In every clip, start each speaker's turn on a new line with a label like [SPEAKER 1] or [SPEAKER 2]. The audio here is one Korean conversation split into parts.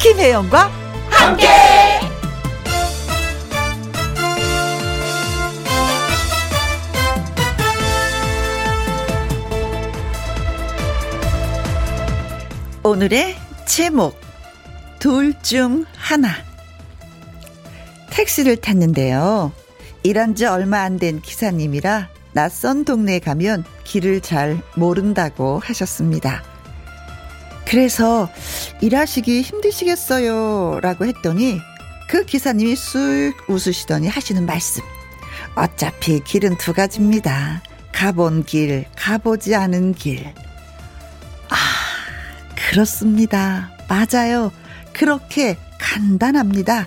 [SPEAKER 1] 김혜영과 함께. 오늘의 제목 둘 중 하나 택시를 탔는데요. 일한 지 얼마 안 된 기사님이라 낯선 동네에 가면 길을 잘 모른다고 하셨습니다. 그래서 일하시기 힘드시겠어요. 라고 했더니 그 기사님이 쑥 웃으시더니 하시는 말씀. 어차피 길은 두 가지입니다. 가본 길, 가보지 않은 길. 아, 그렇습니다. 맞아요. 그렇게 간단합니다.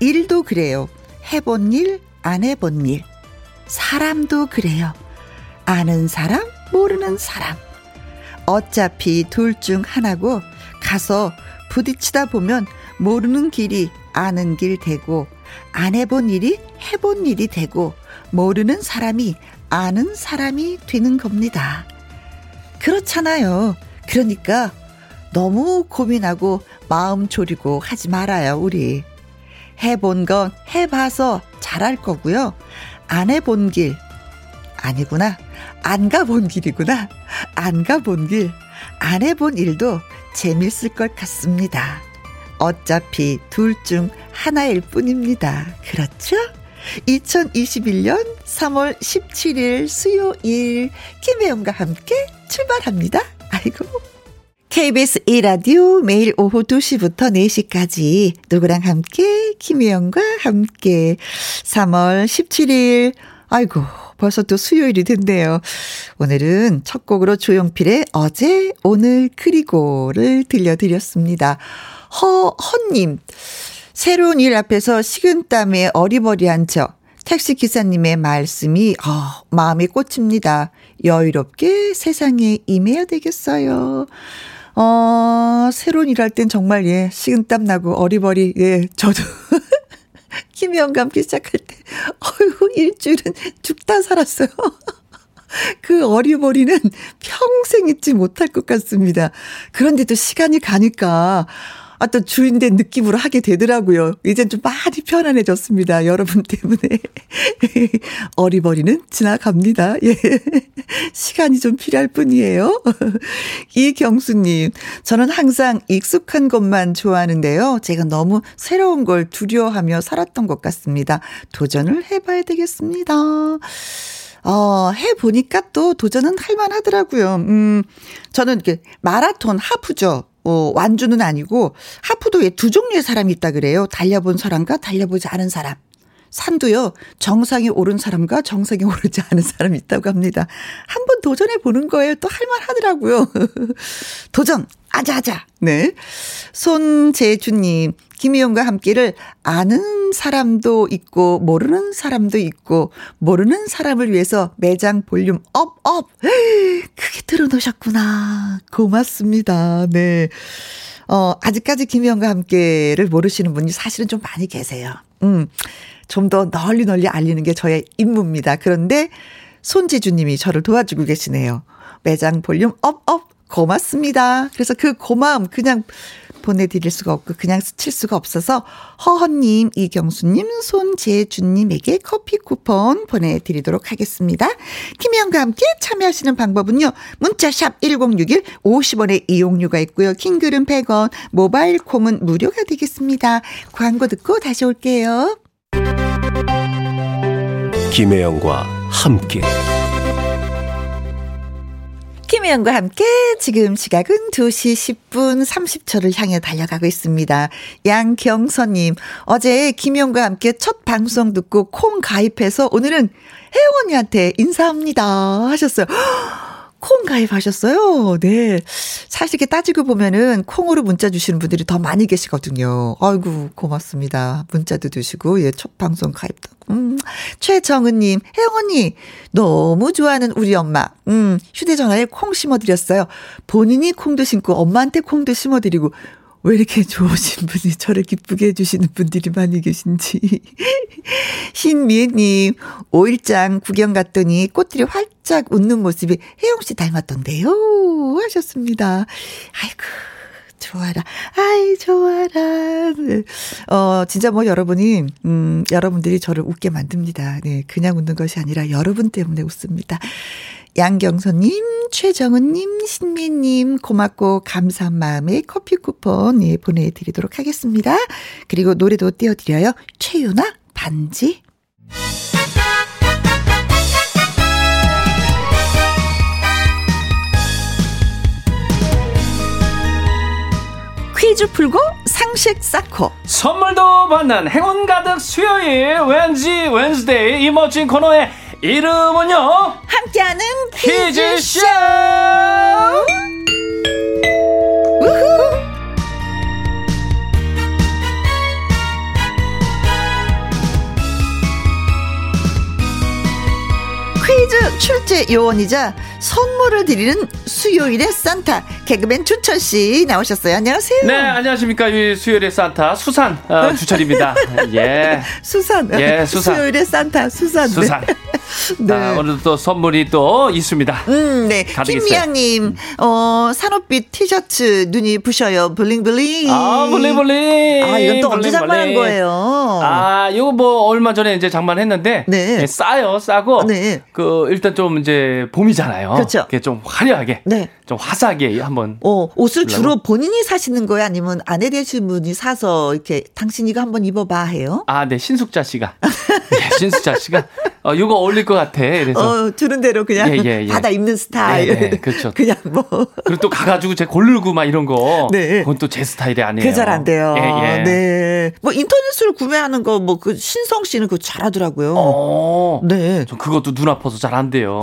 [SPEAKER 1] 일도 그래요. 해본 일, 안 해본 일. 사람도 그래요. 아는 사람, 모르는 사람. 어차피 둘 중 하나고 가서 부딪히다 보면 모르는 길이 아는 길 되고 안 해본 일이 해본 일이 되고 모르는 사람이 아는 사람이 되는 겁니다. 그렇잖아요. 그러니까 너무 고민하고 마음 졸이고 하지 말아요, 우리. 해본 건 해봐서 잘할 거고요. 안 해본 길. 아니구나. 안 가본 길이구나. 안 가본 길. 안 해본 일도 재밌을 것 같습니다. 어차피 둘 중 하나일 뿐입니다. 그렇죠? 2021년 3월 17일 수요일 김혜영과 함께 출발합니다. 아이고. KBS 1라디오 매일 오후 2시부터 4시까지 누구랑 함께 김혜영과 함께 3월 17일 아이고 벌써 또 수요일이 됐네요. 오늘은 첫 곡으로 조용필의 어제 오늘 그리고를 들려드렸습니다. 허 허님 새로운 일 앞에서 식은땀에 어리버리한 척 택시 기사님의 말씀이 어, 마음에 꽂힙니다. 여유롭게 세상에 임해야 되겠어요. 어, 새로운 일할 땐 정말 예, 식은땀 나고 어리버리 예, 저도 김혜영과 함께 시작할 때 어휴 일주일은 죽다 살았어요. 그 어리버리는 평생 잊지 못할 것 같습니다. 그런데 또 시간이 가니까 아, 또 주인 된 느낌으로 하게 되더라고요. 이젠 좀 많이 편안해졌습니다. 여러분 때문에. 어리버리는 지나갑니다. 예. 시간이 좀 필요할 뿐이에요. 이경수님, 저는 항상 익숙한 것만 좋아하는데요. 제가 너무 새로운 걸 두려워하며 살았던 것 같습니다. 도전을 해봐야 되겠습니다. 어, 해보니까 또 도전은 할만하더라고요. 음, 저는 이렇게 마라톤 하프죠. 어, 완주는 아니고 하프도 왜 두 종류의 사람이 있다 그래요. 달려본 사람과 달려보지 않은 사람. 산도요 정상에 오른 사람과 정상에 오르지 않은 사람이 있다고 합니다. 한번 도전해 보는 거예요. 또 할만하더라고요. 도전 아자아자. 네. 손재주님 김희영과 함께를 아는 사람도 있고 모르는 사람도 있고 모르는 사람을 위해서 매장 볼륨 업업 크게 틀어놓으셨구나. 고맙습니다. 네. 어, 아직까지 김희영과 함께를 모르시는 분이 사실은 좀 많이 계세요. 음. 좀 더 널리 널리 알리는 게 저의 임무입니다. 그런데 손재주님이 저를 도와주고 계시네요. 매장 볼륨 업업 고맙습니다. 그래서 그 고마움 그냥 보내드릴 수가 없고 그냥 스칠 수가 없어서 허헌님, 이경수님, 손재준님에게 커피 쿠폰 보내드리도록 하겠습니다. 김혜영과 함께 참여하시는 방법은요. 문자샵 1061 50원의 이용료가 있고요. 킹글은 100원, 모바일 콩은 무료가 되겠습니다. 광고 듣고 다시 올게요.
[SPEAKER 2] 김혜영과 함께
[SPEAKER 1] 김혜영과 함께 지금 시각은 2시 10분 30초를 향해 달려가고 있습니다. 양경선님, 어제 김혜영과 함께 첫 방송 듣고 콩 가입해서 오늘은 혜원이한테 인사합니다. 하셨어요. 콩 가입하셨어요? 네. 사실 이렇게 따지고 보면은 콩으로 문자 주시는 분들이 더 많이 계시거든요. 아이고, 고맙습니다. 문자도 주시고, 예, 첫 방송 가입도. 음, 최정은님, 혜영 언니, 너무 좋아하는 우리 엄마. 음, 휴대전화에 콩 심어드렸어요. 본인이 콩도 심고, 엄마한테 콩도 심어드리고, 왜 이렇게 좋으신 분이 저를 기쁘게 해주시는 분들이 많이 계신지. 신미애님, 5일장 구경 갔더니 꽃들이 활짝 웃는 모습이 혜영씨 닮았던데요. 하셨습니다. 아이고, 좋아라. 아이, 좋아라. 사랑. 어, 진짜 뭐 여러분이, 음, 여러분들이 저를 웃게 만듭니다. 네, 그냥 웃는 것이 아니라 여러분 때문에 웃습니다. 양경선님, 최정은님, 신미님, 고맙고 감사한 마음에 커피 쿠폰, 예, 보내드리도록 하겠습니다. 그리고 노래도 띄워드려요. 최유나, 반지. 퀴즈 풀고 상식 쌓고
[SPEAKER 3] 선물도 받는 행운 가득 수요일 왠지 wednesday 이 멋진 코너의 이름은요
[SPEAKER 1] 함께하는
[SPEAKER 3] 퀴즈쇼
[SPEAKER 1] 우후! 퀴즈 출제 요원이자 선물을 드리는 수요일의 산타 개그맨 주철 씨 나오셨어요. 안녕하세요.
[SPEAKER 3] 네 안녕하십니까 이 수요일의 산타 수산
[SPEAKER 1] 네.
[SPEAKER 3] 어, 주철입니다 예
[SPEAKER 1] 수산.
[SPEAKER 3] 예, 수산.
[SPEAKER 1] 수요일의 산타 수산.
[SPEAKER 3] 수산
[SPEAKER 1] 네.
[SPEAKER 3] 아, 오늘 또 선물이 또 있습니다
[SPEAKER 1] 음, 네.
[SPEAKER 3] 가득 있어요.
[SPEAKER 1] 김미아님, 어, 산업빛 티셔츠 눈이 부셔요. 블링블링.
[SPEAKER 3] 아 블링블링
[SPEAKER 1] 음. 아, 이건 또 언제
[SPEAKER 3] 블링블링.
[SPEAKER 1] 장만한 거예요?
[SPEAKER 3] 아, 요거 뭐 얼마 전에 이제 장만했는데
[SPEAKER 1] 네.
[SPEAKER 3] 예, 싸요, 싸고
[SPEAKER 1] 네.
[SPEAKER 3] 그 일단 좀 이제 봄이잖아요.
[SPEAKER 1] 그렇죠.
[SPEAKER 3] 게좀 화려하게,
[SPEAKER 1] 네.
[SPEAKER 3] 좀 화사하게 한번
[SPEAKER 1] 어, 옷을
[SPEAKER 3] 그러려고?
[SPEAKER 1] 주로 본인이 사시는 거예요? 아니면 아내 되신 분이 사서 이렇게 당신 이거 한번 입어봐 해요?
[SPEAKER 3] 아, 네, 신숙자 씨가. 예, 신숙자 씨가. 어, 이거 어울릴 것 같아. 이래서.
[SPEAKER 1] 어, 주는 대로 그냥
[SPEAKER 3] 예, 예, 예.
[SPEAKER 1] 받아 입는 스타일.
[SPEAKER 3] 예, 예, 그렇죠.
[SPEAKER 1] 냥 뭐.
[SPEAKER 3] 그리고 또 가가지고 제 골르고 막 이런 거.
[SPEAKER 1] 네.
[SPEAKER 3] 그건 또 제 스타일이 아니에요.
[SPEAKER 1] 그 잘 안 돼요.
[SPEAKER 3] 예, 예.
[SPEAKER 1] 네. 뭐 인터넷으로 구매하는 거 뭐 그 신성 씨는 그거 잘하더라고요.
[SPEAKER 3] 어.
[SPEAKER 1] 네.
[SPEAKER 3] 저 그것도 눈 아파서 잘 안 돼요.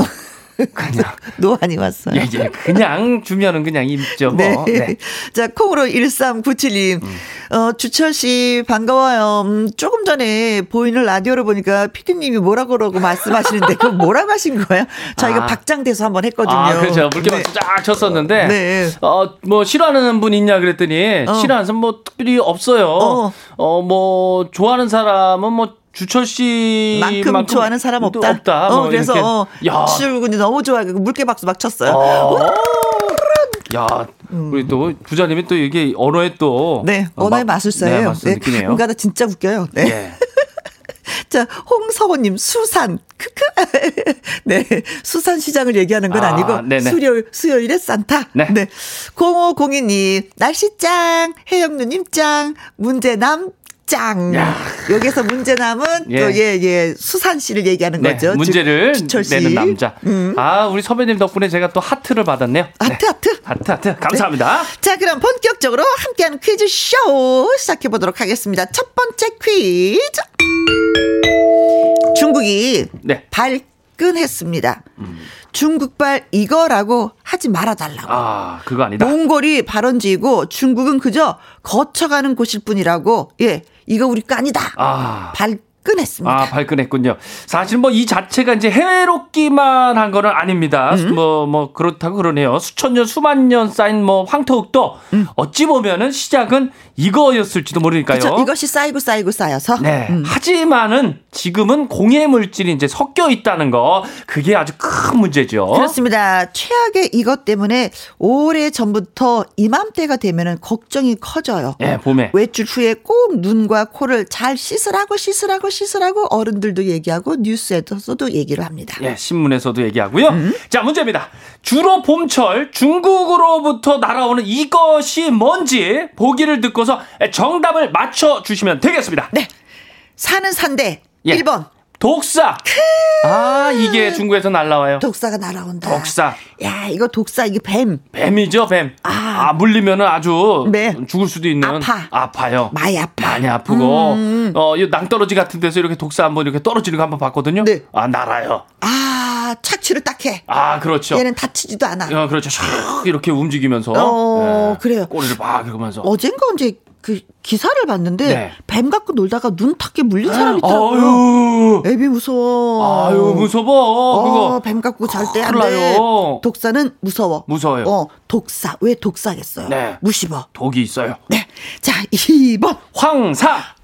[SPEAKER 3] 그냥.
[SPEAKER 1] 노안이 왔어요.
[SPEAKER 3] 예, 예. 그냥 주면은 그냥 입죠. 뭐.
[SPEAKER 1] 네.
[SPEAKER 3] 네. 음.
[SPEAKER 1] 자, 콩으로 1397님. 어, 주철 씨, 반가워요. 음, 조금 전에 보이는 라디오를 보니까 피디님이 뭐라 그러고 말씀하시는데, 그건 뭐라고 하신 거예요? 저희가
[SPEAKER 3] 아.
[SPEAKER 1] 박장대소 한번 했거든요.
[SPEAKER 3] 아, 그렇죠.
[SPEAKER 1] 네.
[SPEAKER 3] 물개방수 쫙 쳤었는데,
[SPEAKER 1] 네.
[SPEAKER 3] 어, 뭐, 싫어하는 분 있냐 그랬더니,
[SPEAKER 1] 어.
[SPEAKER 3] 싫어하는 사람 뭐, 특별히 없어요.
[SPEAKER 1] 어.
[SPEAKER 3] 어, 뭐, 좋아하는 사람은 뭐, 주철 씨.
[SPEAKER 1] 만큼 좋아하는 사람 없다.
[SPEAKER 3] 없다.
[SPEAKER 1] 어,
[SPEAKER 3] 뭐
[SPEAKER 1] 그래서
[SPEAKER 3] 이렇게.
[SPEAKER 1] 어,
[SPEAKER 3] 야.
[SPEAKER 1] 출근이 너무 좋아하고 물개박수 막 쳤어요.
[SPEAKER 3] 어. 야, 우리 또 부자님이 또 이게 언어에 또.
[SPEAKER 1] 음. 네,
[SPEAKER 3] 어,
[SPEAKER 1] 언어의
[SPEAKER 3] 마-
[SPEAKER 1] 마술사예요.
[SPEAKER 3] 네, 마술 느끼네요.
[SPEAKER 1] 뭔가 나 진짜 웃겨요. 네.
[SPEAKER 3] 예.
[SPEAKER 1] 자, 홍성호님 수산 크크. 네, 수산 시장을 얘기하는 건
[SPEAKER 3] 아,
[SPEAKER 1] 아, 니고
[SPEAKER 3] 네네.
[SPEAKER 1] 수요일 수요일에 산타.
[SPEAKER 3] 네.
[SPEAKER 1] 0502님 날씨 짱, 해영누님 짱, 문제남. 짱.
[SPEAKER 3] 야.
[SPEAKER 1] 여기서 문제남은
[SPEAKER 3] 예.
[SPEAKER 1] 또 예, 예, 수산 씨를 얘기하는
[SPEAKER 3] 네,
[SPEAKER 1] 거죠.
[SPEAKER 3] 문제를
[SPEAKER 1] 즉, 주철 씨. 음.
[SPEAKER 3] 내는 남자. 아, 우리 선배님 덕분에 제가 또 하트를 받았네요.
[SPEAKER 1] 하트,
[SPEAKER 3] 네.
[SPEAKER 1] 하트.
[SPEAKER 3] 하트, 하트. 감사합니다.
[SPEAKER 1] 자, 그럼 본격적으로 함께하는 퀴즈쇼 시작해 보도록 하겠습니다. 첫 번째 퀴즈. 중국이
[SPEAKER 3] 네.
[SPEAKER 1] 발끈했습니다. 중국발 이거라고 하지 말아달라고.
[SPEAKER 3] 아, 그거 아니다.
[SPEAKER 1] 몽골이 발원지이고 중국은 그저 거쳐가는 곳일 뿐이라고. 예, 이거 우리 거 아니다.
[SPEAKER 3] 아.
[SPEAKER 1] 발끈했습니다.
[SPEAKER 3] 아, 발끈했군요. 사실 뭐 이 자체가 이제 해롭기만 한 거는 아닙니다.
[SPEAKER 1] 음.
[SPEAKER 3] 뭐 뭐 그렇다고 그러네요. 수천 년 수만 년 쌓인 뭐 황토흙도 어찌 보면은 시작은 이거였을지도 모르니까요.
[SPEAKER 1] 음. 그렇죠. 이것이 쌓이고 쌓이고 쌓여서. 음.
[SPEAKER 3] 네. 하지만은 지금은 공해 물질이 이제 섞여 있다는 거 그게 아주 큰 문제죠.
[SPEAKER 1] 그렇습니다. 최악의 이것 때문에 오래 전부터 이맘때가 되면은 걱정이 커져요.
[SPEAKER 3] 예, 봄에.
[SPEAKER 1] 외출 후에 꼭 눈과 코를 잘 씻으라고 씻으라고 씻으라고 어른들도 얘기하고 뉴스에서도 얘기를 합니다.
[SPEAKER 3] 예, 신문에서도 얘기하고요. 자, 문제입니다. 주로 봄철 중국으로부터 날아오는 이것이 뭔지 보기를 듣고서 정답을 맞춰 주시면 되겠습니다.
[SPEAKER 1] 사는 산대
[SPEAKER 3] 예.
[SPEAKER 1] 1번
[SPEAKER 3] 독사. 아 이게 중국에서 날라와요.
[SPEAKER 1] 독사가 날아온다.
[SPEAKER 3] 독사.
[SPEAKER 1] 야 이거 독사 이게 뱀
[SPEAKER 3] 뱀이죠 뱀.
[SPEAKER 1] 아.
[SPEAKER 3] 아, 물리면은 아주
[SPEAKER 1] 네.
[SPEAKER 3] 죽을 수도 있는
[SPEAKER 1] 아파.
[SPEAKER 3] 아파요.
[SPEAKER 1] 많이 아파. 음.
[SPEAKER 3] 많이 아프고 어이 낭떠러지 같은 데서 이렇게 독사 한번 이렇게 떨어지는 거 한번 봤거든요.
[SPEAKER 1] 네.
[SPEAKER 3] 아 날아요.
[SPEAKER 1] 아 착취를 딱 해.
[SPEAKER 3] 아 그렇죠.
[SPEAKER 1] 얘는 다치지도 않아.
[SPEAKER 3] 어, 그렇죠. 슉 이렇게 움직이면서
[SPEAKER 1] 어,
[SPEAKER 3] 예.
[SPEAKER 1] 그래요.
[SPEAKER 3] 꼬리를 막 이러면서
[SPEAKER 1] 어젠가 언제 그 기사를 봤는데
[SPEAKER 3] 네. 아,
[SPEAKER 1] 뱀 갖고 놀다가 눈 탁게 물린 사람 있더라고요.
[SPEAKER 3] 아유
[SPEAKER 1] 애비 무서워.
[SPEAKER 3] 아유 무서워
[SPEAKER 1] 어,
[SPEAKER 3] 그거
[SPEAKER 1] 뱀 갖고 절대 안
[SPEAKER 3] 큰일
[SPEAKER 1] 돼.
[SPEAKER 3] 나요.
[SPEAKER 1] 독사는 무서워.
[SPEAKER 3] 무서워요.
[SPEAKER 1] 어, 독사. 왜 독사겠어요?
[SPEAKER 3] 네.
[SPEAKER 1] 무시버.
[SPEAKER 3] 독이 있어요.
[SPEAKER 1] 네. 자, 2번.
[SPEAKER 3] 황사.
[SPEAKER 1] 아,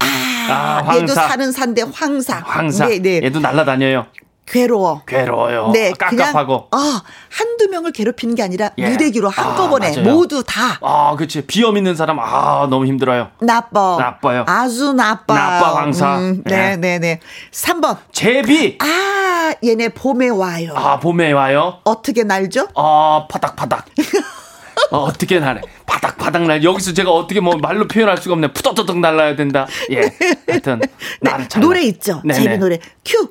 [SPEAKER 3] 아,
[SPEAKER 1] 얘도
[SPEAKER 3] 황사.
[SPEAKER 1] 사는 산대 황사.
[SPEAKER 3] 황사. 예.
[SPEAKER 1] 네, 네.
[SPEAKER 3] 얘도 날라다녀요.
[SPEAKER 1] 괴로워.
[SPEAKER 3] 괴로워요.
[SPEAKER 1] 네,
[SPEAKER 3] 어, 깝깝하고.
[SPEAKER 1] 그냥 아 한두 명을 괴롭히는 게 아니라
[SPEAKER 3] 예.
[SPEAKER 1] 누대기로
[SPEAKER 3] 아,
[SPEAKER 1] 한꺼번에
[SPEAKER 3] 맞아요.
[SPEAKER 1] 모두 다
[SPEAKER 3] 아, 그치. 비염 있는 사람, 아, 너무 힘들어요.
[SPEAKER 1] 나빠.
[SPEAKER 3] 나빠요.
[SPEAKER 1] 아주 나빠.
[SPEAKER 3] 나빠, 황사. 예.
[SPEAKER 1] 네, 네, 네. 3번.
[SPEAKER 3] 제비!
[SPEAKER 1] 아, 얘네 봄에 와요.
[SPEAKER 3] 아, 봄에 와요.
[SPEAKER 1] 어떻게 날죠?
[SPEAKER 3] 아, 파닥파닥. 어, 어떻게 나네. 파닥파닥 날. 여기서 제가 어떻게 뭐 말로 표현할 수가 없네. 푸덕푸덕 날라야 된다. 예. 하여튼, 나를 네, 잘.
[SPEAKER 1] 네, 노래 있죠? 제비 노래. 큐.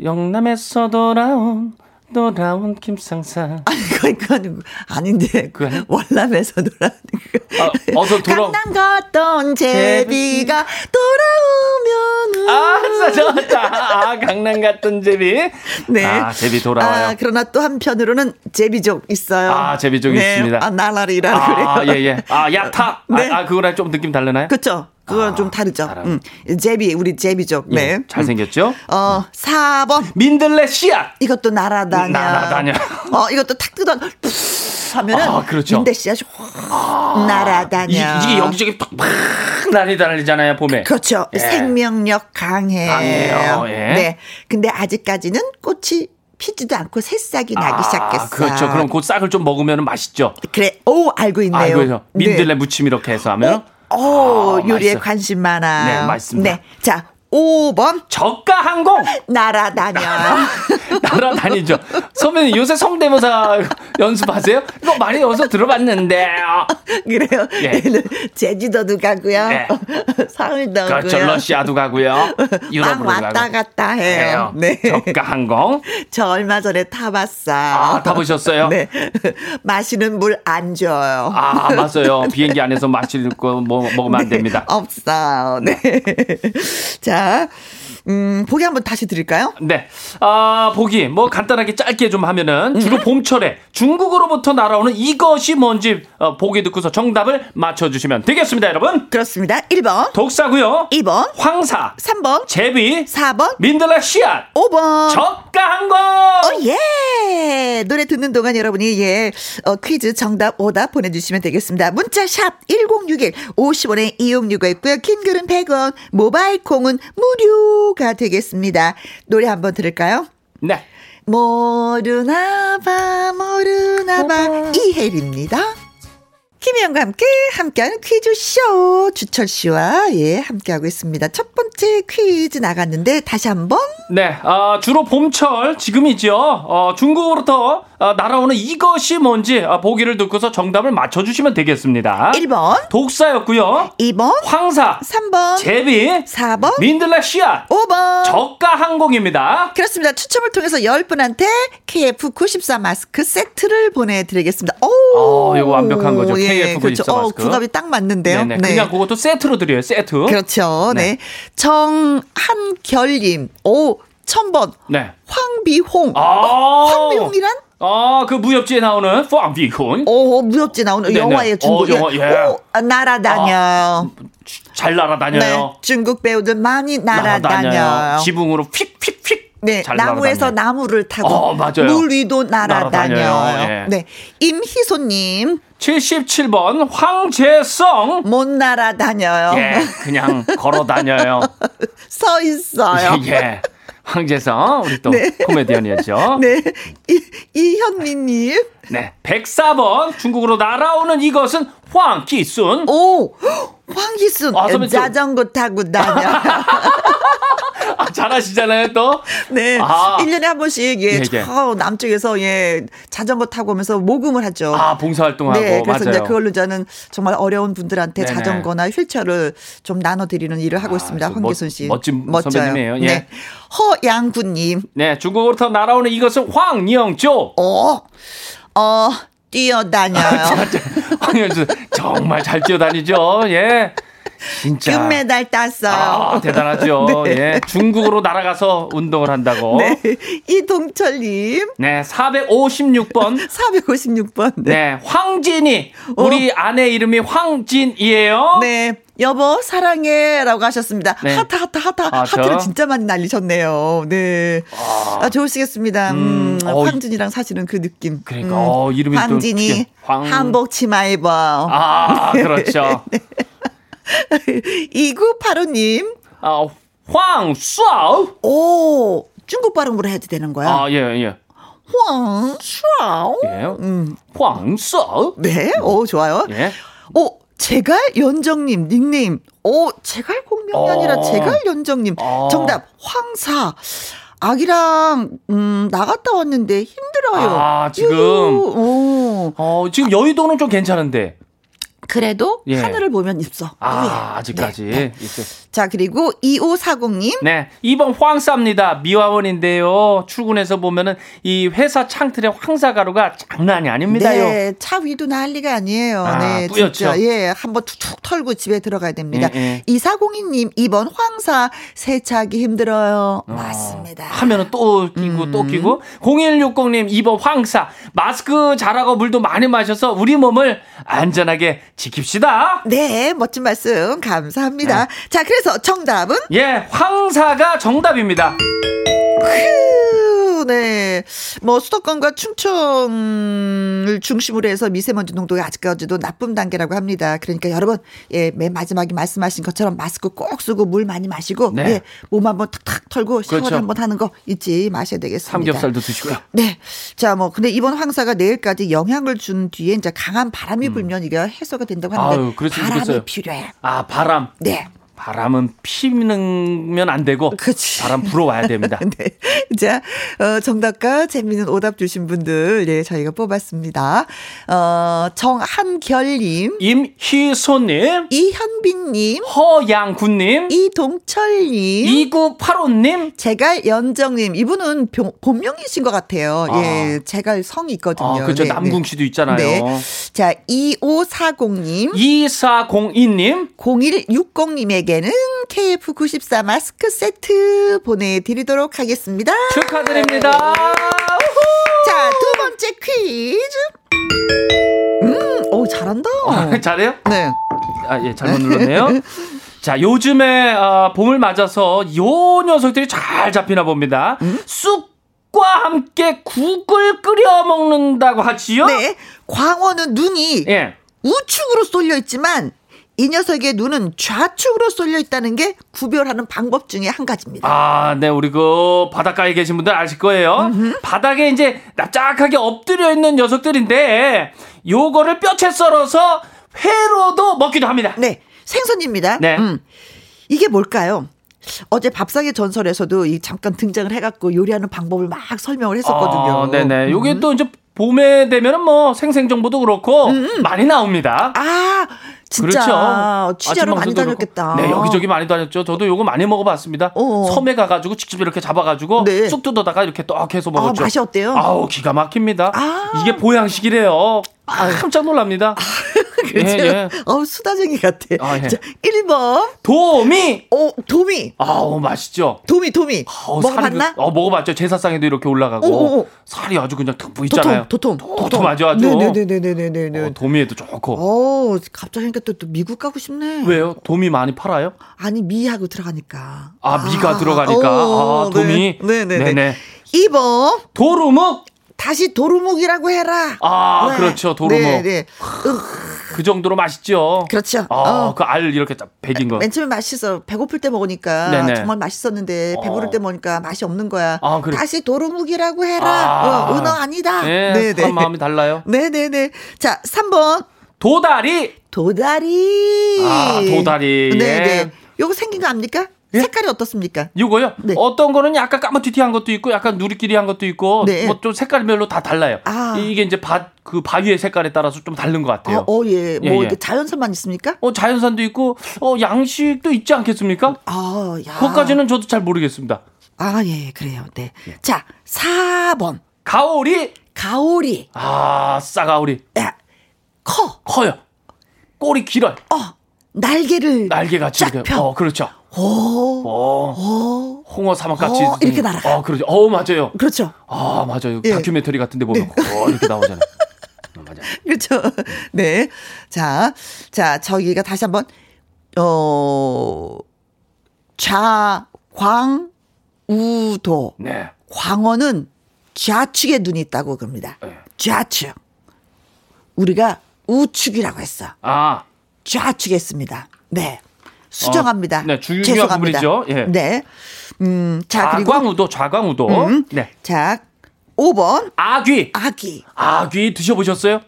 [SPEAKER 3] 영남에서 돌아온, 돌아온 김상사.
[SPEAKER 1] 아니, 그건, 그건 아닌데.
[SPEAKER 3] 그거는?
[SPEAKER 1] 월남에서 돌아오는 거.
[SPEAKER 3] 아, 어서 돌아-
[SPEAKER 1] 강남 갔던 제비가 돌아오면.
[SPEAKER 3] 아, 싸졌다. 아, 강남 갔던 제비.
[SPEAKER 1] 네.
[SPEAKER 3] 아, 제비 돌아와요.
[SPEAKER 1] 아, 그러나 또 한편으로는 제비족 있어요.
[SPEAKER 3] 아, 제비족 있습니다.
[SPEAKER 1] 아, 나라리라
[SPEAKER 3] 아,
[SPEAKER 1] 그래요.
[SPEAKER 3] 예, 예. 아, 야타.
[SPEAKER 1] 네.
[SPEAKER 3] 아, 아, 그거랑 좀 느낌 다르나요?
[SPEAKER 1] 그쵸? 그건
[SPEAKER 3] 아,
[SPEAKER 1] 좀 다르죠.
[SPEAKER 3] 다른.
[SPEAKER 1] 음. 제비, 우리 제비족. 네.
[SPEAKER 3] 예, 잘생겼죠?
[SPEAKER 1] 음. 어, 4번.
[SPEAKER 3] 민들레 씨앗.
[SPEAKER 1] 이것도 날아다녀.
[SPEAKER 3] 날아다녀.
[SPEAKER 1] 어, 이것도 탁 뜯어. 푸스 하면은.
[SPEAKER 3] 아, 그렇죠.
[SPEAKER 1] 민대 씨가 확 날아다녀.
[SPEAKER 3] 이, 이게 여기저기 팍팍 날리다니잖아요, 봄에.
[SPEAKER 1] 그렇죠.
[SPEAKER 3] 예.
[SPEAKER 1] 생명력 강해요.
[SPEAKER 3] 강해요, 예.
[SPEAKER 1] 네. 근데 아직까지는 꽃이 피지도 않고 새싹이 나기 시작했어.
[SPEAKER 3] 그렇죠. 그럼 그 싹을 좀 먹으면 맛있죠.
[SPEAKER 1] 그래. 오, 알고 있네요.
[SPEAKER 3] 아, 그래서
[SPEAKER 1] 네.
[SPEAKER 3] 민들레 무침 이렇게 해서 하면
[SPEAKER 1] 오,
[SPEAKER 3] 아,
[SPEAKER 1] 요리에
[SPEAKER 3] 맛있어.
[SPEAKER 1] 관심 많아요.
[SPEAKER 3] 네, 맛있습니다.
[SPEAKER 1] 네. 자, 5번
[SPEAKER 3] 저가 항공
[SPEAKER 1] 날아다녀.
[SPEAKER 3] 날아다니죠. 소면 요새 성대모사 연습하세요? 이거 많이 어서 들어봤는데.
[SPEAKER 1] 그래요.
[SPEAKER 3] 예.
[SPEAKER 1] 얘는 제주도도 가고요.
[SPEAKER 3] 네.
[SPEAKER 1] 서울도
[SPEAKER 3] 그렇죠.
[SPEAKER 1] 가고요.
[SPEAKER 3] 러시아도 가고요.
[SPEAKER 1] 막
[SPEAKER 3] 유럽으로
[SPEAKER 1] 왔다
[SPEAKER 3] 가고.
[SPEAKER 1] 갔다 해요. 네.
[SPEAKER 3] 저가 항공.
[SPEAKER 1] 저 얼마 전에 타봤어.
[SPEAKER 3] 아, 타보셨어요?
[SPEAKER 1] 네. 마시는 물 안 줘요.
[SPEAKER 3] 아, 맞아요. 비행기 안에서 마실 거 뭐, 먹으면
[SPEAKER 1] 네.
[SPEAKER 3] 안 됩니다.
[SPEAKER 1] 없어. 네. 자, 음, 보기 한번 다시 드릴까요?
[SPEAKER 3] 네. 아, 보기. 뭐 간단하게 짧게 좀 하면은
[SPEAKER 1] 네.
[SPEAKER 3] 주로 봄철에 중국으로부터 날아오는 이것이 뭔지 어, 보기 듣고서 정답을 맞춰 주시면 되겠습니다, 여러분.
[SPEAKER 1] 그렇습니다. 1번,
[SPEAKER 3] 독사고요.
[SPEAKER 1] 2번,
[SPEAKER 3] 황사,
[SPEAKER 1] 3번,
[SPEAKER 3] 제비,
[SPEAKER 1] 4번,
[SPEAKER 3] 민들레 씨앗,
[SPEAKER 1] 5번.
[SPEAKER 3] 저가항공.
[SPEAKER 1] 어, 예! 노래 듣는 동안 여러분이, 예, 어, 퀴즈 정답, 오답 보내주시면 되겠습니다. 문자샵 1061, 50원의 이용료가 있고요. 긴 글은 100원, 모바일 콩은 무료가 되겠습니다. 노래 한번 들을까요?
[SPEAKER 3] 네.
[SPEAKER 1] 모르나 봐, 모르나 봐. 이혜리입니다. 김희영과 함께 함께하는 퀴즈쇼 주철 씨와 예 함께하고 있습니다. 첫 번째 퀴즈 나갔는데 다시 한번
[SPEAKER 3] 네, 아, 주로 봄철 지금이죠. 어, 중국으로부터 어, 날아오는 이것이 뭔지 아, 보기를 듣고서 정답을 맞춰주시면 되겠습니다.
[SPEAKER 1] 1번,
[SPEAKER 3] 독사였고요.
[SPEAKER 1] 2번,
[SPEAKER 3] 황사,
[SPEAKER 1] 3번,
[SPEAKER 3] 제비,
[SPEAKER 1] 4번, 어.
[SPEAKER 3] 민들레 씨앗,
[SPEAKER 1] 5번.
[SPEAKER 3] 저가 항공입니다.
[SPEAKER 1] 그렇습니다. 추첨을 통해서 10분한테 KF94 마스크 세트를 보내드리겠습니다. 오!
[SPEAKER 3] 아, 이거 완벽한 거죠. KF94
[SPEAKER 1] 그렇죠. 어,
[SPEAKER 3] 마스크.
[SPEAKER 1] 궁합이 딱 맞는데요.
[SPEAKER 3] 네네. 그냥 그것도 세트로 드려요. 세트.
[SPEAKER 1] 그렇죠. 네. 정한결님, 오, 1000번.
[SPEAKER 3] 네.
[SPEAKER 1] 황비홍.
[SPEAKER 3] 아.
[SPEAKER 1] 어, 황비홍이란?
[SPEAKER 3] 아, 그 무협지에 나오는 펑비콘.
[SPEAKER 1] 오, 무협지 나오는
[SPEAKER 3] 네네.
[SPEAKER 1] 영화예요, 중국.
[SPEAKER 3] 어, 영화, 예.
[SPEAKER 1] 오, 아, 날아다녀. 네,
[SPEAKER 3] 잘 날아다녀요.
[SPEAKER 1] 중국 배우들 많이 날아다녀요.
[SPEAKER 3] 지붕으로 휙휙휙.
[SPEAKER 1] 네,
[SPEAKER 3] 잘
[SPEAKER 1] 나무에서
[SPEAKER 3] 날아다녀요.
[SPEAKER 1] 나무를 타고
[SPEAKER 3] 어, 맞아요.
[SPEAKER 1] 물 위도 날아다녀요.
[SPEAKER 3] 날아다녀요, 예.
[SPEAKER 1] 네. 임희소님,
[SPEAKER 3] 77번 황재성.
[SPEAKER 1] 못 날아다녀요.
[SPEAKER 3] 예, 그냥 걸어 다녀요.
[SPEAKER 1] 서 있어요.
[SPEAKER 3] 예. 황재성, 우리 또 코미디언이었죠. 네.
[SPEAKER 1] 네. 이, 이현미님,
[SPEAKER 3] 104번 중국으로 날아오는 이것은 황기순.
[SPEAKER 1] 오, 황기순,
[SPEAKER 3] 아, 선배님.
[SPEAKER 1] 자전거 타고 다녀요.
[SPEAKER 3] 아, 잘하시잖아요, 또.
[SPEAKER 1] 네.
[SPEAKER 3] 아.
[SPEAKER 1] 일 1년에 한 번씩, 예,
[SPEAKER 3] 예, 예.
[SPEAKER 1] 저 남쪽에서, 예, 자전거 타고 오면서 모금을 하죠.
[SPEAKER 3] 아, 봉사활동하고.
[SPEAKER 1] 네, 그래서
[SPEAKER 3] 맞아요.
[SPEAKER 1] 이제 그걸로 저는 정말 어려운 분들한테
[SPEAKER 3] 네네.
[SPEAKER 1] 자전거나 휠체어를 좀 나눠드리는 일을 하고
[SPEAKER 3] 아,
[SPEAKER 1] 있습니다.
[SPEAKER 3] 저
[SPEAKER 1] 황기순
[SPEAKER 3] 멋-
[SPEAKER 1] 씨.
[SPEAKER 3] 멋진 선배님이에요. 예.
[SPEAKER 1] 네. 허양구님,
[SPEAKER 3] 네, 중국으로부터 날아오는 이것은 황영조.
[SPEAKER 1] 어, 어, 뛰어다녀요.
[SPEAKER 3] 황영조 정말 잘 뛰어다니죠. 예. 진짜.
[SPEAKER 1] 금메달 땄어요.
[SPEAKER 3] 아, 대단하죠.
[SPEAKER 1] 네.
[SPEAKER 3] 예. 중국으로 날아가서 운동을 한다고.
[SPEAKER 1] 네. 이동철님,
[SPEAKER 3] 네, 456번.
[SPEAKER 1] 456번.
[SPEAKER 3] 네, 황진이. 우리 아내 이름이 황진이에요.
[SPEAKER 1] 어. 네. 여보 사랑해라고 하셨습니다.
[SPEAKER 3] 네.
[SPEAKER 1] 하트 하트 하트
[SPEAKER 3] 아, 저?
[SPEAKER 1] 하트를 진짜 많이 날리셨네요. 네. 아, 좋으시겠습니다. 음,
[SPEAKER 3] 음, 어,
[SPEAKER 1] 황진이랑 사실은 그 느낌.
[SPEAKER 3] 그러니까, 어, 이름이 또
[SPEAKER 1] 황진이
[SPEAKER 3] 특이해. 황-
[SPEAKER 1] 한복 치마 입어.
[SPEAKER 3] 아, 그렇죠.
[SPEAKER 1] 네. 2985님.
[SPEAKER 3] 어, 아, 황수아
[SPEAKER 1] 오. 중국 발음으로 해도 되는 거야.
[SPEAKER 3] 아, 예, 예.
[SPEAKER 1] 황수아.
[SPEAKER 3] 예.
[SPEAKER 1] 음,
[SPEAKER 3] 황서.
[SPEAKER 1] 네, 오 좋아요.
[SPEAKER 3] 예.
[SPEAKER 1] 오 어, 제갈 연정님 닉네임. 오 제갈 공명이
[SPEAKER 3] 어.
[SPEAKER 1] 아니라 제갈 연정님
[SPEAKER 3] 어.
[SPEAKER 1] 정답 황사. 아기랑 음 나갔다 왔는데 힘들어요.
[SPEAKER 3] 아, 지금.
[SPEAKER 1] 유유. 오.
[SPEAKER 3] 어, 지금 여의도는 좀 괜찮은데.
[SPEAKER 1] 그래도
[SPEAKER 3] 예.
[SPEAKER 1] 하늘을 보면 있어.
[SPEAKER 3] 아,
[SPEAKER 1] 예.
[SPEAKER 3] 아직까지.
[SPEAKER 1] 네.
[SPEAKER 3] 있어요.
[SPEAKER 1] 자 그리고 2540님
[SPEAKER 3] 네, 2번 황사입니다. 미화원인데요. 출근해서 보면은 이 회사 창틀에 황사 가루가 장난이 아닙니다요.
[SPEAKER 1] 네, 차 위도 난리가 아니에요.
[SPEAKER 3] 아,
[SPEAKER 1] 네,
[SPEAKER 3] 뿌옇죠?
[SPEAKER 1] 진짜 예, 한번 툭툭 털고 집에 들어가야 됩니다.
[SPEAKER 3] 예, 예.
[SPEAKER 1] 이사공이님 2번 황사 세차하기 힘들어요. 맞습니다.
[SPEAKER 3] 하면은 또 끼고 또 끼고 0160님 2번 황사 마스크 잘하고 물도 많이 마셔서 우리 몸을 안전하게 지킵시다.
[SPEAKER 1] 네, 멋진 말씀 감사합니다.
[SPEAKER 3] 네.
[SPEAKER 1] 자, 그래서 정답은
[SPEAKER 3] 예, 황사가 정답입니다.
[SPEAKER 1] 크, 네, 뭐 수도권과 충청을 중심으로 해서 미세먼지 농도가 아직까지도 나쁨 단계라고 합니다. 그러니까 여러분, 예, 맨 마지막에 말씀하신 것처럼 마스크 꼭 쓰고 물 많이 마시고,
[SPEAKER 3] 네.
[SPEAKER 1] 예, 몸 한번 탁탁 털고 샤워를
[SPEAKER 3] 그렇죠.
[SPEAKER 1] 한번 하는 거 잊지 마셔야 되겠습니다.
[SPEAKER 3] 삼겹살도 드시고요.
[SPEAKER 1] 네. 자, 뭐, 근데 이번 황사가 내일까지 영향을 준 뒤에 이제 강한 바람이 불면 이게 해소가 된다고 하는데
[SPEAKER 3] 음. 아유, 그랬으면
[SPEAKER 1] 바람이
[SPEAKER 3] 좋겠어요.
[SPEAKER 1] 필요해.
[SPEAKER 3] 아, 바람.
[SPEAKER 1] 네.
[SPEAKER 3] 바람은 피면 안 되고
[SPEAKER 1] 그치.
[SPEAKER 3] 바람 불어와야 됩니다.
[SPEAKER 1] 네. 자, 어, 정답과 재미있는 오답 주신 분들, 예, 저희가 뽑았습니다. 어, 정한결님,
[SPEAKER 3] 임희소님,
[SPEAKER 1] 이현빈님,
[SPEAKER 3] 허양군님,
[SPEAKER 1] 이동철님,
[SPEAKER 3] 2985님,
[SPEAKER 1] 제갈 연정님, 이분은 병- 본명이신 것 같아요.
[SPEAKER 3] 아.
[SPEAKER 1] 예, 제갈 성이 있거든요.
[SPEAKER 3] 아, 그렇죠.
[SPEAKER 1] 네, 네.
[SPEAKER 3] 남궁 씨도 있잖아요.
[SPEAKER 1] 네. 자, 2540님,
[SPEAKER 3] 2402님,
[SPEAKER 1] 0160님에게는 KF94 마스크 세트 보내드리도록 하겠습니다.
[SPEAKER 3] 축하드립니다.
[SPEAKER 1] 아, 자, 두 번째 퀴즈. 음, 오, 잘한다.
[SPEAKER 3] 아, 잘해요?
[SPEAKER 1] 네.
[SPEAKER 3] 아, 예, 잘못 눌렀네요. 자, 요즘에 아, 봄을 맞아서 요 녀석들이 잘 잡히나 봅니다.
[SPEAKER 1] 음?
[SPEAKER 3] 쑥과 함께 국을 끓여 먹는다고 하지요?
[SPEAKER 1] 네. 광어는 눈이
[SPEAKER 3] 예.
[SPEAKER 1] 우측으로 쏠려 있지만 이 녀석의 눈은 좌측으로 쏠려 있다는 게 구별하는 방법 중에 한 가지입니다.
[SPEAKER 3] 아, 네, 우리 그 바닷가에 계신 분들 아실 거예요. 바닥에 이제 납작하게 엎드려 있는 녀석들인데 요거를 뼈채 썰어서 회로도 먹기도 합니다.
[SPEAKER 1] 네. 생선입니다.
[SPEAKER 3] 네.
[SPEAKER 1] 음. 이게 뭘까요? 어제 밥상의 전설에서도 이 잠깐 등장을 해갖고 요리하는 방법을 막 설명을 했었거든요.
[SPEAKER 3] 아, 네네. 요게
[SPEAKER 1] 음.
[SPEAKER 3] 또 이제 봄에 되면은 뭐 생생 정보도 그렇고
[SPEAKER 1] 음.
[SPEAKER 3] 많이 나옵니다.
[SPEAKER 1] 아, 진짜.
[SPEAKER 3] 그렇죠.
[SPEAKER 1] 취재를 많이
[SPEAKER 3] 아침 방송도 그렇고.
[SPEAKER 1] 다녔겠다.
[SPEAKER 3] 네, 여기저기 많이 다녔죠. 저도 요거 많이 먹어봤습니다.
[SPEAKER 1] 어어.
[SPEAKER 3] 섬에 가가지고 직접 이렇게 잡아가지고
[SPEAKER 1] 네.
[SPEAKER 3] 쑥 뜯어다가 이렇게 떡 해서 먹었죠.
[SPEAKER 1] 아, 맛이 어때요?
[SPEAKER 3] 아우 기가 막힙니다.
[SPEAKER 1] 아.
[SPEAKER 3] 이게 보양식이래요. 아, 깜짝 놀랍니다.
[SPEAKER 1] 그렇죠.
[SPEAKER 3] 예, 예.
[SPEAKER 1] 어우, 수다쟁이 같아.
[SPEAKER 3] 아, 예.
[SPEAKER 1] 자, 1번.
[SPEAKER 3] 도미.
[SPEAKER 1] 오, 도미.
[SPEAKER 3] 아우 맛있죠.
[SPEAKER 1] 도미, 도미. 뭐
[SPEAKER 3] 아우,
[SPEAKER 1] 먹어봤나?
[SPEAKER 3] 살이 그- 어 먹어봤죠. 제사상에도 이렇게 올라가고
[SPEAKER 1] 오, 오.
[SPEAKER 3] 살이 아주 그냥 듬뿍 있잖아요. 어,
[SPEAKER 1] 도톰, 도톰. 네,
[SPEAKER 3] 도톰 아주 아주.
[SPEAKER 1] 네네네네네네네.
[SPEAKER 3] 어, 도미에도 좋고.
[SPEAKER 1] 어, 갑자기 그러니까 또, 또 미국 가고 싶네.
[SPEAKER 3] 왜요? 도미 많이 팔아요?
[SPEAKER 1] 아니, 미하고 들어가니까.
[SPEAKER 3] 아, 미가 들어가니까. 아, 도미.
[SPEAKER 1] 네, 네, 네.
[SPEAKER 3] 네네.
[SPEAKER 1] 2번.
[SPEAKER 3] 도루묵.
[SPEAKER 1] 다시 도루묵이라고 해라.
[SPEAKER 3] 아,
[SPEAKER 1] 네.
[SPEAKER 3] 그렇죠. 도루묵.
[SPEAKER 1] 네, 네. 으,
[SPEAKER 3] 그 정도로 맛있죠.
[SPEAKER 1] 그렇죠.
[SPEAKER 3] 아,
[SPEAKER 1] 어. 아,
[SPEAKER 3] 그 알 이렇게 딱 베긴 거.
[SPEAKER 1] 맨 처음에 맛있어. 배고플 때 먹으니까
[SPEAKER 3] 네네.
[SPEAKER 1] 정말 맛있었는데
[SPEAKER 3] 어.
[SPEAKER 1] 배부를 때 먹으니까 맛이 없는 거야.
[SPEAKER 3] 아, 그래.
[SPEAKER 1] 다시 도루묵이라고 해라.
[SPEAKER 3] 아.
[SPEAKER 1] 어, 은어 아니다. 네,
[SPEAKER 3] 예, 그런 마음이 달라요.
[SPEAKER 1] 네네네. 자, 3번.
[SPEAKER 3] 도다리.
[SPEAKER 1] 도다리.
[SPEAKER 3] 아, 도다리. 예.
[SPEAKER 1] 네네. 요거 생긴 거 압니까? 색깔이 어떻습니까?
[SPEAKER 3] 이거요.
[SPEAKER 1] 네.
[SPEAKER 3] 어떤 거는 약간 까무튀튀한 것도 있고, 약간 누리끼리한 것도 있고,
[SPEAKER 1] 네.
[SPEAKER 3] 뭐 좀 색깔별로 다 달라요.
[SPEAKER 1] 아.
[SPEAKER 3] 이게 이제 밭 그 바위의 색깔에 따라서 좀 다른 것
[SPEAKER 1] 아,
[SPEAKER 3] 같아요. 어,
[SPEAKER 1] 어, 예. 뭐,
[SPEAKER 3] 예, 예.
[SPEAKER 1] 이렇게 자연산만 있습니까?
[SPEAKER 3] 자연산도 있고, 어 양식도 있지 않겠습니까?
[SPEAKER 1] 아, 야.
[SPEAKER 3] 그것까지는 저도 잘 모르겠습니다.
[SPEAKER 1] 아, 예, 그래요. 네. 자, 4번.
[SPEAKER 3] 가오리.
[SPEAKER 1] 가오리.
[SPEAKER 3] 아, 싸가오리.
[SPEAKER 1] 야, 커.
[SPEAKER 3] 커요. 꼬리 길어요.
[SPEAKER 1] 어, 날개를.
[SPEAKER 3] 날개같이
[SPEAKER 1] 쫙
[SPEAKER 3] 이렇게.
[SPEAKER 1] 펴.
[SPEAKER 3] 어, 그렇죠.
[SPEAKER 1] 오,
[SPEAKER 3] 어.
[SPEAKER 1] 오.
[SPEAKER 3] 홍어 사막같이
[SPEAKER 1] 어, 이렇게 날아가요.
[SPEAKER 3] 어, 그러죠. 어, 맞아요.
[SPEAKER 1] 그렇죠.
[SPEAKER 3] 아, 맞아요.
[SPEAKER 1] 예.
[SPEAKER 3] 다큐멘터리 같은 데 보면 어, 이렇게 나오잖아요. 어, 맞아요.
[SPEAKER 1] 그렇죠. 네. 자, 자, 저기가 다시 한번 어 좌광우도
[SPEAKER 3] 네.
[SPEAKER 1] 광어는 좌측에 눈이 있다고 그럽니다.
[SPEAKER 3] 네.
[SPEAKER 1] 좌측. 우리가 우측이라고 했어.
[SPEAKER 3] 아,
[SPEAKER 1] 좌측에 있습니다. 네. 수정합니다.
[SPEAKER 3] 어, 네, 중요한
[SPEAKER 1] 죄송합니다.
[SPEAKER 3] 부분이죠. 예. 아,
[SPEAKER 1] 네. 음, 자, 그리고
[SPEAKER 3] 좌광우도 좌광우도.
[SPEAKER 1] 음.
[SPEAKER 3] 네.
[SPEAKER 1] 자, 5번
[SPEAKER 3] 아귀.
[SPEAKER 1] 아기.
[SPEAKER 3] 아귀 드셔보셨어요?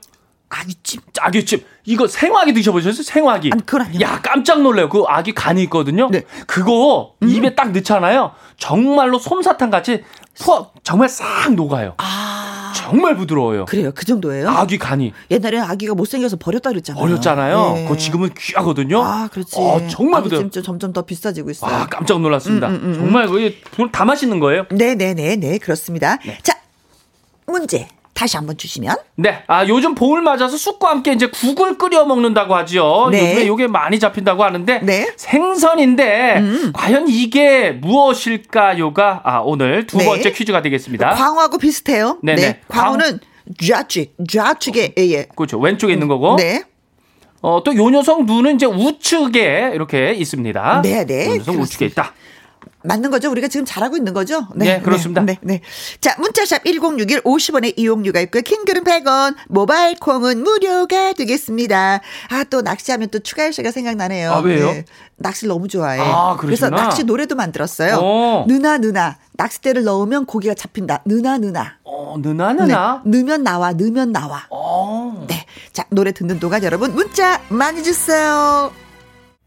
[SPEAKER 1] 아기찜.
[SPEAKER 3] 아귀찜 이거 생화기 드셔보셨어요? 생화기.
[SPEAKER 1] 아니, 그건 아니요.
[SPEAKER 3] 야 깜짝 놀래요. 그 아귀 간이 있거든요.
[SPEAKER 1] 네. 음.
[SPEAKER 3] 그거 입에 딱 넣잖아요. 정말로 솜사탕 같이 푸 정말 싹 녹아요.
[SPEAKER 1] 아.
[SPEAKER 3] 정말 부드러워요.
[SPEAKER 1] 그래요. 그 정도예요?
[SPEAKER 3] 아귀 간이
[SPEAKER 1] 옛날에 아기가 못생겨서 버렸다 그랬잖아요.
[SPEAKER 3] 어렸잖아요.
[SPEAKER 1] 네.
[SPEAKER 3] 그거 지금은 귀하거든요.
[SPEAKER 1] 아, 그렇지.
[SPEAKER 3] 어, 정말 부드러워.
[SPEAKER 1] 아기찜 좀 점점 더 비싸지고 있어요.
[SPEAKER 3] 아 깜짝 놀랐습니다.
[SPEAKER 1] 음,
[SPEAKER 3] 정말 그걸 다 마시는 거예요.
[SPEAKER 1] 네네네네 그렇습니다. 자 문제 다시 한번 주시면
[SPEAKER 3] 네, 아 요즘 봄을 맞아서 쑥과 함께 이제 국을 끓여 먹는다고 하지요.
[SPEAKER 1] 네.
[SPEAKER 3] 요즘에 요게 많이 잡힌다고 하는데
[SPEAKER 1] 네. 음.
[SPEAKER 3] 생선인데 과연 이게 무엇일까요가 아 오늘 두
[SPEAKER 1] 네.
[SPEAKER 3] 번째 퀴즈가 되겠습니다.
[SPEAKER 1] 광어하고 비슷해요.
[SPEAKER 3] 아? 네네.
[SPEAKER 1] 네, 광어는 좌측 좌측에 예, 예.
[SPEAKER 3] 그렇죠. 왼쪽에 있는 거고.
[SPEAKER 1] 네.
[SPEAKER 3] 어, 또 요 녀석 눈은 이제 우측에 이렇게 있습니다.
[SPEAKER 1] 네, 네.
[SPEAKER 3] 요 녀석 우측에 있다.
[SPEAKER 1] 맞는 거죠? 우리가 지금 잘하고 있는 거죠?
[SPEAKER 3] 네, 그렇습니다.
[SPEAKER 1] 네, 네. 자, 문자샵 1061 50원의 이용료가 있고요. 킹글은 100원, 모바일 콩은 무료가 되겠습니다. 아, 또 낚시하면 또 추가열 씨가 생각나네요.
[SPEAKER 3] 아, 왜요?
[SPEAKER 1] 낚시 를 너무 좋아해.
[SPEAKER 3] 아,
[SPEAKER 1] 그래서
[SPEAKER 3] 그러시구나.
[SPEAKER 1] 낚시 노래도 만들었어요.
[SPEAKER 3] 오.
[SPEAKER 1] 누나, 누나. 낚싯대를 넣으면 고기가 잡힌다. 누나, 누나.
[SPEAKER 3] 어, 느나 느나.
[SPEAKER 1] 네. 넣으면 나와, 넣으면 나와.
[SPEAKER 3] 어.
[SPEAKER 1] 네. 자, 노래 듣는 동안 여러분 문자 많이 주세요.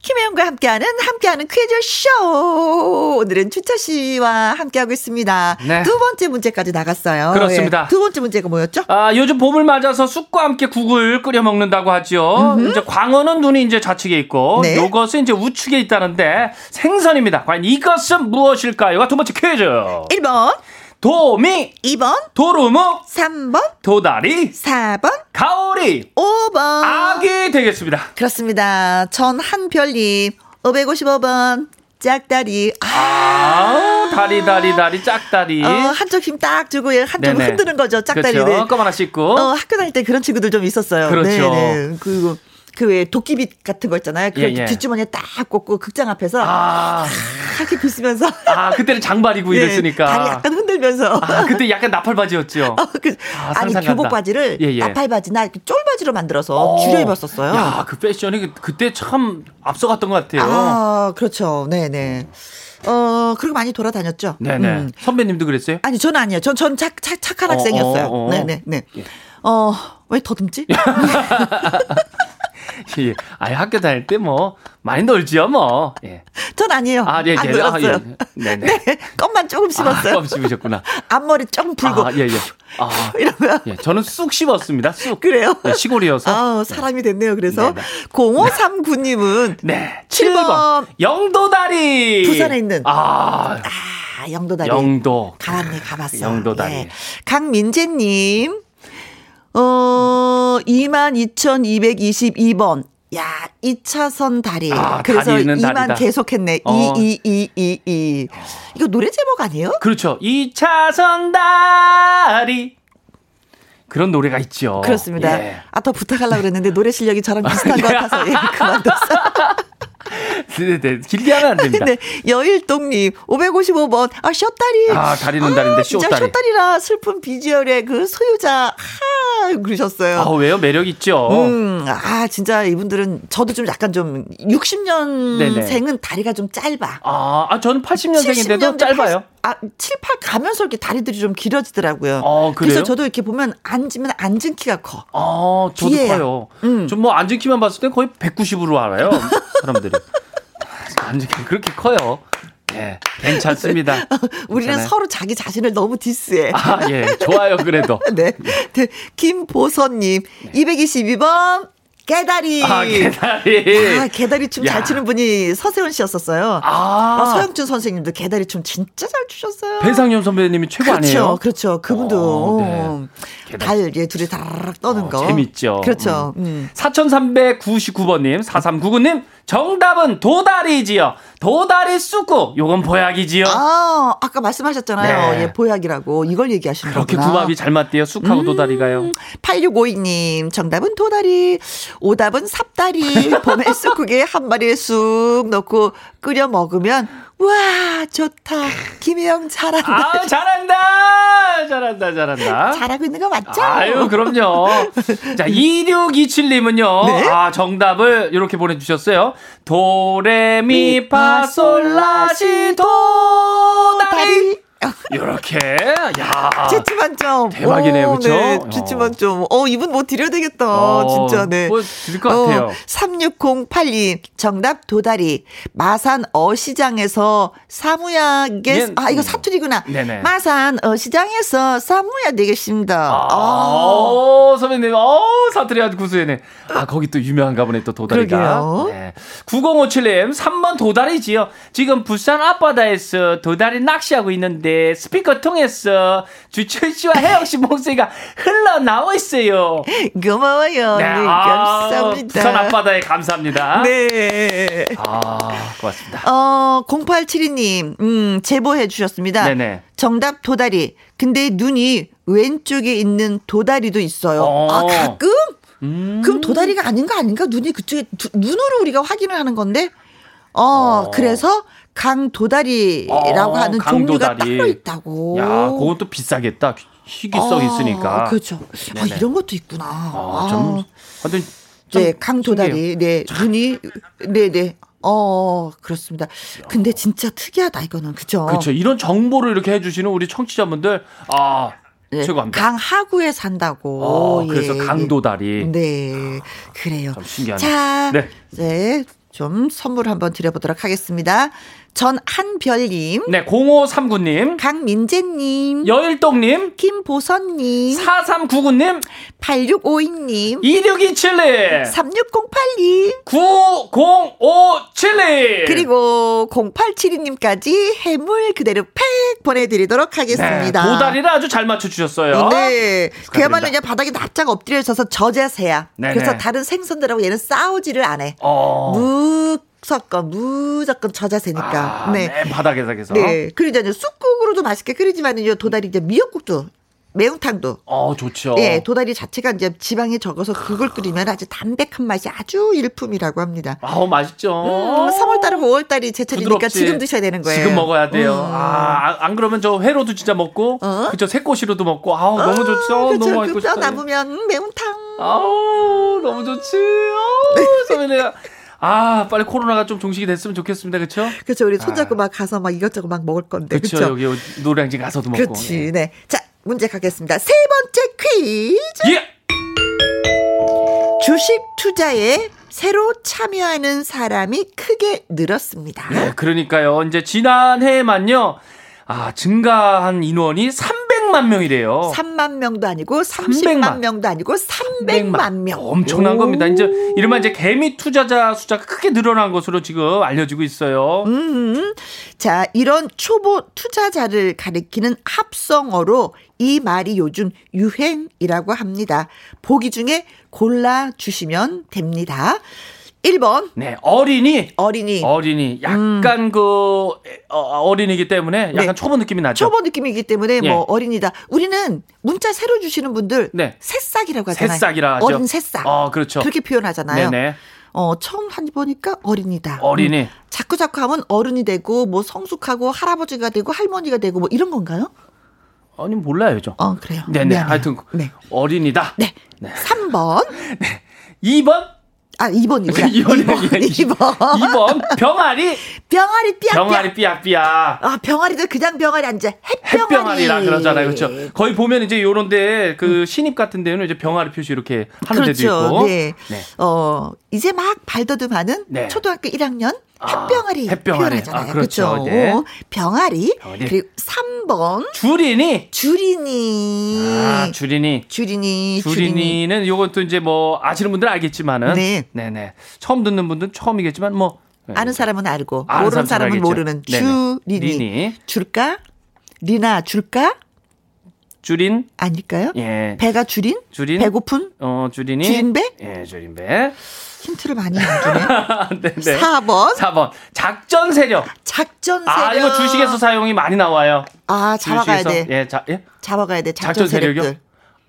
[SPEAKER 1] 김혜영과 함께하는 함께하는 퀴즈 쇼 오늘은 주철 씨와 함께하고 있습니다.
[SPEAKER 3] 네.
[SPEAKER 1] 두 번째 문제까지 나갔어요.
[SPEAKER 3] 그렇습니다.
[SPEAKER 1] 예. 두 번째 문제가 뭐였죠?
[SPEAKER 3] 아, 요즘 봄을 맞아서 쑥과 함께 국을 끓여 먹는다고 하지요. 이제 광어는 눈이 이제 좌측에 있고,
[SPEAKER 1] 네.
[SPEAKER 3] 요것은 이제 우측에 있다는데 생선입니다. 과연 이것은 무엇일까요?가 두 번째 퀴즈.
[SPEAKER 1] 1번,
[SPEAKER 3] 도미,
[SPEAKER 1] 2번,
[SPEAKER 3] 도루묵,
[SPEAKER 1] 3번,
[SPEAKER 3] 도다리,
[SPEAKER 1] 4번,
[SPEAKER 3] 가오리,
[SPEAKER 1] 5번.
[SPEAKER 3] 아기 되겠습니다.
[SPEAKER 1] 그렇습니다. 전한별님 555번 짝다리.
[SPEAKER 3] 아, 다리, 다리, 다리, 짝다리.
[SPEAKER 1] 어, 한쪽 힘 딱 주고 예, 한쪽
[SPEAKER 3] 네네.
[SPEAKER 1] 흔드는 거죠. 짝다리.
[SPEAKER 3] 그렇죠.
[SPEAKER 1] 네.
[SPEAKER 3] 껌 하나 씻고.
[SPEAKER 1] 어, 학교 다닐 때 그런 친구들 좀 있었어요.
[SPEAKER 3] 그렇죠.
[SPEAKER 1] 네, 네. 그리고 그왜 도끼빗 같은 거 있잖아요. 그
[SPEAKER 3] 예, 예.
[SPEAKER 1] 뒷주머니에 딱 꽂고 극장 앞에서
[SPEAKER 3] 아,
[SPEAKER 1] 이렇게 비스면서
[SPEAKER 3] 아, 그때는 장발이고
[SPEAKER 1] 네,
[SPEAKER 3] 이랬으니까.
[SPEAKER 1] 다리 약간 흔들면서
[SPEAKER 3] 아, 그때 약간 나팔바지였죠.
[SPEAKER 1] 어, 그,
[SPEAKER 3] 아,
[SPEAKER 1] 아, 니
[SPEAKER 3] 상상한다.
[SPEAKER 1] 교복 바지를
[SPEAKER 3] 예, 예.
[SPEAKER 1] 나팔 바지나 이렇게 쫄 바지로 만들어서 줄여 입었었어요.
[SPEAKER 3] 야, 그 패션이 그- 그때 참 앞서갔던 것 같아요.
[SPEAKER 1] 아 그렇죠. 네네. 어 그리고 많이 돌아다녔죠.
[SPEAKER 3] 네네.
[SPEAKER 1] 음.
[SPEAKER 3] 선배님도 그랬어요?
[SPEAKER 1] 아니 저는 아니에요. 전 전 착 착, 착한
[SPEAKER 3] 어,
[SPEAKER 1] 학생이었어요.
[SPEAKER 3] 어, 어.
[SPEAKER 1] 네네 네. 어 왜 더듬지?
[SPEAKER 3] 예. 아예 학교 다닐 때 뭐, 많이 놀지요, 뭐. 예.
[SPEAKER 1] 전 아니에요.
[SPEAKER 3] 아, 예, 예.
[SPEAKER 1] 안
[SPEAKER 3] 아, 예,
[SPEAKER 1] 놀았어요.
[SPEAKER 3] 예. 네네.
[SPEAKER 1] 네, 껌만 조금 씹었어요.
[SPEAKER 3] 아, 껌 씹으셨구나.
[SPEAKER 1] 앞머리 조금 불고
[SPEAKER 3] 아, 예, 예. 아,
[SPEAKER 1] 이러면
[SPEAKER 3] 예. 저는 쑥 씹었습니다, 쑥.
[SPEAKER 1] 그래요.
[SPEAKER 3] 예, 시골이어서.
[SPEAKER 1] 아 사람이 됐네요. 그래서
[SPEAKER 3] 네, 네.
[SPEAKER 1] 0539님은
[SPEAKER 3] 네.
[SPEAKER 1] 칠
[SPEAKER 3] 7번.
[SPEAKER 1] 번.
[SPEAKER 3] 영도다리.
[SPEAKER 1] 부산에 있는.
[SPEAKER 3] 아,
[SPEAKER 1] 아 영도다리
[SPEAKER 3] 영도.
[SPEAKER 1] 가봤네 예. 가봤어.
[SPEAKER 3] 영도다리.
[SPEAKER 1] 강민재님 어 22,222번. 야, 2차선 다리.
[SPEAKER 3] 아,
[SPEAKER 1] 그래서
[SPEAKER 3] 다리 있는
[SPEAKER 1] 2만
[SPEAKER 3] 다리다.
[SPEAKER 1] 계속했네.
[SPEAKER 3] 어.
[SPEAKER 1] 22222. 이거 노래 제목 아니에요?
[SPEAKER 3] 그렇죠. 2차선 다리. 그런 노래가 있죠.
[SPEAKER 1] 그렇습니다.
[SPEAKER 3] 예.
[SPEAKER 1] 아, 더 부탁하려고 그랬는데 노래 실력이 저랑 비슷한 것 같아서 예, 그만뒀어요.
[SPEAKER 3] 네, 네. 길게 하면 안 됩니다.
[SPEAKER 1] 네, 여일동님 555번 아 쇼다리
[SPEAKER 3] 아, 다리는 다리인데
[SPEAKER 1] 진짜
[SPEAKER 3] 쇼다리.
[SPEAKER 1] 쇼다리라 슬픈 비주얼의 그 소유자 하 그러셨어요.
[SPEAKER 3] 아, 왜요? 매력 있죠.
[SPEAKER 1] 음, 아, 진짜 이분들은 저도 좀 약간 좀 60년생은 다리가 좀 짧아.
[SPEAKER 3] 아, 아, 저는 80년생인데도
[SPEAKER 1] 70년대
[SPEAKER 3] 짧아요.
[SPEAKER 1] 아, 7, 8 가면서 이렇게 다리들이 좀 길어지더라고요.
[SPEAKER 3] 어, 그래요?
[SPEAKER 1] 그래서 저도 이렇게 보면 앉으면 앉은 키가 커.
[SPEAKER 3] 아, 저도
[SPEAKER 1] 뒤에야.
[SPEAKER 3] 커요.
[SPEAKER 1] 음.
[SPEAKER 3] 좀 뭐 앉은 키만 봤을 때 거의 190으로 알아요. 사람들이. 앉은 키 그렇게 커요. 예, 괜찮습니다.
[SPEAKER 1] 우리는
[SPEAKER 3] 괜찮아요.
[SPEAKER 1] 서로 자기 자신을 너무 디스해.
[SPEAKER 3] 아, 예, 좋아요, 그래도.
[SPEAKER 1] 네. 네. 김보선님, 222번, 깨다리.
[SPEAKER 3] 네. 아, 개다리.
[SPEAKER 1] 아, 개다리 춤 잘
[SPEAKER 3] 야.
[SPEAKER 1] 치는 분이 서세원 씨였었어요. 아,
[SPEAKER 3] 아,
[SPEAKER 1] 서영준 선생님도 개다리 춤 진짜 잘 추셨어요.
[SPEAKER 3] 배상현 선배님이 최고
[SPEAKER 1] 그렇죠,
[SPEAKER 3] 아니에요?
[SPEAKER 1] 그렇죠.
[SPEAKER 3] 어,
[SPEAKER 1] 그분도
[SPEAKER 3] 네.
[SPEAKER 1] 어,
[SPEAKER 3] 개다리.
[SPEAKER 1] 달, 예, 둘이 다락 떠는
[SPEAKER 3] 어,
[SPEAKER 1] 거.
[SPEAKER 3] 재밌죠.
[SPEAKER 1] 그렇죠. 음.
[SPEAKER 3] 4399번님, 4399님, 정답은 도다리지요. 도다리 쑥구, 요건 보약이지요.
[SPEAKER 1] 아, 아까 말씀하셨잖아요.
[SPEAKER 3] 네.
[SPEAKER 1] 예, 보약이라고 이걸 얘기하시는
[SPEAKER 3] 그렇게
[SPEAKER 1] 거구나. 음.
[SPEAKER 3] 궁합이 잘 맞대요. 쑥하고 도다리가요.
[SPEAKER 1] 8652님, 정답은 도다리, 오답은 삽다리. 봄에 쑥국에 한 마리 쑥 넣고 끓여 먹으면 와, 좋다. 김혜영 잘한다.
[SPEAKER 3] 아 잘한다 잘한다 잘한다
[SPEAKER 1] 잘하고 있는 거 맞죠?
[SPEAKER 3] 아. 아유, 그럼요. 자, 2627님은요.
[SPEAKER 1] 네?
[SPEAKER 3] 아, 정답을 이렇게 보내주셨어요. 도레미파솔라시도 다리.
[SPEAKER 1] 다리.
[SPEAKER 3] 이렇게. 야.
[SPEAKER 1] 최치 만점.
[SPEAKER 3] 아, 대박이네요,
[SPEAKER 1] 오,
[SPEAKER 3] 그쵸?
[SPEAKER 1] 네,
[SPEAKER 3] 어.
[SPEAKER 1] 최치 만점. 어, 이분 뭐 드려야 되겠다. 진짜, 네. 어,
[SPEAKER 3] 뭐, 질것 같아요.
[SPEAKER 1] 36082. 정답 도다리. 마산 어시장에서 사무야게,
[SPEAKER 3] 네.
[SPEAKER 1] 아, 이거 사투리구나.
[SPEAKER 3] 네네.
[SPEAKER 1] 마산 어시장에서 사무야 되겠습니다. 아.
[SPEAKER 3] 아, 선배님, 어 사투리 아주 구수해네. 아, 거기 또 유명한가 보네, 또 도다리가.
[SPEAKER 1] 그러게요.
[SPEAKER 3] 네. 9057님, 3번 도다리지요. 지금 부산 앞바다에서 도다리 낚시하고 있는데, 스피커 통해서 주철 씨와 혜영 씨 목소리가 흘러나와 있어요.
[SPEAKER 1] 고마워요. 네,
[SPEAKER 3] 아,
[SPEAKER 1] 감사합니다.
[SPEAKER 3] 부산 앞바다에 감사합니다.
[SPEAKER 1] 네.
[SPEAKER 3] 아, 고맙습니다.
[SPEAKER 1] 어, 0872님, 음, 제보해 주셨습니다.
[SPEAKER 3] 네네.
[SPEAKER 1] 정답 도다리. 근데 눈이 왼쪽에 있는 도다리도 있어요.
[SPEAKER 3] 어. 음.
[SPEAKER 1] 아, 가끔? 그럼 도다리가 아닌가 아닌가? 눈이 그쪽에, 두- 눈으로 우리가 확인을 하는 건데? 어,
[SPEAKER 3] 어.
[SPEAKER 1] 그래서 강도다리라고
[SPEAKER 3] 어,
[SPEAKER 1] 하는 종류가
[SPEAKER 3] 강도다리.
[SPEAKER 1] 따로 있다고.
[SPEAKER 3] 야, 그건 또 비싸겠다. 희귀성
[SPEAKER 1] 아,
[SPEAKER 3] 있으니까.
[SPEAKER 1] 그렇죠. 아,
[SPEAKER 3] 네네.
[SPEAKER 1] 이런 것도 있구나.
[SPEAKER 3] 아, 좀,
[SPEAKER 1] 아.
[SPEAKER 3] 하여튼 좀
[SPEAKER 1] 네, 강도다리. 네, 눈이 네, 네. 어, 그렇습니다. 근데 진짜 특이하다 이거는. 그죠?
[SPEAKER 3] 그렇죠. 이런 정보를 이렇게 해주시는 우리 청취자분들 아
[SPEAKER 1] 네,
[SPEAKER 3] 최고합니다.
[SPEAKER 1] 강하구에 산다고.
[SPEAKER 3] 아, 그래서
[SPEAKER 1] 예,
[SPEAKER 3] 강도다리.
[SPEAKER 1] 예. 네. 그래요.
[SPEAKER 3] 참 신기하네.
[SPEAKER 1] 자,
[SPEAKER 3] 네.
[SPEAKER 1] 네. 좀 선물 한번 드려보도록 하겠습니다. 전한별님,
[SPEAKER 3] 네, 0539님,
[SPEAKER 1] 강민재님, 네.
[SPEAKER 3] 여일동님,
[SPEAKER 1] 김보선님,
[SPEAKER 3] 4399님,
[SPEAKER 1] 8652님,
[SPEAKER 3] 2627님,
[SPEAKER 1] 3608님,
[SPEAKER 3] 9057님.
[SPEAKER 1] 그리고 0872님까지 해물 그대로 팩 보내드리도록
[SPEAKER 3] 네,
[SPEAKER 1] 하겠습니다.
[SPEAKER 3] 도다리를 아주 잘 맞춰주셨어요.
[SPEAKER 1] 네. 그야말로
[SPEAKER 3] 축하드립니다.
[SPEAKER 1] 그냥 바닥에 납작 엎드려 있어서 저자세야.
[SPEAKER 3] 네네.
[SPEAKER 1] 그래서 다른 생선들하고 얘는 싸우지를 안 해.
[SPEAKER 3] 어.
[SPEAKER 1] 무조건 무조건 저자세니까.
[SPEAKER 3] 아, 네.
[SPEAKER 1] 네.
[SPEAKER 3] 바닥에서 계속.
[SPEAKER 1] 네. 그리고 이제 쑥국으로도 맛있게 끓이지만은 요 도다리 이제 미역국도 매운탕도
[SPEAKER 3] 어, 좋죠.
[SPEAKER 1] 예, 도다리 자체가 이제 지방이 적어서 그걸 끓이면 아주 담백한 맛이 아주 일품이라고 합니다.
[SPEAKER 3] 아우, 맛있죠.
[SPEAKER 1] 음, 3월달에 5월달이 제철이니까
[SPEAKER 3] 어. 부드럽지.
[SPEAKER 1] 지금 드셔야 되는 거예요.
[SPEAKER 3] 지금 먹어야 돼요.
[SPEAKER 1] 음.
[SPEAKER 3] 아, 안 그러면 저 회로도 진짜 먹고,
[SPEAKER 1] 어?
[SPEAKER 3] 그쵸, 새꼬시로도 먹고, 아우, 너무 좋죠.
[SPEAKER 1] 그쵸.
[SPEAKER 3] 너무 맛있고
[SPEAKER 1] 그뼈
[SPEAKER 3] 싶다.
[SPEAKER 1] 남으면 음, 매운탕.
[SPEAKER 3] 아우, 너무 좋지.
[SPEAKER 1] 네.
[SPEAKER 3] 아우, 선배님. 아, 빨리 코로나가 좀 종식이 됐으면 좋겠습니다. 그쵸?
[SPEAKER 1] 그렇죠. 우리 손잡고
[SPEAKER 3] 아.
[SPEAKER 1] 막 가서 막 이것저것 막 먹을 건데.
[SPEAKER 3] 그쵸,
[SPEAKER 1] 그렇죠.
[SPEAKER 3] 여기 노량진 가서도 먹고.
[SPEAKER 1] 그렇지. 네. 자, 문제 가겠습니다. 세 번째 퀴즈.
[SPEAKER 3] 예. 예!
[SPEAKER 1] 주식 투자에 새로 참여하는 사람이 크게 늘었습니다.
[SPEAKER 3] 네, 그러니까요. 이제 지난해에만요. 아, 증가한 인원이 300만 명이래요.
[SPEAKER 1] 3만 명도 아니고 30만
[SPEAKER 3] 300만
[SPEAKER 1] 명도 아니고 300만 명.
[SPEAKER 3] 엄청난
[SPEAKER 1] 오.
[SPEAKER 3] 겁니다. 이제 이른바 이제 개미 투자자 숫자가 크게 늘어난 것으로 지금 알려지고 있어요.
[SPEAKER 1] 음. 자, 이런 초보 투자자를 가리키는 합성어로 이 말이 요즘 유행이라고 합니다. 보기 중에 골라 주시면 됩니다. 1번
[SPEAKER 3] 네, 어린이
[SPEAKER 1] 어린이
[SPEAKER 3] 어린이 약간 그 어, 어린이기 때문에 약간
[SPEAKER 1] 음. 네.
[SPEAKER 3] 초보 느낌이 나죠.
[SPEAKER 1] 초보 느낌이기 때문에
[SPEAKER 3] 예.
[SPEAKER 1] 뭐 어린이다. 우리는 문자 새로 주시는 분들
[SPEAKER 3] 네.
[SPEAKER 1] 새싹이라고 하잖아요.
[SPEAKER 3] 새싹이라 하죠.
[SPEAKER 1] 어린 새싹.
[SPEAKER 3] 어, 그렇죠.
[SPEAKER 1] 그렇게 표현하잖아요.
[SPEAKER 3] 네네.
[SPEAKER 1] 어, 처음 한 보니까 어린이다.
[SPEAKER 3] 어린이.
[SPEAKER 1] 음. 자꾸 자꾸 하면 어른이 되고 뭐 성숙하고 할아버지가 되고 할머니가 되고 뭐 이런 건가요?
[SPEAKER 3] 아니 몰라요, 저.
[SPEAKER 1] 어, 그래요.
[SPEAKER 3] 네네.
[SPEAKER 1] 미안해요.
[SPEAKER 3] 하여튼
[SPEAKER 1] 네.
[SPEAKER 3] 어린이다.
[SPEAKER 1] 네. 3번.
[SPEAKER 3] 2번
[SPEAKER 1] 아, 2번이구나.
[SPEAKER 3] 이번이이
[SPEAKER 1] 2번.
[SPEAKER 3] 2번 병아리.
[SPEAKER 1] 병아리 삐약삐약.
[SPEAKER 3] 병아리 삐약삐약.
[SPEAKER 1] 아, 병아리도 그냥 병아리 아니지. 햇병아리. 음.
[SPEAKER 3] 햇병아리라 그러잖아요. 그렇죠. 거의 보면 이제 요런데 그 신입 같은 데는 이제 병아리 표시 이렇게 하는 데도 있고.
[SPEAKER 1] 네. 어, 이제 막 발돋움하는
[SPEAKER 3] 네.
[SPEAKER 1] 초등학교 1학년
[SPEAKER 3] 아,
[SPEAKER 1] 햇병아리,
[SPEAKER 3] 햇병아리.
[SPEAKER 1] 표현하잖아요.
[SPEAKER 3] 아, 그렇죠.
[SPEAKER 1] 그렇죠.
[SPEAKER 3] 네.
[SPEAKER 1] 어, 병아리.
[SPEAKER 3] 병아리.
[SPEAKER 1] 그리고 3번
[SPEAKER 3] 주린이.
[SPEAKER 1] 주린이.
[SPEAKER 3] 아, 주린이.
[SPEAKER 1] 주린이.
[SPEAKER 3] 주린이는 요건 또 이제 뭐 아시는 분들은 알겠지만은
[SPEAKER 1] 네.
[SPEAKER 3] 네네. 처음 듣는 분들은 처음이겠지만 뭐
[SPEAKER 1] 아는 사람은 알고
[SPEAKER 3] 아는
[SPEAKER 1] 모르는
[SPEAKER 3] 사람
[SPEAKER 1] 사람은
[SPEAKER 3] 알겠죠.
[SPEAKER 1] 모르는
[SPEAKER 3] 네네.
[SPEAKER 1] 주린이.
[SPEAKER 3] 리니.
[SPEAKER 1] 줄까? 리나 줄까?
[SPEAKER 3] 주린
[SPEAKER 1] 아닐까요?
[SPEAKER 3] 예.
[SPEAKER 1] 배가 주린?
[SPEAKER 3] 주린?
[SPEAKER 1] 배고픈?
[SPEAKER 3] 어 주린이
[SPEAKER 1] 주린배?
[SPEAKER 3] 예, 주린배. 아,
[SPEAKER 1] 힌트를 많이 안 주네.
[SPEAKER 3] 네네.
[SPEAKER 1] 4번
[SPEAKER 3] 4번. 작전 세력.
[SPEAKER 1] 작전 세력.
[SPEAKER 3] 아, 이거 주식에서 사용이 많이 나와요.
[SPEAKER 1] 아, 잡아가야
[SPEAKER 3] 주식에서.
[SPEAKER 1] 돼.
[SPEAKER 3] 예, 자, 예?
[SPEAKER 1] 잡아가야 돼. 작전,
[SPEAKER 3] 작전 세력이요?
[SPEAKER 1] 세력들.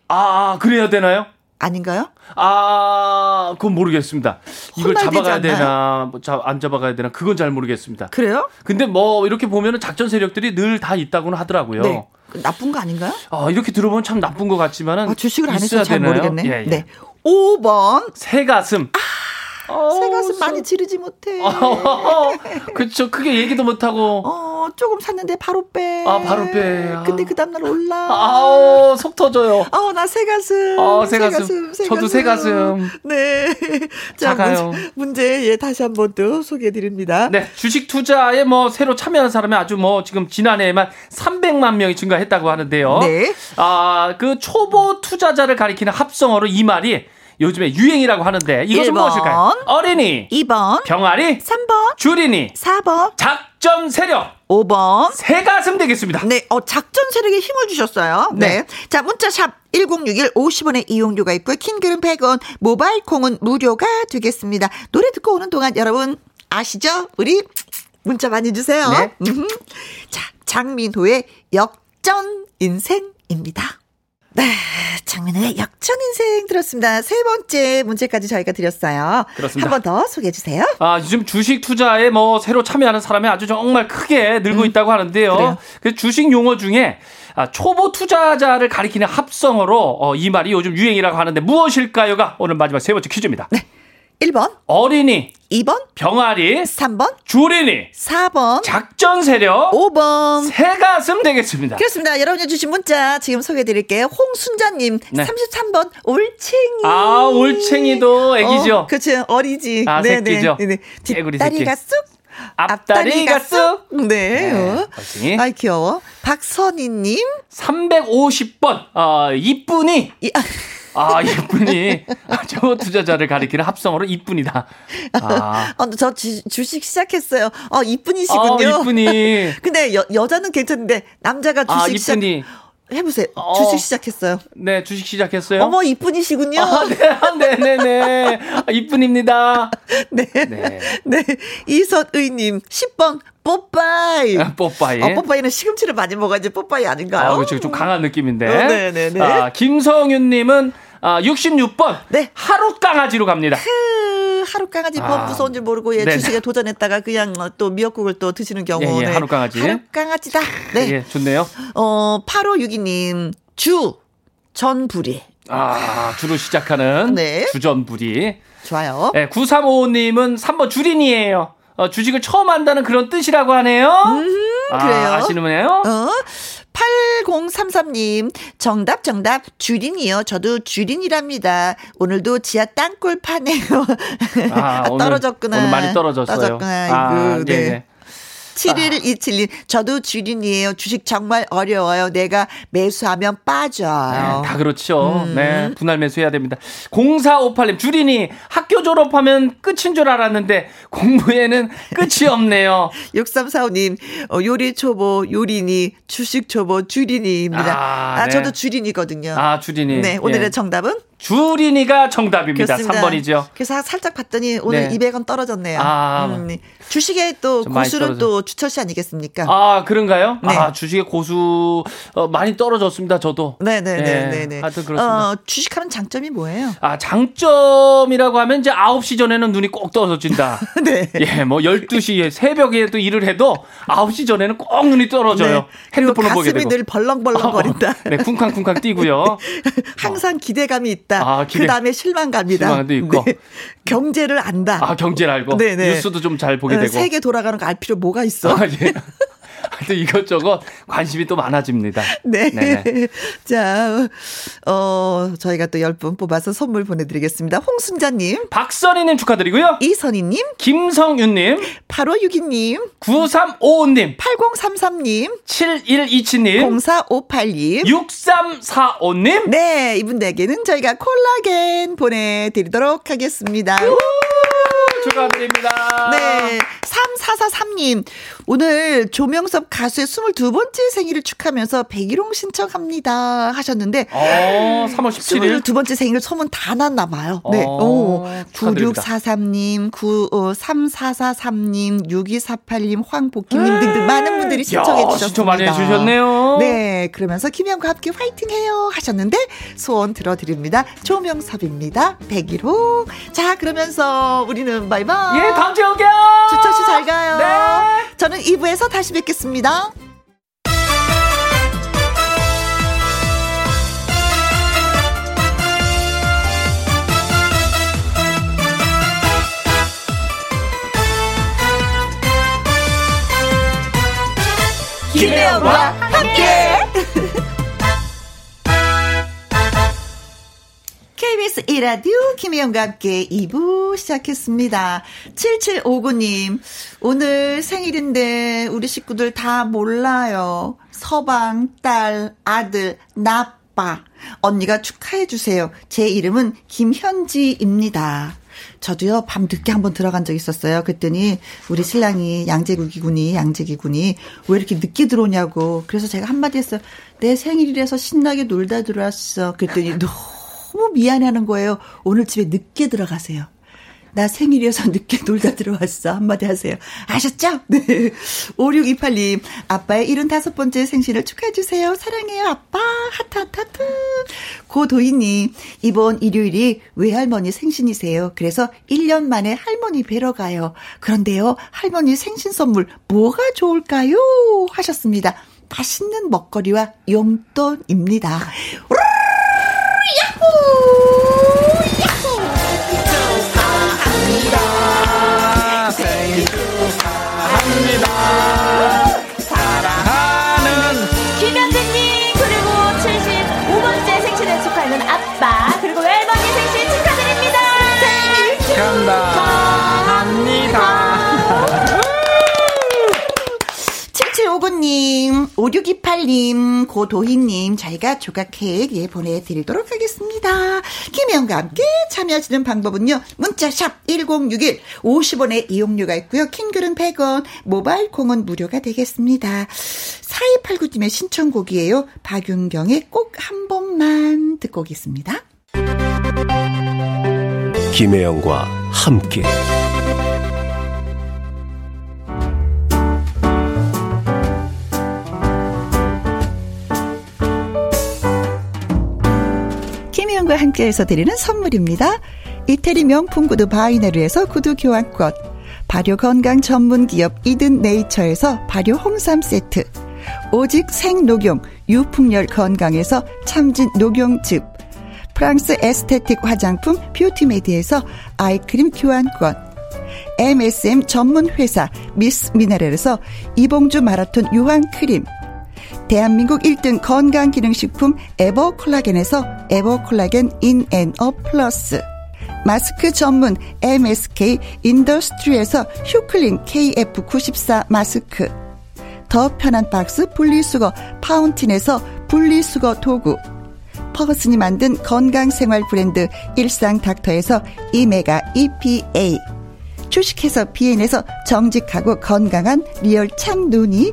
[SPEAKER 3] 아, 아, 그래야 되나요?
[SPEAKER 1] 아닌가요?
[SPEAKER 3] 아, 그건 모르겠습니다. 이걸
[SPEAKER 1] 혼날
[SPEAKER 3] 잡아가야
[SPEAKER 1] 되지
[SPEAKER 3] 되나, 뭐 자- 안 잡아가야 되나, 그건 잘 모르겠습니다.
[SPEAKER 1] 그래요?
[SPEAKER 3] 근데 뭐, 이렇게 보면은 작전 세력들이 늘 다 있다고는 하더라고요.
[SPEAKER 1] 네. 나쁜 거 아닌가요?
[SPEAKER 3] 아, 이렇게 들어보면 참 나쁜 것 같지만은.
[SPEAKER 1] 아, 주식을 안 해서
[SPEAKER 3] 있어야
[SPEAKER 1] 잘
[SPEAKER 3] 되나요?
[SPEAKER 1] 모르겠네.
[SPEAKER 3] 예, 예.
[SPEAKER 1] 네. 5번.
[SPEAKER 3] 새 가슴. 어우,
[SPEAKER 1] 아, 새 가슴 많이 지르지 못해.
[SPEAKER 3] 아. 그쵸. 크게 얘기도 못하고.
[SPEAKER 1] 어, 조금 샀는데 바로 빼.
[SPEAKER 3] 아, 바로 빼. 아.
[SPEAKER 1] 근데 그 다음날 올라.
[SPEAKER 3] 아우, 속 터져요.
[SPEAKER 1] 어, 나 새가슴.
[SPEAKER 3] 어, 새 가슴. 저도 새 가슴.
[SPEAKER 1] 네. 자,
[SPEAKER 3] 작아요.
[SPEAKER 1] 문제, 문제, 예, 다시 한 번 또 소개해 드립니다.
[SPEAKER 3] 네, 주식 투자에 뭐 새로 참여한 사람이 아주 뭐 지금 지난해에만 300만 명이 증가했다고 하는데요.
[SPEAKER 1] 네.
[SPEAKER 3] 아, 그 초보 투자자를 가리키는 합성어로 이 말이 요즘에 유행이라고 하는데 이것은
[SPEAKER 1] 일번.
[SPEAKER 3] 무엇일까요? 어린이,
[SPEAKER 1] 2번,
[SPEAKER 3] 병아리,
[SPEAKER 1] 3번,
[SPEAKER 3] 주린이,
[SPEAKER 1] 4번,
[SPEAKER 3] 작전 세력,
[SPEAKER 1] 5번.
[SPEAKER 3] 새 가슴 되겠습니다.
[SPEAKER 1] 네, 어, 작전 세력에 힘을 주셨어요. 네. 자, 문자샵 1061 50원의 이용료가 있고요. 킹글은 100원, 모바일 콩은 무료가 되겠습니다. 노래 듣고 오는 동안 여러분 아시죠? 우리 문자 많이 주세요.
[SPEAKER 3] 네.
[SPEAKER 1] 음. 자, 장민호의 역전 인생입니다. 네, 장민호의 역전 인생 들었습니다. 세 번째 문제까지 저희가 드렸어요. 한
[SPEAKER 3] 그렇습니다.
[SPEAKER 1] 번 더 소개해 주세요.
[SPEAKER 3] 아, 요즘 주식 투자에 뭐 새로 참여하는 사람이 아주 정말 크게 늘고 있다고 하는데요.
[SPEAKER 1] 그래요.
[SPEAKER 3] 그 주식 용어 중에 아, 초보 투자자를 가리키는 합성어로 어, 이 말이 요즘 유행이라고 하는데 무엇일까요가 오늘 마지막 세 번째 퀴즈입니다.
[SPEAKER 1] 1번,
[SPEAKER 3] 어린이,
[SPEAKER 1] 2번,
[SPEAKER 3] 병아리,
[SPEAKER 1] 3번,
[SPEAKER 3] 주린이,
[SPEAKER 1] 4번,
[SPEAKER 3] 작전 세력,
[SPEAKER 1] 5번.
[SPEAKER 3] 새 가슴 되겠습니다.
[SPEAKER 1] 그렇습니다. 여러분이 주신 문자 지금 소개해드릴게요. 홍순자님
[SPEAKER 3] 네.
[SPEAKER 1] 33번 올챙이.
[SPEAKER 3] 아, 올챙이도 애기죠?
[SPEAKER 1] 어, 그렇죠. 어리지.
[SPEAKER 3] 아, 새끼죠?
[SPEAKER 1] 네네.
[SPEAKER 3] 개구리
[SPEAKER 1] 뒷다리가 쑥.
[SPEAKER 3] 앞다리가 쑥.
[SPEAKER 1] 네. 어.
[SPEAKER 3] 올챙이.
[SPEAKER 1] 아이 귀여워. 박선희님.
[SPEAKER 3] 350번, 아, 이쁜이.
[SPEAKER 1] 이- 아,
[SPEAKER 3] 아, 이쁜이. 초보 투자자를 가리키는 합성어로 이쁜이다. 아,
[SPEAKER 1] 어, 저 주, 주식 시작했어요. 어
[SPEAKER 3] 아,
[SPEAKER 1] 이쁜이시군요.
[SPEAKER 3] 이쁜이.
[SPEAKER 1] 근데 여, 여자는 괜찮은데 남자가
[SPEAKER 3] 아,
[SPEAKER 1] 주식 시작
[SPEAKER 3] 이쁜이.
[SPEAKER 1] 해보세요.
[SPEAKER 3] 어.
[SPEAKER 1] 주식 시작했어요.
[SPEAKER 3] 네, 주식 시작했어요.
[SPEAKER 1] 어머 이쁜이시군요.
[SPEAKER 3] 아, 네, 아, 네, 네, 네. 아, 이쁜입니다.
[SPEAKER 1] 네.
[SPEAKER 3] 네.
[SPEAKER 1] 네. 이선의님, 10번, 뽀빠이.
[SPEAKER 3] 아, 뽀빠이.
[SPEAKER 1] 어, 뽀빠이는 시금치를 많이 먹어야지 뽀빠이 아닌가요?
[SPEAKER 3] 아, 그렇죠. 좀 강한 느낌인데.
[SPEAKER 1] 어, 네, 네, 네.
[SPEAKER 3] 아, 김성윤님은 아, 66번.
[SPEAKER 1] 네.
[SPEAKER 3] 하루 강아지로 갑니다.
[SPEAKER 1] 그, 하루 강아지 법
[SPEAKER 3] 아.
[SPEAKER 1] 무서운 줄 모르고 예,
[SPEAKER 3] 네네.
[SPEAKER 1] 주식에 도전했다가 그냥 어, 또 미역국을 또 드시는 경우.
[SPEAKER 3] 예, 예, 하루 강아지.
[SPEAKER 1] 하루 강아지다. 네.
[SPEAKER 3] 예, 좋네요.
[SPEAKER 1] 어, 8562님, 주, 전부리.
[SPEAKER 3] 아, 주로 시작하는
[SPEAKER 1] 네.
[SPEAKER 3] 주전부리.
[SPEAKER 1] 좋아요.
[SPEAKER 3] 네, 9355님은 3번 주린이에요. 어, 주식을 처음 한다는 그런 뜻이라고 하네요.
[SPEAKER 1] 음, 그래요?
[SPEAKER 3] 아, 아시는 분이에요?
[SPEAKER 1] 어? 8033님, 정답, 정답, 주린이요. 저도 주린이랍니다. 오늘도 지하 땅굴 파네요.
[SPEAKER 3] 아,
[SPEAKER 1] 아,
[SPEAKER 3] 오늘-
[SPEAKER 1] 떨어졌구나.
[SPEAKER 3] 오늘 많이 떨어졌어요.
[SPEAKER 1] 떨어졌구나.
[SPEAKER 3] 아,
[SPEAKER 1] 아이고,
[SPEAKER 3] 예,
[SPEAKER 1] 네.
[SPEAKER 3] 예.
[SPEAKER 1] 7127님, 저도 주린이에요. 주식 정말 어려워요. 내가 매수하면 빠져요.
[SPEAKER 3] 네, 다 그렇죠.
[SPEAKER 1] 음.
[SPEAKER 3] 네, 분할 매수해야 됩니다. 0458님, 주린이 학교 졸업하면 끝인 줄 알았는데 공부에는 끝이 없네요.
[SPEAKER 1] 6345님, 어, 요리 초보, 요린이, 주식 초보, 주린이입니다.
[SPEAKER 3] 아,
[SPEAKER 1] 아,
[SPEAKER 3] 네.
[SPEAKER 1] 저도 주린이거든요.
[SPEAKER 3] 아, 주린이.
[SPEAKER 1] 네, 오늘의
[SPEAKER 3] 예.
[SPEAKER 1] 정답은?
[SPEAKER 3] 주린이가 정답입니다. 3번이죠.
[SPEAKER 1] 그래서 살짝 봤더니 오늘
[SPEAKER 3] 네.
[SPEAKER 1] 200원 떨어졌네요.
[SPEAKER 3] 아.
[SPEAKER 1] 음, 주식의 또
[SPEAKER 3] 좀 많이
[SPEAKER 1] 고수는
[SPEAKER 3] 떨어져.
[SPEAKER 1] 또 주철 씨 아니겠습니까?
[SPEAKER 3] 아, 그런가요?
[SPEAKER 1] 네.
[SPEAKER 3] 아, 주식의 고수 어, 많이 떨어졌습니다. 저도. 예,
[SPEAKER 1] 네네네네. 네.
[SPEAKER 3] 하여튼 그렇습니다.
[SPEAKER 1] 어, 주식하는 장점이 뭐예요?
[SPEAKER 3] 아, 장점이라고 하면 이제 9시 전에는 눈이 꼭 떨어진다.
[SPEAKER 1] 네.
[SPEAKER 3] 예, 뭐 12시 새벽에 또 일을 해도 9시 전에는 꼭 눈이 떨어져요.
[SPEAKER 1] 네. 그리고
[SPEAKER 3] 핸드폰을 보게
[SPEAKER 1] 가슴이
[SPEAKER 3] 되고.
[SPEAKER 1] 늘 벌렁벌렁거린다. 네.
[SPEAKER 3] 네, 쿵쾅쿵쾅 뛰고요.
[SPEAKER 1] 항상 기대감이 있다.
[SPEAKER 3] 아, 기대-
[SPEAKER 1] 그 다음에 실망감이다. 네.
[SPEAKER 3] 실망도 있고.
[SPEAKER 1] 경제를 안다.
[SPEAKER 3] 아, 경제를 알고
[SPEAKER 1] 네네.
[SPEAKER 3] 뉴스도 좀 잘 보게
[SPEAKER 1] 어,
[SPEAKER 3] 되고.
[SPEAKER 1] 세계 돌아가는 거 알 필요 뭐가 있어?
[SPEAKER 3] 아, 예. 하여튼 이것저것 관심이 또 많아집니다.
[SPEAKER 1] 네.
[SPEAKER 3] 네네.
[SPEAKER 1] 자, 어, 저희가 또 10분 뽑아서 선물 보내드리겠습니다. 홍순자님,
[SPEAKER 3] 박선희님 축하드리고요.
[SPEAKER 1] 이선희님,
[SPEAKER 3] 김성윤님,
[SPEAKER 1] 8562님,
[SPEAKER 3] 9355님,
[SPEAKER 1] 8033님,
[SPEAKER 3] 7127님,
[SPEAKER 1] 0458님.
[SPEAKER 3] 6345님.
[SPEAKER 1] 네, 이분들에게는 저희가 콜라겐 보내드리도록 하겠습니다.
[SPEAKER 3] 축하드립니다.
[SPEAKER 1] 네, 3443 이수정님, 네, 오늘 조명섭 가수의 22번째 생일을 축하면서 백일홍 신청합니다. 하셨는데,
[SPEAKER 3] 어, 3월 17일.
[SPEAKER 1] 22번째 생일 소문 다 났나 봐요. 네.
[SPEAKER 3] 어,
[SPEAKER 1] 오,
[SPEAKER 3] 축하드립니다.
[SPEAKER 1] 9643님, 9, 어, 3443님, 6248님, 황복희님 등등 많은 분들이 신청해
[SPEAKER 3] 음. 야,
[SPEAKER 1] 주셨습니다.
[SPEAKER 3] 신청 많이 해주셨네요.
[SPEAKER 1] 네, 그러면서 김현과 함께 화이팅 해요 하셨는데 소원 들어드립니다. 조명섭입니다. 101호. 자, 그러면서 우리는 바이바이.
[SPEAKER 3] 예, 다음 주에 올게요.
[SPEAKER 1] 주철 씨잘 가요.
[SPEAKER 3] 네.
[SPEAKER 1] 저는 2부에서 다시 뵙겠습니다.
[SPEAKER 3] 김혜영과
[SPEAKER 1] 함께. KBS 1라디오 김혜영과 함께 2부 시작했습니다. 7759님, 오늘 생일인데 우리 식구들 다 몰라요. 서방, 딸, 아들, 나빠. 언니가 축하해주세요. 제 이름은 김현지입니다. 저도요, 밤 늦게 한번 들어간 적 있었어요. 그랬더니 우리 신랑이 양재기군이, 양재기군이 왜 이렇게 늦게 들어오냐고. 그래서 제가 한마디 했어요. 내 생일이라서 신나게 놀다 들어왔어. 그랬더니 너무 미안해하는 거예요. 오늘 집에 늦게 들어가세요. 나 생일이어서 늦게 놀다 들어왔어. 한마디 하세요. 아셨죠? 네. 5628님, 아빠의 75번째 생신을 축하해주세요. 사랑해요, 아빠. 하트, 하트, 하트. 고도희님, 이번 일요일이 외할머니 생신이세요. 그래서 1년 만에 할머니 뵈러 가요. 그런데요, 할머니 생신 선물 뭐가 좋을까요? 하셨습니다. 맛있는 먹거리와 용돈입니다.
[SPEAKER 4] 김현진님 그리고 75번째 생신을 축하하는 아빠 그리고 외할머니 생신 축하드립니다. 생일
[SPEAKER 3] 감사합니다.
[SPEAKER 1] 7759님, 5628님, 고도희님, 저희가 조각 케이크 예, 보내드리도록 하겠습니다. 김혜영과 함께 참여하시는 방법은요, 문자샵 1061, 50원의 이용료가 있고요, 킹글은 100원, 모바일 콩은 무료가 되겠습니다. 4289님의 신청곡이에요. 박윤경의 꼭 한 번만 듣고 오겠습니다.
[SPEAKER 2] 김혜영과 함께
[SPEAKER 1] 김희영과 함께해서 드리는 선물입니다. 이태리 명품 구두 바이네르에서 구두 교환권, 발효 건강 전문 기업 이든 네이처에서 발효 홍삼 세트, 오직 생녹용 유풍열 건강에서 참진 녹용즙, 프랑스 에스테틱 화장품 뷰티메디에서 아이크림 교환권, MSM 전문 회사 미스 미네랄에서 이봉주 마라톤 유황 크림, 대한민국 1등 건강기능식품 에버콜라겐에서 에버콜라겐 인앤어 플러스 마스크 전문 MSK 인더스트리에서 휴클린 KF94 마스크 더 편한 박스 분리수거 파운틴에서 분리수거 도구 퍼거슨이 만든 건강생활 브랜드 일상닥터에서 이메가 EPA 주식회사 비엔에서 정직하고 건강한 리얼 참 눈이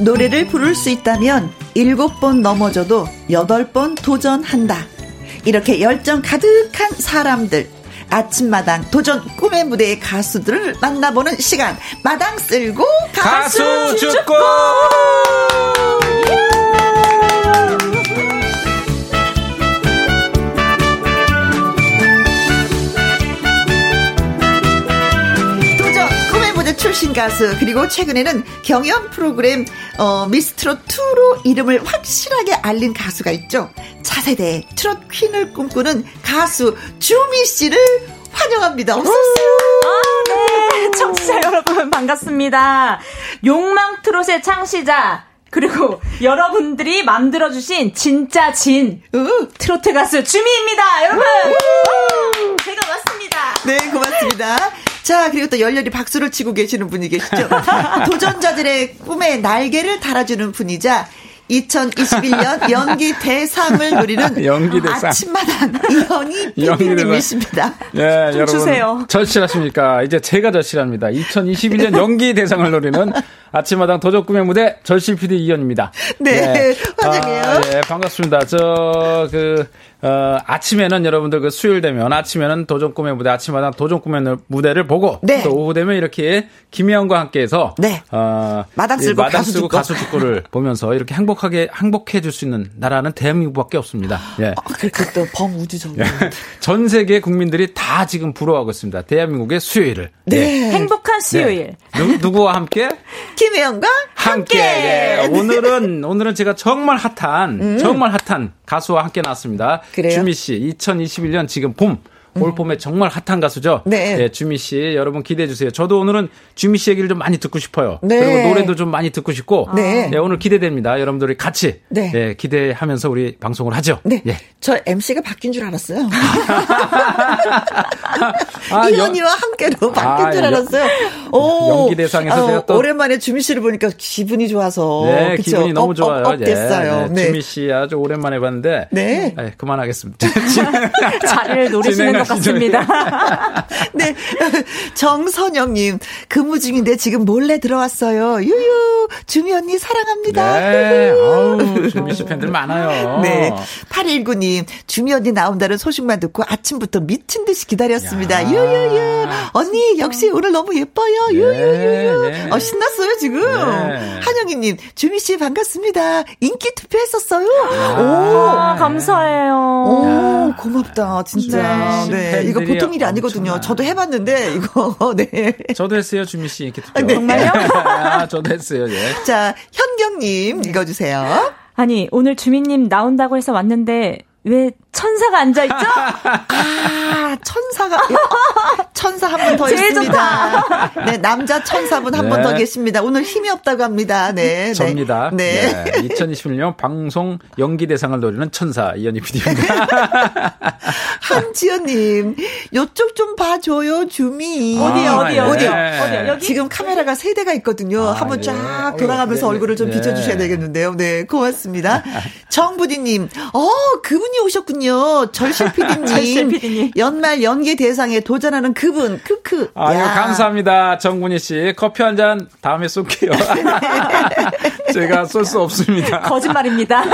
[SPEAKER 1] 노래를 부를 수 있다면 일곱 번 넘어져도 여덟 번 도전한다. 이렇게 열정 가득한 사람들. 아침마당 도전 꿈의 무대의 가수들을 만나보는 시간. 마당 쓸고 가수,
[SPEAKER 3] 가수
[SPEAKER 1] 주-
[SPEAKER 3] 축구!
[SPEAKER 1] 도전 꿈의 무대 출신 가수 그리고 최근에는 경연 프로그램 어, 미스 트롯 2로 이름을 확실하게 알린 가수가 있죠. 차세대 트롯 퀸을 꿈꾸는 가수 주미 씨를 환영합니다. 어서 오세요.
[SPEAKER 4] 네, 청취자 여러분 반갑습니다. 욕망 트롯의 창시자 그리고 여러분들이 만들어 주신 진짜 진
[SPEAKER 1] 으,
[SPEAKER 4] 트로트 가수 주미입니다. 여러분. 제가 왔습니다.
[SPEAKER 1] 네, 고맙습니다. 자, 그리고 또 열렬히 박수를 치고 계시는 분이 계시죠. 도전자들의 꿈에 날개를 달아주는 분이자 2021년 연기 대상을 노리는
[SPEAKER 5] 연기 대상.
[SPEAKER 1] 아침마당 이현희
[SPEAKER 5] 연기 대상.
[SPEAKER 1] PD님이십니다.
[SPEAKER 5] 예,
[SPEAKER 4] 좀
[SPEAKER 5] 여러분.
[SPEAKER 4] 주세요.
[SPEAKER 5] 절실하십니까? 이제 제가 절실합니다. 2021년 연기 대상을 노리는 아침마당 도적 꿈의 무대 절실 PD 이현입니다.
[SPEAKER 1] 네,
[SPEAKER 5] 예.
[SPEAKER 1] 환영해요.
[SPEAKER 5] 아, 예, 반갑습니다. 저, 그, 어, 아침에는 여러분들 그 수요일 되면 아침에는 도전 꿈의 무대, 아침마당 도전 꿈의 노- 무대를 보고
[SPEAKER 1] 네.
[SPEAKER 5] 또 오후 되면 이렇게 김혜영과 함께해서
[SPEAKER 1] 네.
[SPEAKER 5] 어,
[SPEAKER 1] 마당
[SPEAKER 5] 이
[SPEAKER 1] 쓸고
[SPEAKER 5] 마당
[SPEAKER 1] 가수
[SPEAKER 5] 쓸고
[SPEAKER 1] 듣고.
[SPEAKER 5] 가수 축구를 보면서 이렇게 행복하게 행복해 줄 수 있는 나라는 대한민국밖에 없습니다. 예.
[SPEAKER 1] 아, 그렇게 또 범우주정.
[SPEAKER 5] 전 세계 국민들이 다 지금 부러워하고 있습니다. 대한민국의 수요일을. 예.
[SPEAKER 1] 네.
[SPEAKER 4] 행복한 수요일.
[SPEAKER 5] 누, 누구와 함께?
[SPEAKER 1] 김혜영과
[SPEAKER 5] 함께.
[SPEAKER 1] 네.
[SPEAKER 5] 예. 오늘은 오늘은 제가 정말 핫한 정말 핫한 가수와 함께 나왔습니다.
[SPEAKER 1] 음. 그래요? 음.
[SPEAKER 5] 주미 씨 2021년 지금 봄. 올 봄에 정말 핫한 가수죠.
[SPEAKER 1] 네.
[SPEAKER 5] 예, 주미 씨 여러분 기대해 주세요. 저도 오늘은 주미 씨 얘기를 좀 많이 듣고 싶어요.
[SPEAKER 1] 네.
[SPEAKER 5] 그리고 노래도 좀 많이 듣고 싶고.
[SPEAKER 1] 네.
[SPEAKER 5] 예, 오늘 기대됩니다. 여러분들이 같이
[SPEAKER 1] 네.
[SPEAKER 5] 예, 기대하면서 우리 방송을 하죠.
[SPEAKER 1] 네.
[SPEAKER 5] 예.
[SPEAKER 1] 저 MC가 바뀐 줄 알았어요.
[SPEAKER 5] 아,
[SPEAKER 1] 이현이와 함께로 바뀐
[SPEAKER 5] 아,
[SPEAKER 1] 줄
[SPEAKER 5] 연-
[SPEAKER 1] 알았어요. 오, 어,
[SPEAKER 5] 연기 대상에서 제가 또-
[SPEAKER 1] 오랜만에 주미 씨를 보니까 기분이 좋아서.
[SPEAKER 5] 네,
[SPEAKER 1] 어, 그쵸?
[SPEAKER 5] 기분이 너무
[SPEAKER 1] 업,
[SPEAKER 5] 좋아요.
[SPEAKER 1] 업, 업
[SPEAKER 5] 예,
[SPEAKER 1] 됐어요.
[SPEAKER 5] 네,
[SPEAKER 1] 네.
[SPEAKER 5] 주미 씨 아주 오랜만에 봤는데.
[SPEAKER 1] 네.
[SPEAKER 5] 예, 그만하겠습니다.
[SPEAKER 4] 자리를 노리시는 것
[SPEAKER 5] 네. 진행하시죠.
[SPEAKER 4] 같습니다.
[SPEAKER 1] 네. 정선영님, 근무 중인데 지금 몰래 들어왔어요. 유유, 주미 언니 사랑합니다.
[SPEAKER 5] 네. 어. 아우, 주미 씨 팬들 많아요.
[SPEAKER 1] 네. 819님, 주미 언니 나온다는 소식만 듣고 아침부터 미친 듯이 기다렸습니다.
[SPEAKER 5] 야.
[SPEAKER 1] 유유유. 언니, 역시 오늘 너무 예뻐요. 유유유유.
[SPEAKER 5] 네.
[SPEAKER 1] 어, 신났어요, 지금.
[SPEAKER 5] 네.
[SPEAKER 1] 한영희님, 주미씨 반갑습니다. 인기 투표했었어요.
[SPEAKER 4] 아, 감사해요.
[SPEAKER 1] 오, 오, 고맙다, 진짜.
[SPEAKER 5] 주미 씨
[SPEAKER 1] 네. 이거
[SPEAKER 5] 팬들이
[SPEAKER 1] 보통 일이 아니거든요.
[SPEAKER 5] 엄청나.
[SPEAKER 1] 저도 해봤는데, 이거, 네.
[SPEAKER 5] 저도 했어요, 주미 씨 이렇게 투표.
[SPEAKER 1] 네.
[SPEAKER 5] 정말요? 아, 저도 했어요. 예.
[SPEAKER 1] 자, 현경님, 읽어주세요.
[SPEAKER 4] 아니, 오늘 주민님 나온다고 해서 왔는데 왜 천사가 앉아 있죠?
[SPEAKER 1] 아, 천사가 천사 한 분 더
[SPEAKER 4] 제일
[SPEAKER 1] 있습니다. 네, 남자 천사분 한 분 더
[SPEAKER 5] 네.
[SPEAKER 1] 계십니다. 오늘 힘이 없다고 합니다. 네, 네.
[SPEAKER 5] 접니다.
[SPEAKER 1] 네.
[SPEAKER 5] 2021년 방송 연기 대상을 노리는 천사 이현희 PD입니다.
[SPEAKER 1] 한지연님, 요쪽 좀 봐줘요, 주미.
[SPEAKER 5] 어디요,
[SPEAKER 1] 아,
[SPEAKER 5] 어디요?
[SPEAKER 1] 어디요?
[SPEAKER 5] 네.
[SPEAKER 4] 어디요? 여기?
[SPEAKER 1] 지금 카메라가 세 대가 있거든요.
[SPEAKER 5] 아,
[SPEAKER 1] 한번
[SPEAKER 5] 예.
[SPEAKER 1] 쫙 돌아가면서
[SPEAKER 5] 네, 네.
[SPEAKER 1] 얼굴을 좀
[SPEAKER 5] 네.
[SPEAKER 1] 비춰주셔야 되겠는데요. 네, 고맙습니다. 정부디님, 어, 그분이 오셨군요. 절실 PD님.
[SPEAKER 4] 절실 PD 님.
[SPEAKER 1] 연말 연기 대상에 도전하는 그분, 크크.
[SPEAKER 5] 아유,
[SPEAKER 1] 야.
[SPEAKER 5] 감사합니다. 정군희 씨. 커피 한 잔 다음에 쏠게요. 제가 쏠 수 없습니다.
[SPEAKER 4] 거짓말입니다.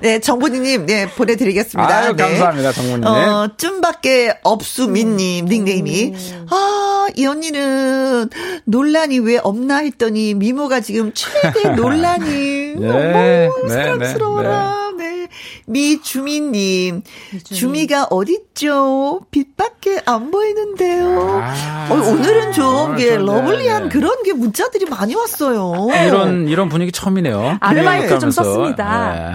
[SPEAKER 1] 네, 정보님, 네, 보내드리겠습니다.
[SPEAKER 5] 아유,
[SPEAKER 1] 네.
[SPEAKER 5] 감사합니다, 정보님.
[SPEAKER 1] 어, 쯤밖에 없수민님, 닉네임이. 아, 이 언니는 논란이 왜 없나 했더니 미모가 지금 최대 논란이.
[SPEAKER 5] 예,
[SPEAKER 1] 어머,
[SPEAKER 5] 네,
[SPEAKER 1] 사랑스러워라. 네, 미주민님, 주미가 어딨죠? 빛밖에 안 보이는데요.
[SPEAKER 5] 아,
[SPEAKER 1] 어, 오늘은 좀,
[SPEAKER 5] 오늘
[SPEAKER 1] 예,
[SPEAKER 5] 좀, 네,
[SPEAKER 1] 러블리한
[SPEAKER 5] 네.
[SPEAKER 1] 그런 게 문자들이 많이 왔어요.
[SPEAKER 5] 이런 이런 분위기 처음이네요.
[SPEAKER 4] 아르바이트
[SPEAKER 5] 그냥
[SPEAKER 4] 좀
[SPEAKER 5] 가면서.
[SPEAKER 4] 썼습니다.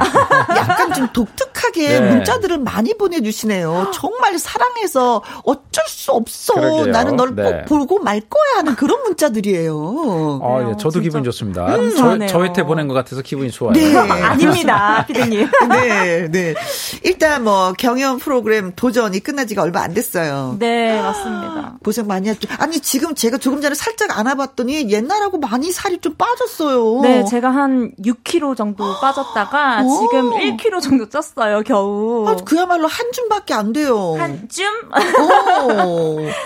[SPEAKER 1] 약간 좀 독특하게
[SPEAKER 5] 네.
[SPEAKER 1] 문자들을 많이 보내주시네요. 정말 사랑해서 어쩔 수 없어.
[SPEAKER 5] 그러게요.
[SPEAKER 1] 나는 널 꼭
[SPEAKER 5] 네.
[SPEAKER 1] 보고 말 거야 하는 그런 문자들이에요.
[SPEAKER 5] 아,
[SPEAKER 4] 그래요,
[SPEAKER 5] 예, 저도
[SPEAKER 4] 진짜.
[SPEAKER 5] 기분 좋습니다.
[SPEAKER 4] 좋네요.
[SPEAKER 5] 저, 저한테 보낸 것 같아서 기분이 좋아요.
[SPEAKER 1] 음, 네.
[SPEAKER 4] 아닙니다, 피디님.
[SPEAKER 1] 네, 네. 일단 뭐 경연 프로그램 도전이 끝난 지가 얼마 안 됐어요.
[SPEAKER 4] 네, 맞습니다.
[SPEAKER 1] 고생 많이 했죠. 아니, 지금 제가 조금 전에 살짝 안아봤더니 옛날하고 많이 살이 좀 빠졌어요.
[SPEAKER 4] 네, 제가 한 6kg 정도 빠졌다가
[SPEAKER 1] 오. 그
[SPEAKER 4] 지금 1kg 정도 쪘어요, 겨우.
[SPEAKER 1] 아, 그야말로 한 줌밖에 안 돼요.
[SPEAKER 4] 한 쯤?
[SPEAKER 1] 오.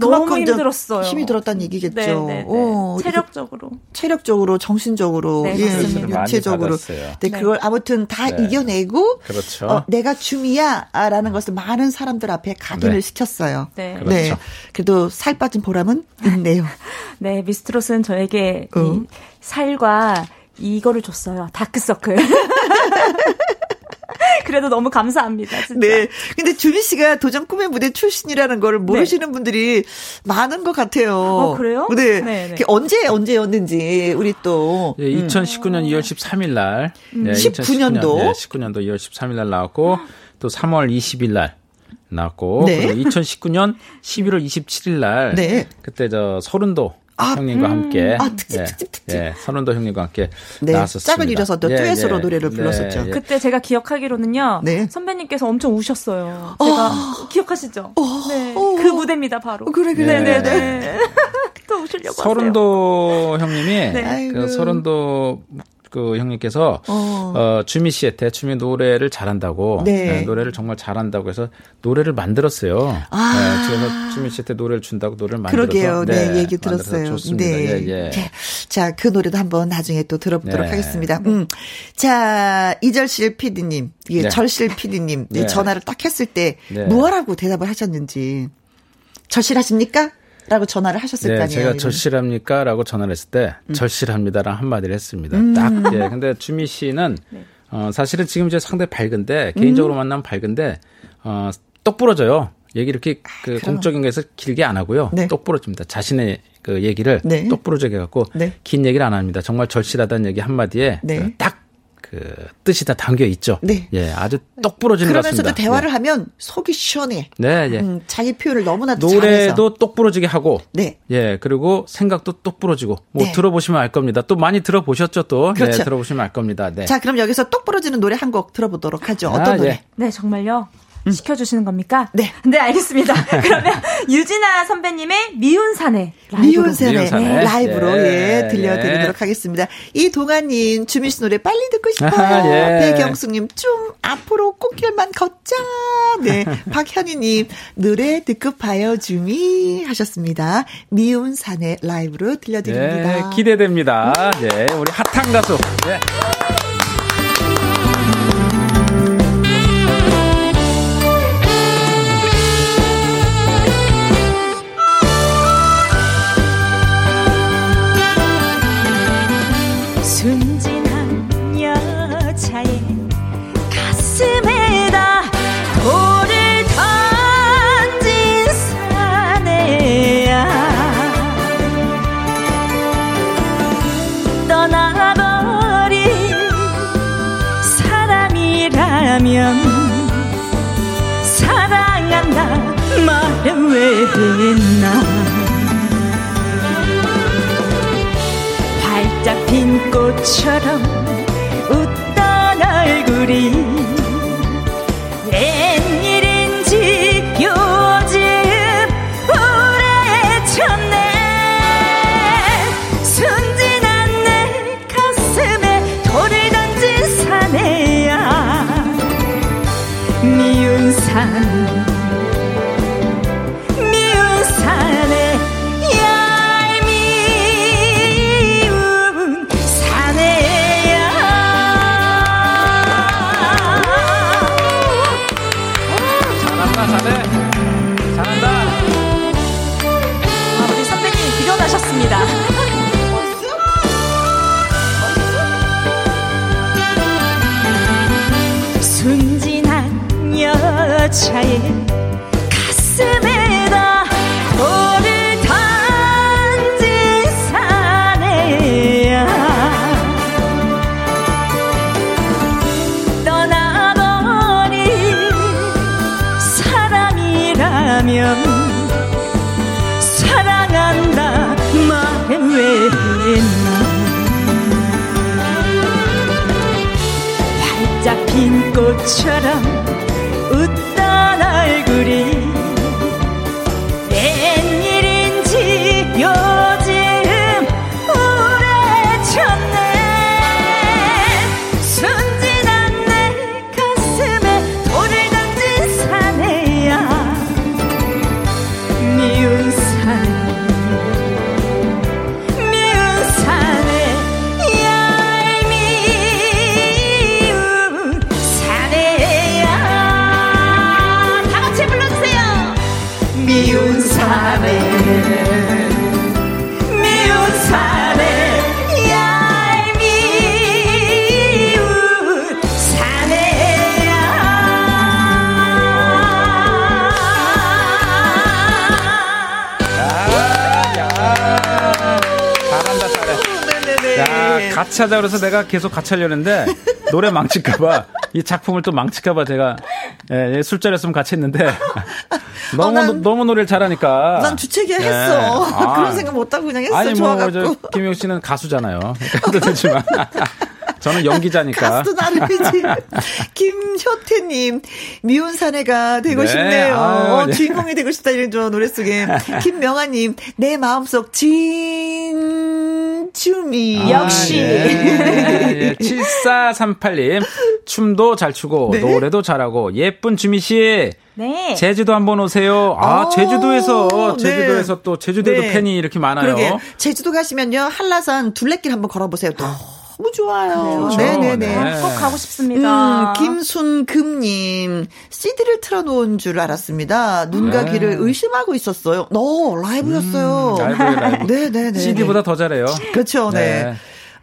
[SPEAKER 4] 너무
[SPEAKER 1] 그만큼 이제
[SPEAKER 4] 힘들었어요.
[SPEAKER 1] 힘이 들었다는 얘기겠죠.
[SPEAKER 4] 네, 네, 네.
[SPEAKER 1] 어,
[SPEAKER 4] 체력적으로.
[SPEAKER 1] 체력적으로, 정신적으로,
[SPEAKER 4] 네,
[SPEAKER 1] 예,
[SPEAKER 4] 맞습니다.
[SPEAKER 5] 많이
[SPEAKER 1] 육체적으로.
[SPEAKER 5] 받았어요.
[SPEAKER 1] 네, 그걸 아무튼 다
[SPEAKER 5] 네.
[SPEAKER 1] 이겨내고,
[SPEAKER 5] 그렇죠.
[SPEAKER 1] 어, 내가 춤이야라는 것을 많은 사람들 앞에 각인을
[SPEAKER 5] 네.
[SPEAKER 1] 시켰어요.
[SPEAKER 4] 네.
[SPEAKER 5] 그렇죠.
[SPEAKER 1] 그래도 살 빠진 보람은 있네요.
[SPEAKER 4] 네, 미스트롯은 저에게
[SPEAKER 1] 응.
[SPEAKER 4] 이 살과 이거를 줬어요. 다크서클. 그래도 너무 감사합니다. 진짜.
[SPEAKER 1] 네. 근데 주미 씨가 도전 꿈의 무대 출신이라는 걸 모르시는 분들이 많은 것 같아요.
[SPEAKER 4] 어, 그래요?
[SPEAKER 1] 네.
[SPEAKER 4] 네, 네.
[SPEAKER 1] 그게 언제, 언제였는지, 우리 또.
[SPEAKER 5] 예, 2019년 2월 13일 날,
[SPEAKER 1] 음,
[SPEAKER 5] 예,
[SPEAKER 1] 19년 도?
[SPEAKER 5] 19년도 예, 19년도 2월 13일 날 나왔고 또 3월 20일 날 나왔고
[SPEAKER 1] 네.
[SPEAKER 5] 그리고 2019년 11월 27일 날
[SPEAKER 1] 네.
[SPEAKER 5] 그때 저 서른도
[SPEAKER 1] 아,
[SPEAKER 5] 형님과 함께
[SPEAKER 1] 아, 특집,
[SPEAKER 5] 예,
[SPEAKER 1] 특집, 특집.
[SPEAKER 5] 예, 서른도 형님과 함께
[SPEAKER 1] 네,
[SPEAKER 5] 나왔었습니다.
[SPEAKER 1] 짝을 이뤄서 또 듀엣으로 노래를 불렀었죠.
[SPEAKER 5] 예.
[SPEAKER 4] 그때 제가 기억하기로는요.
[SPEAKER 1] 네. 아.
[SPEAKER 4] 선배님께서 엄청 우셨어요. 제가 기억하시죠? 네. 그 무대입니다, 바로.
[SPEAKER 1] 어. 그래,
[SPEAKER 5] 그래. 네.
[SPEAKER 4] 네네네. 또 우시려고 하세요.
[SPEAKER 5] 서른도 형님이
[SPEAKER 1] 아이고.
[SPEAKER 5] 그 서른도 그 형님께서
[SPEAKER 1] 어.
[SPEAKER 5] 어. 주미 씨한테 주미 노래를 잘한다고
[SPEAKER 1] 네.
[SPEAKER 5] 네, 노래를 정말 잘한다고 해서 노래를 만들었어요.
[SPEAKER 1] 아.
[SPEAKER 5] 네, 그래서 주미 씨한테 노래를 준다고 노래를 만들어서
[SPEAKER 1] 그러게요. 네, 얘기
[SPEAKER 5] 만들어서
[SPEAKER 1] 들었어요.
[SPEAKER 5] 좋습니다.
[SPEAKER 1] 네.
[SPEAKER 5] 예, 예.
[SPEAKER 1] 자, 자, 그 노래도 한번 나중에 또 들어보도록
[SPEAKER 5] 네.
[SPEAKER 1] 하겠습니다. 음. 자, 이절실 PD님, 예,
[SPEAKER 5] 네.
[SPEAKER 1] 절실 PD님, 이
[SPEAKER 5] 네.
[SPEAKER 1] 전화를 딱 했을 때,
[SPEAKER 5] 네.
[SPEAKER 1] 뭐라고 대답을 하셨는지, 절실하십니까? 라고 전화를 하셨을
[SPEAKER 5] 네,
[SPEAKER 1] 거 아니에요. 음.
[SPEAKER 5] 제가
[SPEAKER 1] 이분.
[SPEAKER 5] 절실합니까라고 전화를 했을 때 절실합니다라는 한마디를 했습니다.
[SPEAKER 1] 음.
[SPEAKER 5] 딱. 예. 근데 주미 씨는
[SPEAKER 1] 네.
[SPEAKER 5] 어, 사실은 지금 이제 상대 밝은데
[SPEAKER 1] 음.
[SPEAKER 5] 개인적으로 만나면 밝은데 어, 똑 부러져요. 얘기 이렇게 그 공적인 거에서 길게 안 하고요.
[SPEAKER 1] 아, 네.
[SPEAKER 5] 똑 부러집니다. 자신의 그 얘기를
[SPEAKER 1] 네.
[SPEAKER 5] 똑 부러지게 갖고
[SPEAKER 1] 네.
[SPEAKER 5] 긴 얘기를 안 합니다. 정말 절실하다는 얘기 한마디에
[SPEAKER 1] 네.
[SPEAKER 5] 그 딱. 그 뜻이 다 담겨 있죠.
[SPEAKER 1] 네.
[SPEAKER 5] 예, 아주 똑 부러지는 것 같습니다.
[SPEAKER 1] 그러면서도 대화를 하면 속이 시원해.
[SPEAKER 5] 네, 네, 예.
[SPEAKER 1] 음, 자기 표현을 너무나도 잘해서.
[SPEAKER 5] 노래도 똑 부러지게 하고
[SPEAKER 1] 네.
[SPEAKER 5] 예, 그리고 생각도 똑부러지고, 뭐,
[SPEAKER 1] 네.
[SPEAKER 5] 들어보시면 알 겁니다. 또 많이 들어보셨죠, 또?
[SPEAKER 1] 그렇죠.
[SPEAKER 5] 예, 들어보시면 알 겁니다. 네.
[SPEAKER 1] 자, 그럼 여기서 똑 부러지는 노래 한 곡 들어보도록 하죠.
[SPEAKER 5] 아,
[SPEAKER 1] 어떤 노래?
[SPEAKER 5] 예.
[SPEAKER 4] 네, 정말요? 시켜주시는 겁니까?
[SPEAKER 1] 음. 네.
[SPEAKER 4] 네, 알겠습니다. 그러면 유진아 선배님의 미운 사내. 라이브로.
[SPEAKER 1] 미운세네
[SPEAKER 5] 미운사내.
[SPEAKER 1] 라이브로 예,
[SPEAKER 5] 예,
[SPEAKER 1] 들려드리도록
[SPEAKER 5] 예.
[SPEAKER 1] 하겠습니다. 이 동아님 주민 씨 노래 빨리 듣고 싶어요.
[SPEAKER 5] 아하, 예.
[SPEAKER 1] 배경숙님 좀 앞으로 꽃길만 걷자. 네, 박현희님 노래 듣고 봐요 주미 하셨습니다. 미운산의 라이브로 들려드립니다.
[SPEAKER 5] 예, 기대됩니다. 예, 우리 핫한 가수. 예.
[SPEAKER 4] 순진한 여자의 가슴에다 돌을 던진 사내야 떠나버린 사람이라면 사랑한다 말을 왜 했나 활짝 핀 꽃처럼 웃던 얼굴이 웬일인지 요즘 우울해졌네 순진한 내 가슴에 돌을 던진 사내야 미운 사내 미운 사내 얄미운 사내야
[SPEAKER 5] 잘한다, 잘해. 잘한다.
[SPEAKER 4] 아, 우리 선배님 일어나셨습니다. 순진한 여자의 가슴에다 돌을 던진 사내야 떠나버린 사람이라면 사랑한다 말은 왜 했나 활짝 핀 꽃처럼 웃던 얼굴이 웬일인지 요즘 우울해졌네 순진한 내 가슴에 돌을 던진 사내야 미운 사내
[SPEAKER 1] 아, 네,
[SPEAKER 5] 야,
[SPEAKER 1] 예.
[SPEAKER 5] 같이 하자 그래서 내가 계속 같이 하려는데 노래 망칠까봐 이 작품을 또 망칠까봐 제가 예, 예, 술자리였으면 같이 했는데 너무
[SPEAKER 1] 어, 난-
[SPEAKER 5] 노- 너무 노래를 잘하니까
[SPEAKER 1] 난 주책이야
[SPEAKER 5] 예.
[SPEAKER 1] 했어.
[SPEAKER 5] 아.
[SPEAKER 1] 그런 생각 못하고 그냥 했어.
[SPEAKER 5] 아니
[SPEAKER 1] 좋아갖고.
[SPEAKER 5] 뭐저 김용 씨는 가수잖아요. 그렇지만 저는 연기자니까
[SPEAKER 1] 가수도 나름이지. 김효태님, 미운 사내가 되고
[SPEAKER 5] 네.
[SPEAKER 1] 싶네요.
[SPEAKER 5] 아유,
[SPEAKER 1] 어,
[SPEAKER 5] 네.
[SPEAKER 1] 주인공이 되고 싶다, 이런 저 노래 속에. 김명아님, 내 마음속 진춤이.
[SPEAKER 5] 아, 예, 예. 7438님 춤도 잘 추고
[SPEAKER 1] 네?
[SPEAKER 5] 노래도 잘하고 예쁜 주미 씨
[SPEAKER 4] 네.
[SPEAKER 5] 제주도 한번 오세요. 아,
[SPEAKER 1] 오,
[SPEAKER 5] 제주도에서
[SPEAKER 1] 어, 네.
[SPEAKER 5] 제주도에서 또 제주도에도
[SPEAKER 1] 네.
[SPEAKER 5] 팬이 이렇게 많아요. 아,
[SPEAKER 1] 그러게. 제주도 가시면요, 한라산 둘레길 한번 걸어보세요, 또. 너무 좋아요.
[SPEAKER 5] 그렇죠.
[SPEAKER 1] 네네네.
[SPEAKER 5] 네.
[SPEAKER 4] 어, 꼭 가고 싶습니다.
[SPEAKER 1] 음, 김순금님, CD를 틀어놓은 줄 알았습니다. 눈과
[SPEAKER 5] 네. 음,
[SPEAKER 1] 귀를 의심하고 있었어요. 너 라이브였어요.
[SPEAKER 5] 라이브예요, 라이브.
[SPEAKER 1] 네네네.
[SPEAKER 5] CD보다 더 잘해요.
[SPEAKER 1] 그렇죠, 네.
[SPEAKER 5] 네.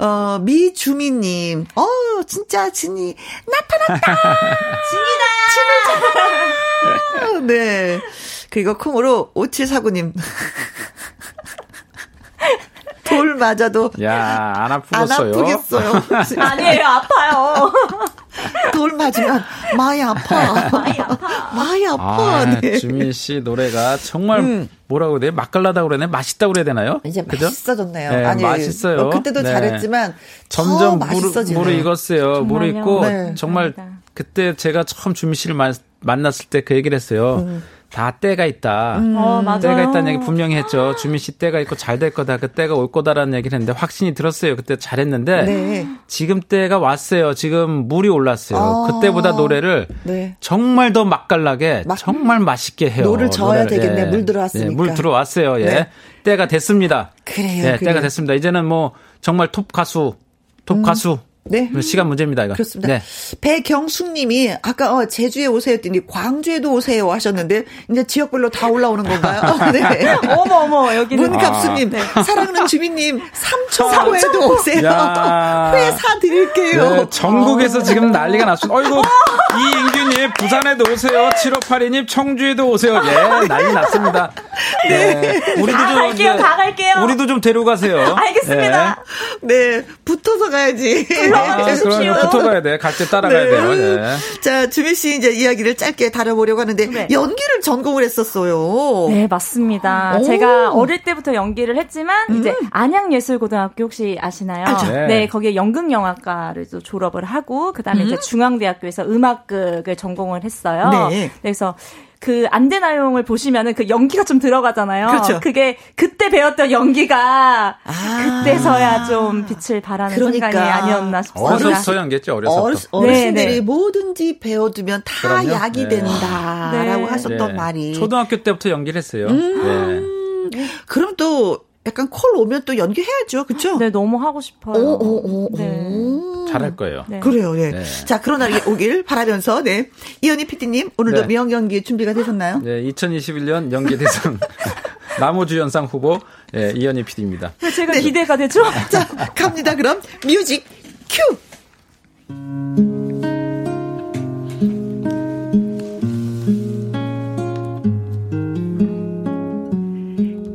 [SPEAKER 1] 어, 미주미님, 어, 진짜 진이 나타났다! 진이다! 진을 찾아라! 네. 그리고 콩으로 5749님. 돌 맞아도
[SPEAKER 5] 예, 야, 안
[SPEAKER 1] 안
[SPEAKER 5] 아프겠어요.
[SPEAKER 1] 아프겠어요.
[SPEAKER 4] 아니에요, 아파요.
[SPEAKER 1] 돌 맞으면 많이 아파. 많이 아파. 많이 아파.
[SPEAKER 5] 아,
[SPEAKER 1] 네.
[SPEAKER 5] 주민 씨 노래가 정말
[SPEAKER 1] 음.
[SPEAKER 5] 뭐라고 해야 돼? 맛깔나다고 그래야 되나? 맛있다고 그래야 되나요?
[SPEAKER 1] 이제
[SPEAKER 5] 그죠?
[SPEAKER 1] 맛있어졌네요.
[SPEAKER 5] 네,
[SPEAKER 1] 아니,
[SPEAKER 5] 맛있어요.
[SPEAKER 1] 어, 그때도
[SPEAKER 5] 네.
[SPEAKER 1] 잘했지만
[SPEAKER 5] 점점
[SPEAKER 1] 더
[SPEAKER 5] 무르,
[SPEAKER 1] 맛있어지네요.
[SPEAKER 5] 무르 익었어요. 무르
[SPEAKER 4] 정말요?
[SPEAKER 5] 익고
[SPEAKER 1] 네.
[SPEAKER 5] 정말
[SPEAKER 4] 감사합니다.
[SPEAKER 5] 그때 제가 처음 주민 씨를 마- 만났을 때 그 얘기를 했어요.
[SPEAKER 1] 음.
[SPEAKER 5] 다 때가 있다.
[SPEAKER 4] 어, 맞아요.
[SPEAKER 5] 때가 있다는 얘기 분명히 했죠. 주민 씨 때가 있고 잘 될 거다. 그 때가 올 거다라는 얘기를 했는데 확신이 들었어요. 그때 잘했는데
[SPEAKER 1] 네.
[SPEAKER 5] 지금 때가 왔어요. 지금 물이 올랐어요.
[SPEAKER 1] 아.
[SPEAKER 5] 그때보다 노래를
[SPEAKER 1] 네.
[SPEAKER 5] 정말 더 맛깔나게
[SPEAKER 1] 막-
[SPEAKER 5] 정말 맛있게 해요.
[SPEAKER 1] 노를 저어야
[SPEAKER 5] 노래를.
[SPEAKER 1] 되겠네. 물 들어왔으니까.
[SPEAKER 5] 예, 물 들어왔어요. 예.
[SPEAKER 1] 네.
[SPEAKER 5] 때가 됐습니다.
[SPEAKER 1] 그래요,
[SPEAKER 5] 예,
[SPEAKER 1] 그래요.
[SPEAKER 5] 때가 됐습니다. 이제는 뭐 정말 톱 가수, 톱 가수.
[SPEAKER 1] 네.
[SPEAKER 5] 시간 문제입니다. 이거.
[SPEAKER 1] 그렇습니다.
[SPEAKER 5] 네.
[SPEAKER 1] 배경숙님이 아까 어, 제주에 오세요 했더니 광주에도 오세요 하셨는데 이제 지역별로 다 올라오는 건가요? 어, 네.
[SPEAKER 4] 어머, 어머, 여기는.
[SPEAKER 1] 문갑수님, 사랑하는 주민님, 삼천포에도 오세요.
[SPEAKER 5] 야.
[SPEAKER 1] 회사 드릴게요.
[SPEAKER 5] 네, 전국에서 지금 난리가 났습니다. 어이구, 이인규님, 부산에도 오세요. 7582님, 청주에도 오세요. 예, 난리 났습니다. 네. 우리도
[SPEAKER 4] 다 갈게요,
[SPEAKER 5] 이제
[SPEAKER 4] 다 갈게요.
[SPEAKER 5] 우리도 좀 데려가세요.
[SPEAKER 4] 알겠습니다.
[SPEAKER 1] 네, 붙어서 가야지. 네.
[SPEAKER 5] 예. 아,
[SPEAKER 4] 주십시오.
[SPEAKER 5] 그럼 붙어 가야 돼. 같이 따라가야 돼요. 예.
[SPEAKER 1] 자, 주민 씨 이제 이야기를 짧게 다뤄보려고 하는데
[SPEAKER 4] 네.
[SPEAKER 1] 연기를 전공을 했었어요.
[SPEAKER 4] 네, 맞습니다.
[SPEAKER 1] 오. 음.
[SPEAKER 4] 제가 어릴 때부터 연기를 했지만, 이제 안양예술고등학교 혹시 아시나요?
[SPEAKER 1] 알죠.
[SPEAKER 5] 네.
[SPEAKER 4] 네. 거기에 연극영화과를 또 졸업을 하고, 그 다음에 이제 중앙대학교에서 음악극을 전공을 했어요.
[SPEAKER 1] 네.
[SPEAKER 4] 그래서 그 안대나용을 보시면은 그 연기가 좀 들어가잖아요.
[SPEAKER 1] 그렇죠.
[SPEAKER 4] 게 그때 배웠던 연기가
[SPEAKER 1] 아.
[SPEAKER 4] 그때서야 좀 빛을 발하는
[SPEAKER 1] 그러니까.
[SPEAKER 4] 순간이 아니었나 싶습니다.
[SPEAKER 5] 어려서부터 연기했죠.
[SPEAKER 1] 어르-
[SPEAKER 5] 어려서부터.
[SPEAKER 1] 어르신들이
[SPEAKER 4] 네, 네.
[SPEAKER 1] 뭐든지 배워두면 다
[SPEAKER 5] 그럼요.
[SPEAKER 1] 약이
[SPEAKER 5] 네.
[SPEAKER 1] 된다라고
[SPEAKER 4] 네.
[SPEAKER 1] 하셨던
[SPEAKER 5] 예.
[SPEAKER 1] 말이. 음.
[SPEAKER 5] 초등학교 때부터 연기를 했어요. 네.
[SPEAKER 1] 그럼 또 약간 콜 오면 또 연기해야죠, 그렇죠?
[SPEAKER 4] 네, 너무 하고 싶어요.
[SPEAKER 1] 오, 오, 오,
[SPEAKER 4] 네.
[SPEAKER 1] 오.
[SPEAKER 5] 잘할 거예요.
[SPEAKER 4] 네.
[SPEAKER 1] 그래요, 예.
[SPEAKER 5] 네.
[SPEAKER 1] 자, 그런 날이 오길 바라면서, 네. 이현희 PD님, 오늘도
[SPEAKER 5] 네.
[SPEAKER 1] 미영 연기 준비가 되셨나요?
[SPEAKER 5] 네, 2021년 연기 대상 나무주연상 후보 예, 이현희 PD입니다.
[SPEAKER 4] 제가
[SPEAKER 1] 네.
[SPEAKER 4] 기대가 되죠?
[SPEAKER 1] 자, 갑니다. 그럼 뮤직 큐!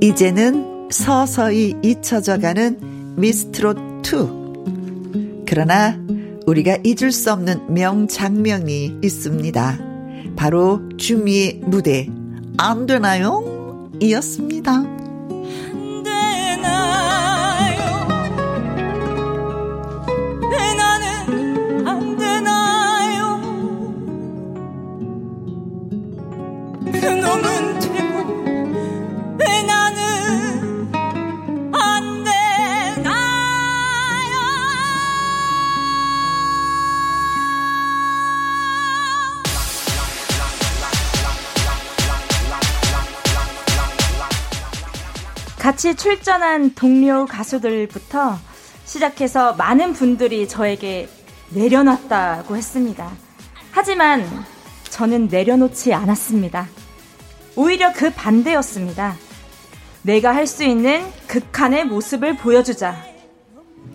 [SPEAKER 1] 이제는 서서히 잊혀져가는 미스트롯2. 그러나 우리가 잊을 수 없는 명장면이 있습니다. 바로 주미의 무대, 안 되나요? 이었습니다.
[SPEAKER 6] 나는 안 되나요? 그놈은 되고 왜 나는 안 되나요?
[SPEAKER 4] 같이 출전한 동료 가수들부터 시작해서 많은 분들이 저에게 내려놨다고 했습니다. 하지만 저는 내려놓지 않았습니다. 오히려 그 반대였습니다. 내가 할 수 있는 극한의 모습을 보여주자.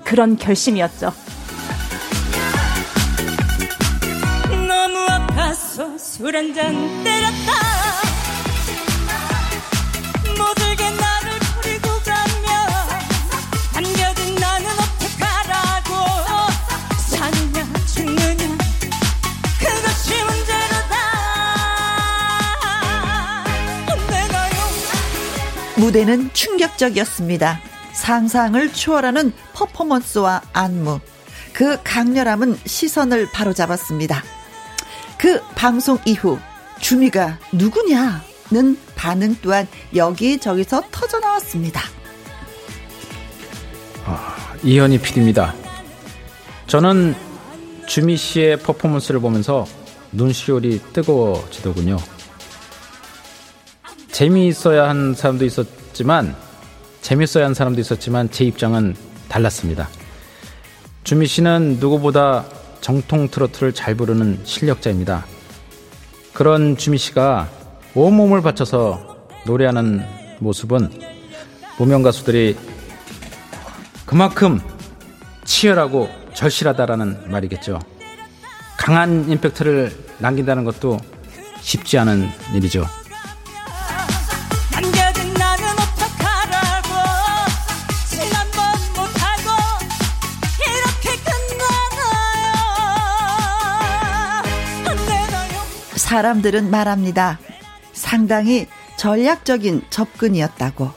[SPEAKER 4] 그런 결심이었죠.
[SPEAKER 6] 너무 아파서 술 한 잔 때렸다 못들게 나를 버리고 가면 안겨진 나는 어떻게
[SPEAKER 1] 무대는 충격적이었습니다. 상상을 초월하는 퍼포먼스와 안무. 그 강렬함은 시선을 바로잡았습니다. 그 방송 이후 주미가 누구냐는 반응 또한 여기저기서 터져 나왔습니다.
[SPEAKER 5] 이현희 PD입니다. 저는 주미 씨의 퍼포먼스를 보면서 눈시울이 뜨거워지더군요. 재미있어야 한 사람도 있었지만 재밌어야 한 사람도 있었지만 제 입장은 달랐습니다. 주미 씨는 누구보다 정통 트로트를 잘 부르는 실력자입니다. 그런 주미 씨가 온몸을 바쳐서 노래하는 모습은 무명 가수들이 그만큼 치열하고 절실하다라는 말이겠죠. 강한 임팩트를 남긴다는 것도 쉽지 않은 일이죠.
[SPEAKER 6] 남겨진 나는 어떡하라고 지난번 못하고 이렇게 끝나나요 안 되나요
[SPEAKER 1] 사람들은 말합니다. 상당히 전략적인 접근이었다고.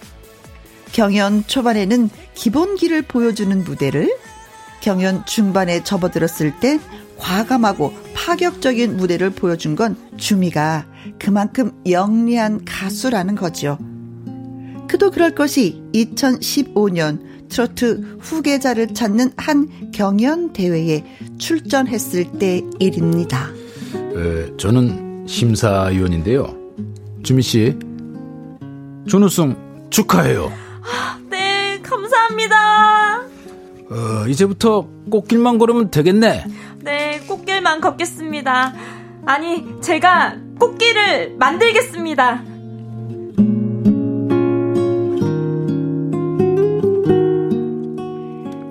[SPEAKER 1] 경연 초반에는 기본기를 보여주는 무대를, 경연 중반에 접어들었을 땐 과감하고 파격적인 무대를 보여준 건 주미가 그만큼 영리한 가수라는 거죠. 그도 그럴 것이 2015년 트로트 후계자를 찾는 한 경연 대회에 출전했을 때 일입니다.
[SPEAKER 5] 에, 저는 심사위원인데요. 주미 씨, 준우승 축하해요.
[SPEAKER 4] 네, 감사합니다.
[SPEAKER 5] 어, 이제부터 꽃길만 걸으면 되겠네.
[SPEAKER 4] 네, 꽃길만 걷겠습니다. 아니, 제가 꽃길을 만들겠습니다.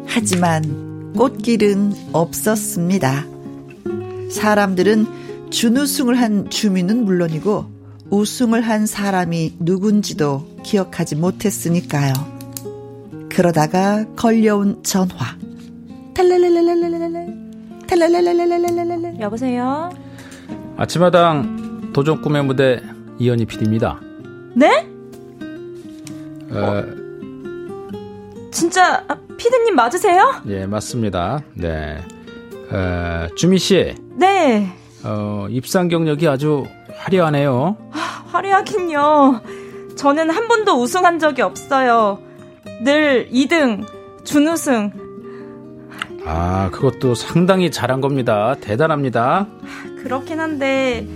[SPEAKER 1] 하지만 꽃길은 없었습니다. 사람들은 준우승을 한 주민은 물론이고 우승을 한 사람이 누군지도 기억하지 못했으니까요. 그러다가 걸려온 전화. 탈랄랄랄랄랄랄랄. 탈랄랄랄랄랄랄랄.
[SPEAKER 4] 여보세요?
[SPEAKER 5] 아침마당 도전 꿈의 무대 이현희 PD입니다.
[SPEAKER 4] 네? 진짜 아, 피디님 맞으세요?
[SPEAKER 5] 예, 맞습니다. 네. 어, 주미 씨,
[SPEAKER 4] 네.
[SPEAKER 5] 어, 입상 경력이 아주 화려하네요.
[SPEAKER 4] 화려하긴요. 저는 한 번도 우승한 적이 없어요. 늘 2등, 준우승.
[SPEAKER 5] 아, 그것도 상당히 잘한 겁니다. 대단합니다.
[SPEAKER 4] 그렇긴 한데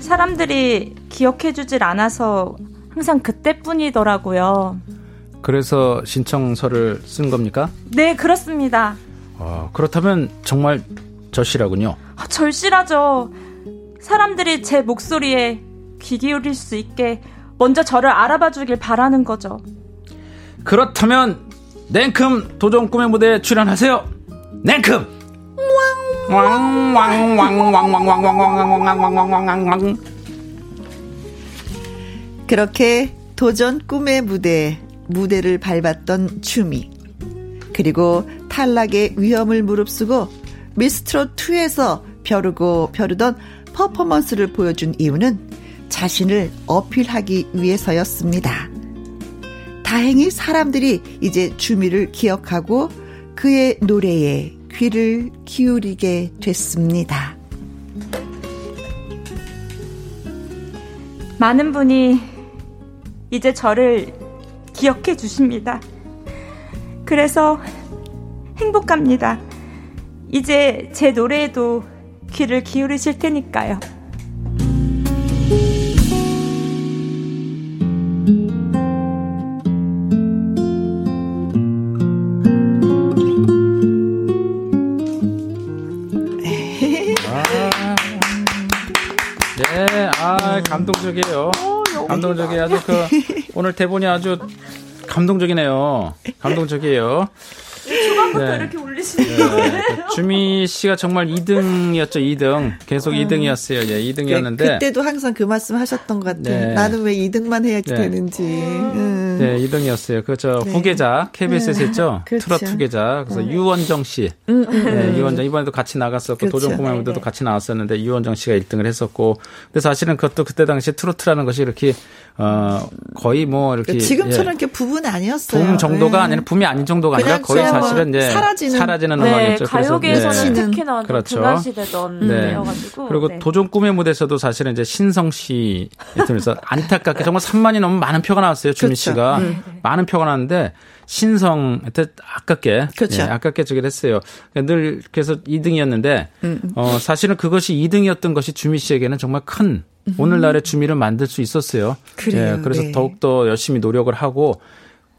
[SPEAKER 4] 사람들이 기억해주질 않아서 항상 그때뿐이더라고요.
[SPEAKER 5] 그래서 신청서를 쓴 겁니까?
[SPEAKER 4] 네, 그렇습니다.
[SPEAKER 5] 어, 그렇다면 정말 절실하군요.
[SPEAKER 4] 아, 절실하죠. 사람들이 제 목소리에 귀 기울일 수 있게 먼저 저를 알아봐 주길 바라는 거죠.
[SPEAKER 5] 그렇다면 냉큼 도전 꿈의 무대에 출연하세요. 냉큼. 왕왕왕왕왕왕왕왕왕왕왕왕왕왕왕왕왕
[SPEAKER 1] 그렇게 도전 꿈의 무대에 무대를 밟았던 주미 그리고 탈락의 위험을 무릅쓰고 미스트롯 2에서 벼르고 벼르던 퍼포먼스를 보여준 이유는 자신을 어필하기 위해서였습니다. 다행히 사람들이 이제 주미를 기억하고 그의 노래에 귀를 기울이게 됐습니다.
[SPEAKER 4] 많은 분이 이제 저를 기억해 주십니다. 그래서 행복합니다. 이제 제 노래에도 귀를 기울이실 테니까요.
[SPEAKER 5] 네,
[SPEAKER 4] 음.
[SPEAKER 5] 아 감동적이에요.
[SPEAKER 4] 어,
[SPEAKER 5] 감동적이 아주 그 오늘 대본이 아주 감동적이네요. 감동적이에요.
[SPEAKER 4] 초반부터
[SPEAKER 5] 네.
[SPEAKER 4] 이렇게 올리시는
[SPEAKER 5] 네, 그 주미 씨가 정말 2등이었죠. 2등 계속 2등이었어요. 예,
[SPEAKER 1] 네,
[SPEAKER 5] 2등이었는데
[SPEAKER 1] 그때도 항상 그 말씀 하셨던 것 같아요.
[SPEAKER 5] 네.
[SPEAKER 1] 나는 왜 2등만 해야
[SPEAKER 5] 네.
[SPEAKER 1] 되는지. 음. 네.
[SPEAKER 5] 네, 이등이었어요. 그저 후계자 KBS에서 했죠.
[SPEAKER 1] 그렇죠. 음,
[SPEAKER 5] 트롯 후계자. 그래서 유원정 씨. 네, 유원정 이번에도 같이 나갔었고
[SPEAKER 1] 그렇죠.
[SPEAKER 5] 도전 꼬마무대도 같이 나왔었는데 유원정 씨가 1등을 했었고. 근데 사실은 그것도 그때 당시 트로트라는 것이 이렇게 어 거의 뭐 이렇게
[SPEAKER 1] 네, 그러니까 지금처럼
[SPEAKER 5] 예,
[SPEAKER 1] 이렇게 부분 아니었어요.
[SPEAKER 5] 붐 정도가
[SPEAKER 1] 네.
[SPEAKER 5] 아니라 붐이 아닌 정도가 아니라
[SPEAKER 1] 그냥
[SPEAKER 5] 거의
[SPEAKER 1] 그냥
[SPEAKER 5] 사실은 이제
[SPEAKER 1] 사라지는-
[SPEAKER 4] 네,
[SPEAKER 5] 음악이었죠. 그래서,
[SPEAKER 4] 가요계에서는
[SPEAKER 1] 네.
[SPEAKER 4] 특히나
[SPEAKER 5] 그렇죠.
[SPEAKER 4] 등한시되던
[SPEAKER 5] 네.
[SPEAKER 4] 때여가지고
[SPEAKER 5] 그리고
[SPEAKER 4] 네.
[SPEAKER 5] 도전 꿈의 무대에서도 사실은 이제 신성 씨 들면서 안타깝게 정말 3만이 넘은 많은 표가 나왔어요. 주민
[SPEAKER 1] 그렇죠.
[SPEAKER 5] 씨가 많은 표가 나왔는데 신성한테 아깝게
[SPEAKER 1] 그렇죠.
[SPEAKER 5] 예, 아깝게 저기를 했어요. 그러니까 늘 그래서 2등이었는데
[SPEAKER 1] 음.
[SPEAKER 5] 어 사실은 그것이 2등이었던 것이 주미 씨에게는 정말 큰 오늘날의 주미를 만들 수 있었어요.
[SPEAKER 1] 음. 그래요.
[SPEAKER 5] 예, 그래서
[SPEAKER 1] 네.
[SPEAKER 5] 더욱더 열심히 노력을 하고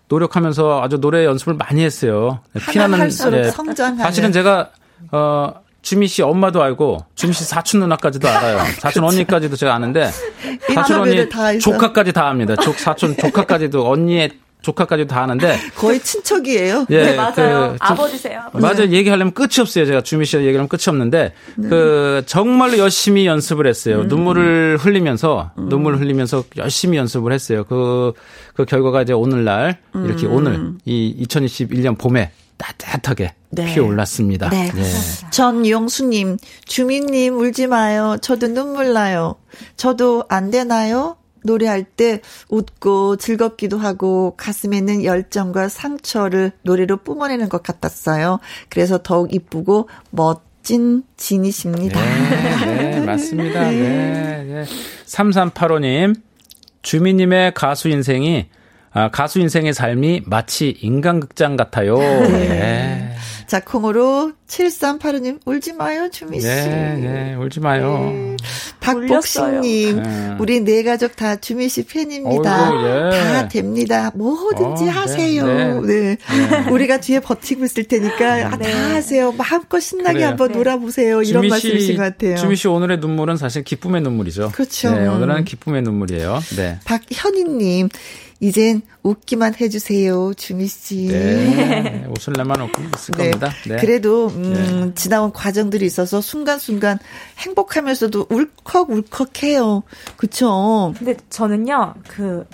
[SPEAKER 5] 노력하면서 아주 노래 연습을 많이 했어요. 네,
[SPEAKER 1] 하면 할수록 성장하는.
[SPEAKER 5] 사실은 제가 어 주미 씨 엄마도 알고 주미 씨 사촌 누나까지도 알아요. 사촌 언니까지도 제가 아는데 사촌
[SPEAKER 1] 인터뷰를
[SPEAKER 5] 언니
[SPEAKER 1] 다 해서.
[SPEAKER 5] 조카까지 다 합니다. 족 사촌 조카까지도 언니의 조카까지도 다 아는데
[SPEAKER 1] 거의 친척이에요. 네.
[SPEAKER 5] 예,
[SPEAKER 4] 네, 맞아요.
[SPEAKER 5] 그 좀-
[SPEAKER 4] 아버지세요. 아버지.
[SPEAKER 5] 맞아 요 얘기하려면 끝이 없어요. 제가 주미 씨랑 얘기하면 끝이 없는데
[SPEAKER 1] 네.
[SPEAKER 5] 그 정말로 열심히 연습을
[SPEAKER 1] 음.
[SPEAKER 5] 했어요. 눈물을 흘리면서 눈물을 흘리면서 열심히 연습을 했어요. 그, 그 결과가 이제 오늘날 이렇게
[SPEAKER 1] 음.
[SPEAKER 5] 오늘 이 2021년 봄에 따뜻하게
[SPEAKER 1] 네.
[SPEAKER 5] 피어올랐습니다.
[SPEAKER 1] 네.
[SPEAKER 5] 예.
[SPEAKER 1] 전용수님, 주민님 울지 마요. 저도 눈물 나요. 저도 안 되나요? 노래할 때 웃고 즐겁기도 하고 가슴에 있는 열정과 상처를 노래로 뿜어내는 것 같았어요. 그래서 더욱 이쁘고 멋진 진이십니다.
[SPEAKER 5] 네, 네, 맞습니다.
[SPEAKER 1] 예.
[SPEAKER 5] 네, 네. 3385님, 주민님의 가수 인생이, 아, 가수 인생의 삶이 마치 인간극장 같아요. 네.
[SPEAKER 1] 자, 콩으로 7385님 울지 마요, 주민 씨. 예.
[SPEAKER 5] 네, 네, 울지 마요.
[SPEAKER 1] 박복식님,
[SPEAKER 5] 네.
[SPEAKER 1] 우리 네 가족 다 주민 씨 팬입니다.
[SPEAKER 5] 어이구, 예.
[SPEAKER 1] 다 됩니다. 뭐든지
[SPEAKER 5] 어, 네,
[SPEAKER 1] 하세요. 네,
[SPEAKER 5] 네.
[SPEAKER 1] 우리가 뒤에 버티고 있을 테니까 아, 다 하세요. 마음껏 신나게
[SPEAKER 5] 그래요.
[SPEAKER 1] 한번
[SPEAKER 4] 네.
[SPEAKER 1] 놀아보세요. 뭐 이런
[SPEAKER 5] 주미
[SPEAKER 1] 말씀이신 것 같아요.
[SPEAKER 5] 주미 씨 오늘의 눈물은 사실 기쁨의 눈물이죠.
[SPEAKER 1] 그렇죠.
[SPEAKER 5] 네, 오늘은 기쁨의 눈물이에요. 네.
[SPEAKER 1] 박현희님, 이젠 웃기만 해주세요, 주미 씨.
[SPEAKER 5] 네. 웃을 날만 웃고 있을
[SPEAKER 1] 네.
[SPEAKER 5] 겁니다. 네.
[SPEAKER 1] 그래도 음, 지나온 과정들이 있어서 순간순간 행복하면서도 울컥울컥해요. 그쵸?
[SPEAKER 4] 근데 저는요, 그,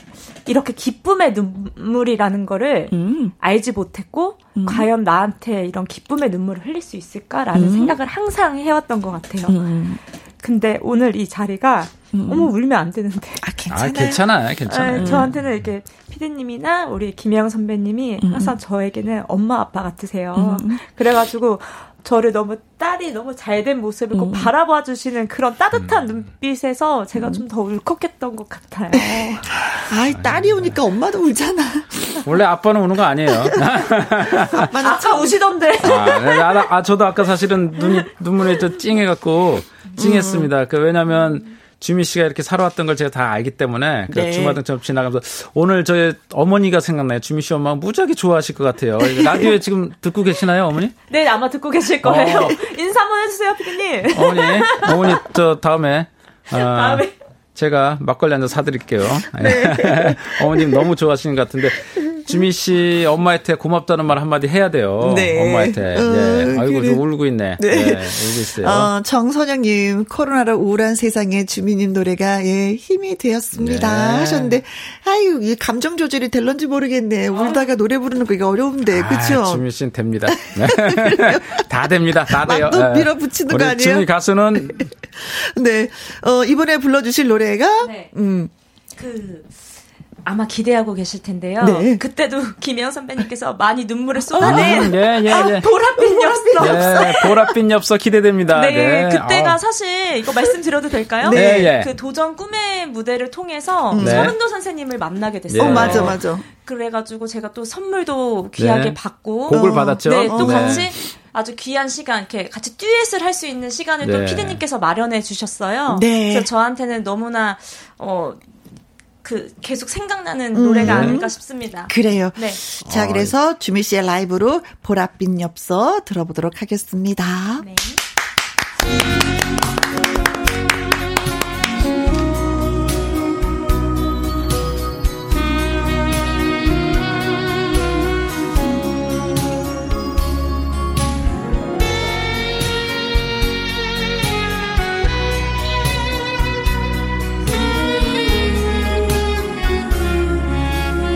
[SPEAKER 4] 이렇게 기쁨의 눈물이라는 거를
[SPEAKER 1] 음,
[SPEAKER 4] 알지 못했고, 과연 나한테 이런 기쁨의 눈물을 흘릴 수 있을까라는 생각을 항상 해왔던 것 같아요. 근데 오늘 이 자리가, 어머, 울면 안 되는데.
[SPEAKER 1] 아, 괜찮아요.
[SPEAKER 5] 아, 괜찮아요. 괜찮아요.
[SPEAKER 4] 음. 아, 저한테는 이렇게 피디님이나 우리 김혜영 선배님이 항상 저에게는 엄마 아빠 같으세요. 그래가지고 저를 너무 딸이 너무 잘된 모습을 꼭 바라봐 주시는 그런 따뜻한 눈빛에서 제가 좀 더 울컥했던 것 같아요.
[SPEAKER 1] 아이, 딸이 오니까 엄마도 울잖아.
[SPEAKER 5] 원래 아빠는 우는 거 아니에요.
[SPEAKER 1] 아빠는
[SPEAKER 4] 아까 우시던데.
[SPEAKER 5] 아, 네, 나- 나- 아, 저도 아까 사실은 눈이, 눈물이 좀 찡해갖고, 찡했습니다. 그, 왜냐면, 주미 씨가 이렇게 살아왔던 걸 제가 다 알기 때문에, 그
[SPEAKER 1] 네.
[SPEAKER 5] 주마등처럼 지나가면서, 오늘 저의 어머니가 생각나요. 주미 씨 엄마 무지하게 좋아하실 것 같아요. 이거 라디오에 지금 듣고 계시나요, 어머니?
[SPEAKER 4] 네, 아마 듣고 계실 거예요.
[SPEAKER 5] 어.
[SPEAKER 4] 인사 한번 해주세요, 피디님.
[SPEAKER 5] 어머니, 어머니, 저 다음에, 어,
[SPEAKER 4] 다음에.
[SPEAKER 5] 제가 막걸리 한 잔 사드릴게요.
[SPEAKER 1] 네.
[SPEAKER 5] 네. 어머님 너무 좋아하시는 것 같은데, 주미 씨 엄마한테 고맙다는 말 한마디 해야 돼요.
[SPEAKER 1] 네.
[SPEAKER 5] 엄마한테. 네.
[SPEAKER 1] 어,
[SPEAKER 5] 아이고,
[SPEAKER 1] 그래.
[SPEAKER 5] 저 울고 있네.
[SPEAKER 1] 네.
[SPEAKER 5] 네. 울고 있어요.
[SPEAKER 1] 어, 정선영님, 코로나로 우울한 세상에 주민님 노래가, 예, 힘이 되었습니다.
[SPEAKER 5] 네.
[SPEAKER 1] 하셨는데, 아유, 이 감정 조절이 될런지 모르겠네. 울다가 노래 부르는 거 이게 어려운데,
[SPEAKER 5] 아,
[SPEAKER 1] 네, 그쵸?
[SPEAKER 5] 주민 씨는 됩니다. 네. 다 됩니다. 다 돼요.
[SPEAKER 1] 막도
[SPEAKER 5] 예.
[SPEAKER 1] 밀어붙이는 거
[SPEAKER 5] 우리
[SPEAKER 1] 아니에요?
[SPEAKER 5] 주민 가수는
[SPEAKER 1] 네. 어, 이번에 불러주실 노래가,
[SPEAKER 4] 네.
[SPEAKER 1] 음,
[SPEAKER 4] 그 아마 기대하고 계실 텐데요.
[SPEAKER 1] 네.
[SPEAKER 4] 그때도 김혜영 선배님께서 많이 눈물을
[SPEAKER 5] 음,
[SPEAKER 4] 쏟아낸
[SPEAKER 5] 예, 예, 예.
[SPEAKER 4] 보랏빛이었어.
[SPEAKER 5] 예, 보랏빛 엽서 기대됩니다.
[SPEAKER 4] 네, 그때가
[SPEAKER 5] 아, 아우,
[SPEAKER 4] 사실 이거 말씀드려도 될까요?
[SPEAKER 5] 네. 네, 예.
[SPEAKER 4] 그 도전 꿈의 무대를 통해서
[SPEAKER 5] 네.
[SPEAKER 4] 서른도 선생님을
[SPEAKER 5] 예.
[SPEAKER 4] 만나게 됐어요.
[SPEAKER 1] 음. 어, 맞아, 맞아.
[SPEAKER 4] 그래가지고 제가 또 선물도 귀하게
[SPEAKER 5] 네.
[SPEAKER 4] 받고
[SPEAKER 5] 곡을
[SPEAKER 1] 어.
[SPEAKER 5] 받았죠.
[SPEAKER 4] 네, 또
[SPEAKER 5] 네.
[SPEAKER 4] 같이 아주 귀한 시간, 이렇게 같이 듀엣을 할 수 있는 시간을 또
[SPEAKER 5] 네.
[SPEAKER 4] 피디님께서 마련해 주셨어요.
[SPEAKER 1] 네.
[SPEAKER 4] 그래서 저한테는 너무나 어. 그 계속 생각나는 노래가 아닐까 싶습니다.
[SPEAKER 1] 음. 그래요.
[SPEAKER 4] 네.
[SPEAKER 1] 자, 그래서 주미 씨의 라이브로 보랏빛 엽서 들어보도록 하겠습니다.
[SPEAKER 4] 네.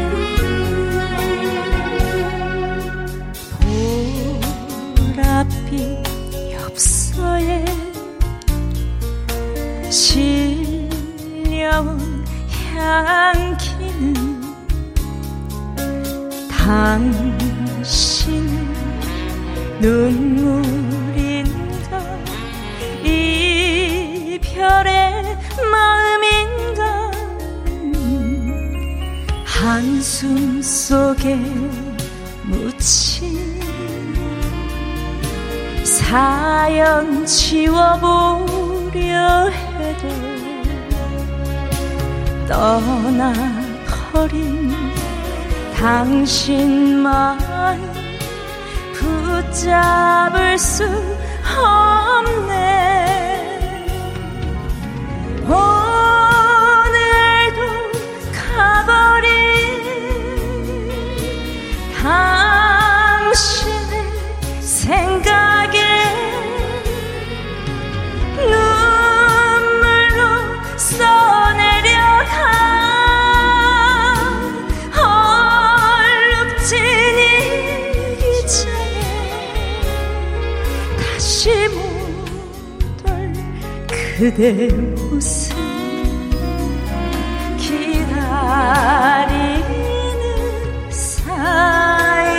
[SPEAKER 7] 내
[SPEAKER 4] 어차피 엽서에 실려온 향기는 당신 눈물인가 이별의 마음인가 한숨 속에 묻힌 사연 지워보려 해도 떠나버린 당신만 붙잡을 수 없네 오늘도 가버린 당신의 생각에 눈물로 써내려가 얼룩진 이 기차에 다시 못 올 그대 모습 기다리는 사연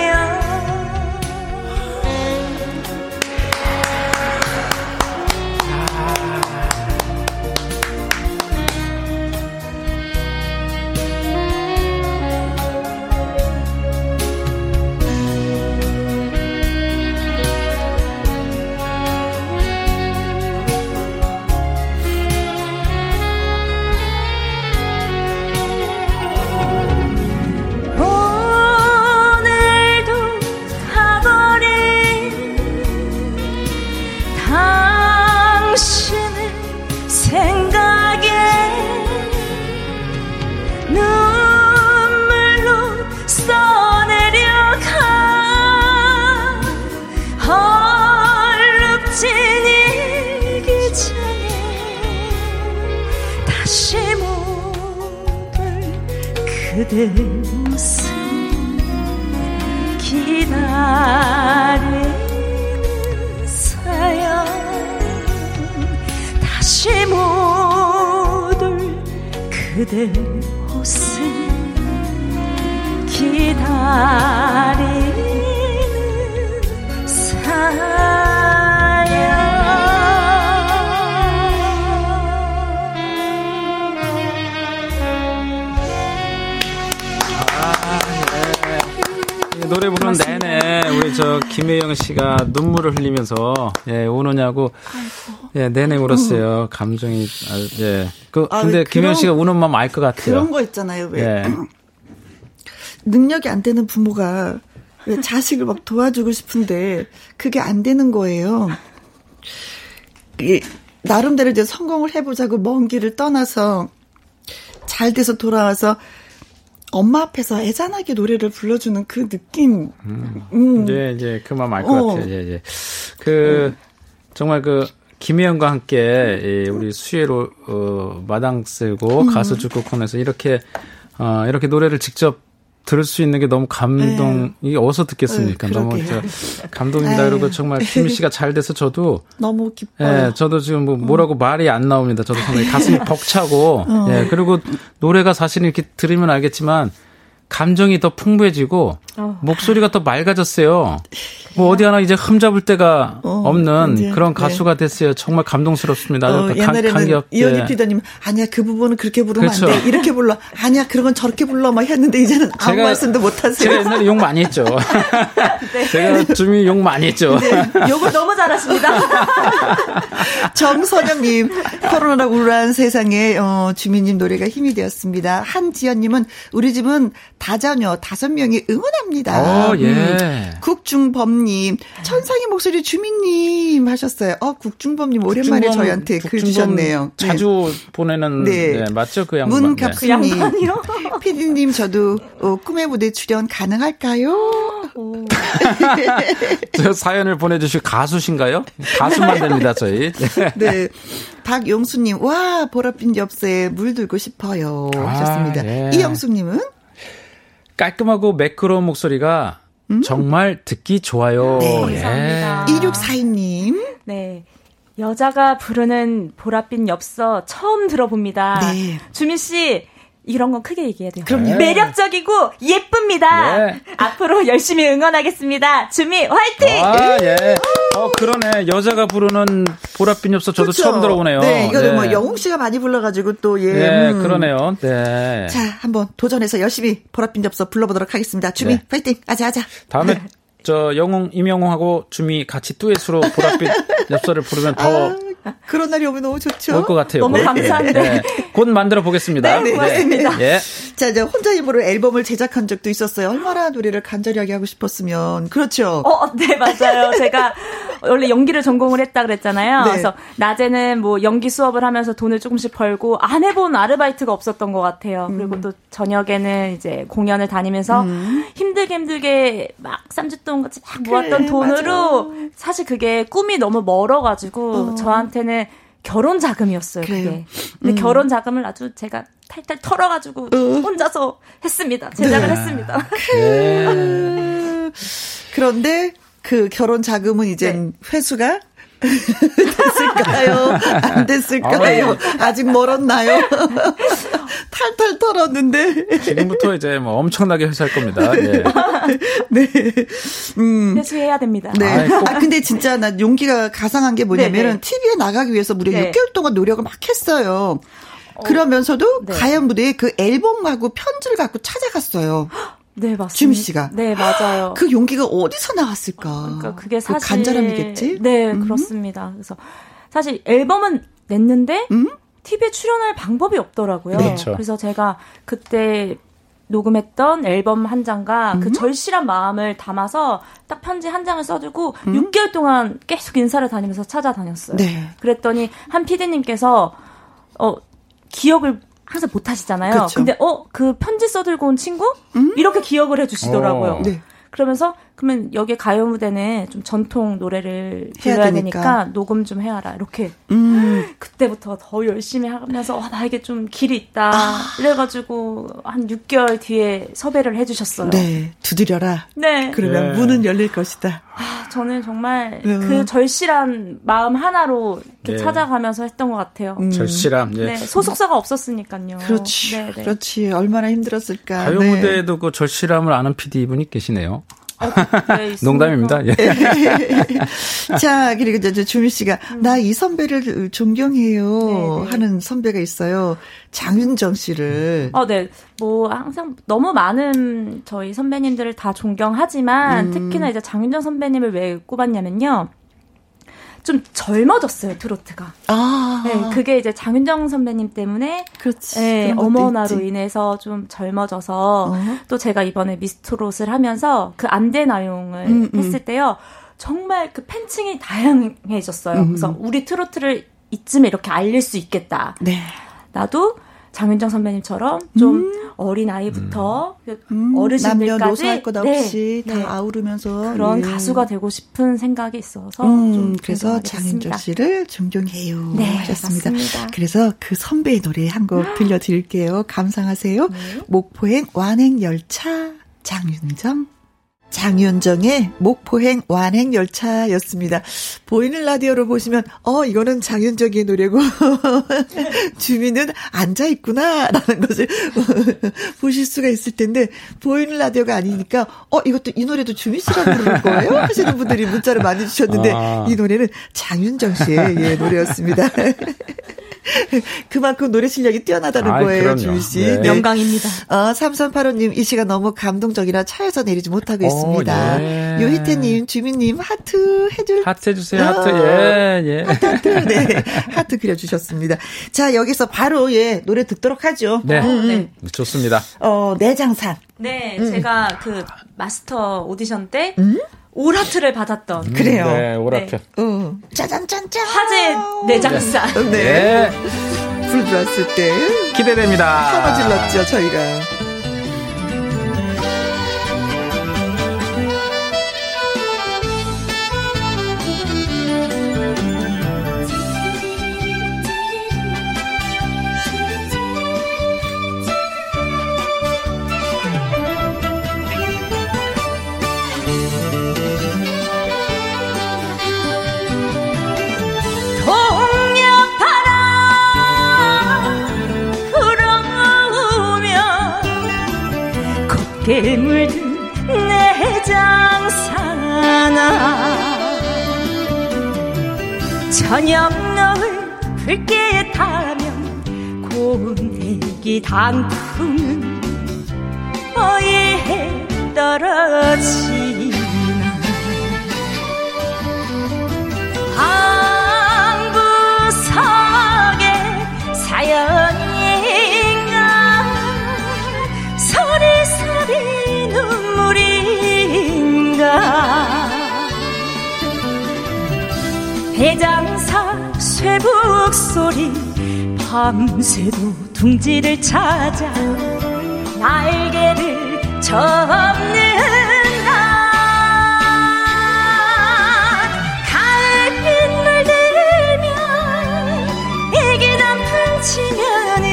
[SPEAKER 4] 오늘도 가버린 당신의 생각에 눈물로 써내려가 얼룩진 이 기차에 다시 못올 그대 모습 기다리는 사연 다시 못올 그대 모습
[SPEAKER 6] 아,
[SPEAKER 4] 기다리는 사연
[SPEAKER 5] 이 예, 노래 부르는 내내 우리 저 김혜영 씨가 눈물을 흘리면서 예 우느냐고 예 내내 울었어요 감정이 아, 예그
[SPEAKER 1] 아,
[SPEAKER 5] 근데
[SPEAKER 1] 왜
[SPEAKER 5] 김혜영
[SPEAKER 1] 그런-
[SPEAKER 5] 씨가 우는 마음 알 것 같아요
[SPEAKER 1] 그런 거 있잖아요. 왜
[SPEAKER 5] 예
[SPEAKER 1] 능력이 안 되는 부모가 왜 자식을 막 도와주고 싶은데 그게 안 되는 거예요. 이 나름대로 이제 성공을 해보자고 먼 길을 떠나서 잘 돼서 돌아와서 엄마 앞에서 애잔하게 노래를 불러주는 그 느낌. 음.
[SPEAKER 5] 이제 이제 그 마음 알 것
[SPEAKER 1] 어.
[SPEAKER 5] 같아요 예예 그 정말 그 김혜영과 함께 이 우리 수혜로 어, 마당 쓸고
[SPEAKER 1] 음.
[SPEAKER 5] 가수 축구 코너에서 이렇게 어, 이렇게 노래를 직접 들을 수 있는 게 너무 감동 이게 어디서 듣겠습니까
[SPEAKER 1] 네,
[SPEAKER 5] 너무
[SPEAKER 1] 그러게요. 네.
[SPEAKER 5] 저 감동입니다 그리고 정말 김희 씨가 잘 돼서 저도
[SPEAKER 1] 너무
[SPEAKER 5] 예,
[SPEAKER 1] 기뻐요.
[SPEAKER 5] 저도 지금 뭐 뭐라고 말이 안 나옵니다. 저도 상당히 가슴이 벅차고,
[SPEAKER 1] 어.
[SPEAKER 5] 예, 그리고 노래가 사실 이렇게 들으면 알겠지만, 감정이 더 풍부해지고,
[SPEAKER 1] 어.
[SPEAKER 5] 목소리가 더 맑아졌어요. 뭐 어디 하나 이제 흠 잡을 데가
[SPEAKER 1] 예. 어,
[SPEAKER 5] 없는
[SPEAKER 1] 이제,
[SPEAKER 5] 그런
[SPEAKER 1] 네.
[SPEAKER 5] 가수가 됐어요. 정말 감동스럽습니다.
[SPEAKER 1] 어,
[SPEAKER 5] 간-
[SPEAKER 1] 옛날에는
[SPEAKER 5] 간격대. 예.
[SPEAKER 1] 이현희 피디님 아니야 그 부분은 그렇게 부르면 안
[SPEAKER 5] 그렇죠.
[SPEAKER 1] 돼 이렇게 불러 아니야 그런 건 저렇게 불러 막 했는데 이제는 아무
[SPEAKER 5] 제가-
[SPEAKER 1] 말씀도 못
[SPEAKER 5] 제가
[SPEAKER 1] 하세요. 네.
[SPEAKER 5] 옛날에 욕 많이 했죠. 제가 주민 욕 많이 했죠.
[SPEAKER 8] 욕을 너무 잘하십니다.
[SPEAKER 1] 정선영님, 코로나라 우울한 세상에 어, 주민님 노래가 힘이 되었습니다. 한지연님은 우리 집은 다자녀 다섯 명이 응원합니다. 음.
[SPEAKER 5] 어, 예.
[SPEAKER 1] 국중범님, 천상의 목소리 주민님 하셨어요. 어, 국중범님 오랜만에
[SPEAKER 5] 국중범-
[SPEAKER 1] 저희한테 글
[SPEAKER 5] 국중범
[SPEAKER 1] 주셨네요. 네.
[SPEAKER 5] 자주 보내는
[SPEAKER 1] 네.
[SPEAKER 5] 네, 맞죠 그 양반. 네.
[SPEAKER 8] 그
[SPEAKER 1] 문갑수님,
[SPEAKER 8] 양반이요?
[SPEAKER 1] 피디님 저도 어, 꿈의 무대 출연 가능할까요?
[SPEAKER 5] 저 사연을 보내주실 가수신가요? 가수만 됩니다, 저희.
[SPEAKER 1] 네. 박용수님, 와, 보랏빛 엽서에 물들고 싶어요.
[SPEAKER 5] 아,
[SPEAKER 1] 하셨습니다.
[SPEAKER 5] 예.
[SPEAKER 1] 이영숙님은?
[SPEAKER 5] 깔끔하고 매끄러운 목소리가 정말 듣기 좋아요.
[SPEAKER 4] 음. 네,
[SPEAKER 5] 예.
[SPEAKER 4] 감사합니다.
[SPEAKER 5] 아.
[SPEAKER 1] 2642님.
[SPEAKER 4] 네. 여자가 부르는 보랏빛 엽서 처음 들어봅니다.
[SPEAKER 1] 네.
[SPEAKER 4] 주민 씨 이런 건 크게 얘기해야 돼요. 매력적이고 예쁩니다.
[SPEAKER 5] 네.
[SPEAKER 4] 앞으로 열심히 응원하겠습니다. 주미 화이팅!
[SPEAKER 5] 아, 예. 어, 그러네. 여자가 부르는 보랏빛 엽서 저도
[SPEAKER 1] 그쵸?
[SPEAKER 4] 그렇죠.
[SPEAKER 5] 처음 들어보네요.
[SPEAKER 1] 네, 이거
[SPEAKER 5] 예.
[SPEAKER 1] 는뭐 영웅 씨가 많이 불러가지고 또 예.
[SPEAKER 5] 예,
[SPEAKER 1] 음.
[SPEAKER 5] 그러네요. 네.
[SPEAKER 1] 자, 한번 도전해서 열심히 보랏빛 접서 불러보도록 하겠습니다. 주민
[SPEAKER 5] 네.
[SPEAKER 1] 파이팅, 아자 아자.
[SPEAKER 5] 다음에
[SPEAKER 4] 네.
[SPEAKER 5] 저 영웅 임영웅하고 주미 같이 듀엣으로 보랏빛 엽서를 부르면 더 올 것
[SPEAKER 1] 아, 그런 날이 오면 너무 좋죠.
[SPEAKER 5] 어. 같아요.
[SPEAKER 4] 그렇죠. 너무
[SPEAKER 5] 곧.
[SPEAKER 4] 감사한데.
[SPEAKER 5] 네. 곧 만들어 보겠습니다.
[SPEAKER 4] 네, 고맙습니다.
[SPEAKER 5] 예.
[SPEAKER 1] 자, 이제 혼자 힘으로 앨범을 제작한 적도 있었어요. 얼마나 노래를 간절하게 하고 싶었으면. 그렇죠.
[SPEAKER 4] 어, 네, 맞아요. 제가 원래 연기를 전공을 했다 그랬잖아요.
[SPEAKER 1] 네.
[SPEAKER 4] 그래서 낮에는 뭐 연기 수업을 하면서 돈을 조금씩 벌고 안 해본 아르바이트가 없었던 것 같아요.
[SPEAKER 1] 음.
[SPEAKER 4] 그리고 또 저녁에는 이제 공연을 다니면서
[SPEAKER 1] 음.
[SPEAKER 4] 힘들게 힘들게 막 쌈짓돈 같이 막
[SPEAKER 1] 네,
[SPEAKER 4] 모았던 돈으로 사실 그게 꿈이 너무 멀어가지고 저한테는 결혼 자금이었어요. 그게.
[SPEAKER 1] 그래요. 음.
[SPEAKER 4] 근데 결혼 자금을 아주 제가 탈탈 털어가지고 혼자서
[SPEAKER 1] 네.
[SPEAKER 4] 했습니다. 제작을 했습니다.
[SPEAKER 5] 예.
[SPEAKER 1] 그런데 그 결혼 자금은 이제
[SPEAKER 4] 네.
[SPEAKER 1] 회수가 됐을까요? 안 됐을까요?
[SPEAKER 4] 네.
[SPEAKER 1] 아직 멀었나요? 탈탈 털었는데.
[SPEAKER 5] 지금부터 이제 뭐 엄청나게 회사할 겁니다. 예.
[SPEAKER 1] 네.
[SPEAKER 4] 회수해야 됩니다.
[SPEAKER 1] 음. 네.
[SPEAKER 5] 아이, 꼭-
[SPEAKER 1] 아, 근데 진짜 난 용기가 가상한 게 뭐냐면은
[SPEAKER 4] 네, 네.
[SPEAKER 1] TV에 나가기 위해서 무려
[SPEAKER 4] 네.
[SPEAKER 1] 6개월 동안 노력을 막 했어요. 그러면서도
[SPEAKER 4] 네.
[SPEAKER 1] 가연 무대에 그 앨범하고 편지를 갖고 찾아갔어요.
[SPEAKER 4] 네, 맞습니다.
[SPEAKER 1] 주미 씨가.
[SPEAKER 4] 네, 맞아요.
[SPEAKER 1] 그 용기가 어디서 나왔을까?
[SPEAKER 4] 그러니까 그게 사실
[SPEAKER 1] 간절함이겠지?
[SPEAKER 4] 네, 그렇습니다. 그래서 사실 앨범은 냈는데
[SPEAKER 1] 음?
[SPEAKER 4] TV에 출연할 방법이 없더라고요.
[SPEAKER 5] 네. 그렇죠.
[SPEAKER 4] 그래서 제가 그때 녹음했던 앨범 한 장과
[SPEAKER 1] 음?
[SPEAKER 4] 그 절실한 마음을 담아서 딱 편지 한 장을 써주고 6개월 동안 계속 인사를 다니면서
[SPEAKER 1] 음?
[SPEAKER 4] 찾아다녔어요.
[SPEAKER 1] 네.
[SPEAKER 4] 그랬더니 한 피디님께서 어 기억을 항상 못 하시잖아요.
[SPEAKER 1] 그렇죠.
[SPEAKER 4] 근데 어 그 편지 써들고 온 친구
[SPEAKER 1] 음?
[SPEAKER 4] 이렇게 기억을 해주시더라고요.
[SPEAKER 5] 어.
[SPEAKER 1] 네.
[SPEAKER 4] 그러면서 그러면 여기 가요 무대는 좀 전통 노래를
[SPEAKER 1] 해야
[SPEAKER 4] 불러야
[SPEAKER 1] 되니까. 음.
[SPEAKER 4] 되니까. 녹음 좀 해와라 이렇게 그때부터 더 열심히 하면서 와 나에게 좀 길이 있다
[SPEAKER 1] 아.
[SPEAKER 4] 이래가지고 한 6개월 뒤에 섭외를 해주셨어요.
[SPEAKER 1] 네. 두드려라.
[SPEAKER 4] 네.
[SPEAKER 1] 그러면
[SPEAKER 5] 예.
[SPEAKER 1] 문은 열릴 것이다.
[SPEAKER 4] 아, 저는 정말
[SPEAKER 1] 음.
[SPEAKER 4] 그 절실한 마음 하나로 이렇게
[SPEAKER 5] 네.
[SPEAKER 4] 찾아가면서 했던 것 같아요.
[SPEAKER 5] 절실함. 예.
[SPEAKER 4] 네, 소속사가 없었으니까요.
[SPEAKER 1] 음. 그렇지.
[SPEAKER 4] 네, 네.
[SPEAKER 1] 그렇지. 얼마나 힘들었을까.
[SPEAKER 5] 가요
[SPEAKER 1] 네.
[SPEAKER 5] 무대에도 그 절실함을 아는 PD 분이 계시네요.
[SPEAKER 4] 네, 있습니다.
[SPEAKER 5] 농담입니다. 예.
[SPEAKER 1] 자, 그리고 이제 저 주미 씨가 나 이 선배를 존경해요
[SPEAKER 4] 음. 네, 네.
[SPEAKER 1] 하는 선배가 있어요. 장윤정 씨를.
[SPEAKER 4] 어, 네. 뭐, 항상 너무 많은 저희 선배님들을 다 존경하지만,
[SPEAKER 1] 음.
[SPEAKER 4] 특히나 이제 장윤정 선배님을 왜 꼽았냐면요. 좀 젊어졌어요, 트로트가.
[SPEAKER 1] 아,
[SPEAKER 4] 네, 그게 이제 장윤정 선배님 때문에,
[SPEAKER 1] 그렇지.
[SPEAKER 4] 네,
[SPEAKER 1] 그런 것도
[SPEAKER 4] 어머나로
[SPEAKER 1] 있지.
[SPEAKER 4] 인해서 좀 젊어져서,
[SPEAKER 1] 어.
[SPEAKER 4] 또 제가 이번에 미스트롯을 하면서 그 안대나용을
[SPEAKER 1] 음, 음.
[SPEAKER 4] 했을 때요. 정말 그 팬층이
[SPEAKER 1] 음.
[SPEAKER 4] 다양해졌어요. 그래서 우리 트로트를 이쯤에 이렇게 알릴 수 있겠다.
[SPEAKER 1] 네.
[SPEAKER 4] 나도 장윤정 선배님처럼 좀 어린 아이부터 그
[SPEAKER 1] 음,
[SPEAKER 4] 어르신들까지
[SPEAKER 1] 남녀노소 할것 없이
[SPEAKER 4] 네,
[SPEAKER 1] 다
[SPEAKER 4] 네.
[SPEAKER 1] 아우르면서
[SPEAKER 4] 그런
[SPEAKER 1] 예.
[SPEAKER 4] 가수가 되고 싶은 생각이 있어서 좀
[SPEAKER 1] 음, 그래서 장윤정
[SPEAKER 4] 존경하겠습니다.
[SPEAKER 1] 씨를 존경해요
[SPEAKER 4] 네,
[SPEAKER 1] 하셨습니다.
[SPEAKER 4] 맞습니다.
[SPEAKER 1] 그래서 그 선배의 노래 한 곡 들려드릴게요. 감상하세요.
[SPEAKER 4] 네.
[SPEAKER 1] 목포행 완행열차 장윤정. 장윤정의 목포행 완행열차였습니다. 보이는 라디오로 보시면, 어, 이거는 장윤정의 노래고, 주민은 앉아있구나, 라는 것을 보실 수가 있을 텐데, 보이는 라디오가 아니니까, 어, 이것도 이 노래도 주민 씨가 부르는 거예요? 하시는 분들이 문자를 많이 주셨는데,
[SPEAKER 5] 아.
[SPEAKER 1] 이 노래는 장윤정 씨의 예, 노래였습니다. 그만큼 노래 실력이 뛰어나다는
[SPEAKER 5] 아이,
[SPEAKER 1] 거예요,
[SPEAKER 5] 그럼요.
[SPEAKER 1] 주민 씨.
[SPEAKER 5] 네.
[SPEAKER 4] 영광입니다.
[SPEAKER 1] 어, 3385님, 이 시간 너무 감동적이라 차에서 내리지 못하고
[SPEAKER 5] 어,
[SPEAKER 1] 있습니다.
[SPEAKER 5] 예.
[SPEAKER 1] 요희태님, 주민님, 하트 해줄
[SPEAKER 5] 하트 해주세요. 하트. 예, 예.
[SPEAKER 1] 하트, 네. 하트 그려주셨습니다. 자, 여기서 바로, 예, 노래 듣도록 하죠.
[SPEAKER 5] 네.
[SPEAKER 4] 네.
[SPEAKER 5] 좋습니다.
[SPEAKER 1] 어, 내장산.
[SPEAKER 4] 네,
[SPEAKER 1] 음.
[SPEAKER 4] 제가 그 마스터 오디션 때 오라트를 받았던
[SPEAKER 1] 그래요.
[SPEAKER 5] 네, 오라표.
[SPEAKER 1] 어, 짜잔짠짠.
[SPEAKER 4] 화제
[SPEAKER 1] 음.
[SPEAKER 4] 내장사.
[SPEAKER 1] 네.
[SPEAKER 5] 예. 아.
[SPEAKER 1] 불 들어왔을 때,
[SPEAKER 5] 기대됩니다.
[SPEAKER 1] 터어 질렀죠, 저희가. 음.
[SPEAKER 4] 어,
[SPEAKER 6] 깊게 물든 내 장사나 저녁 너울 붉게 타면 고운 대기 단풍은 어이해 떨어지나 방구석에 사연인가 소리소리 눈물인가 대장사 쇠북 소리 밤새도 둥지를 찾아 날개를 접는다 가을빛 물들면 이기던 풍치면은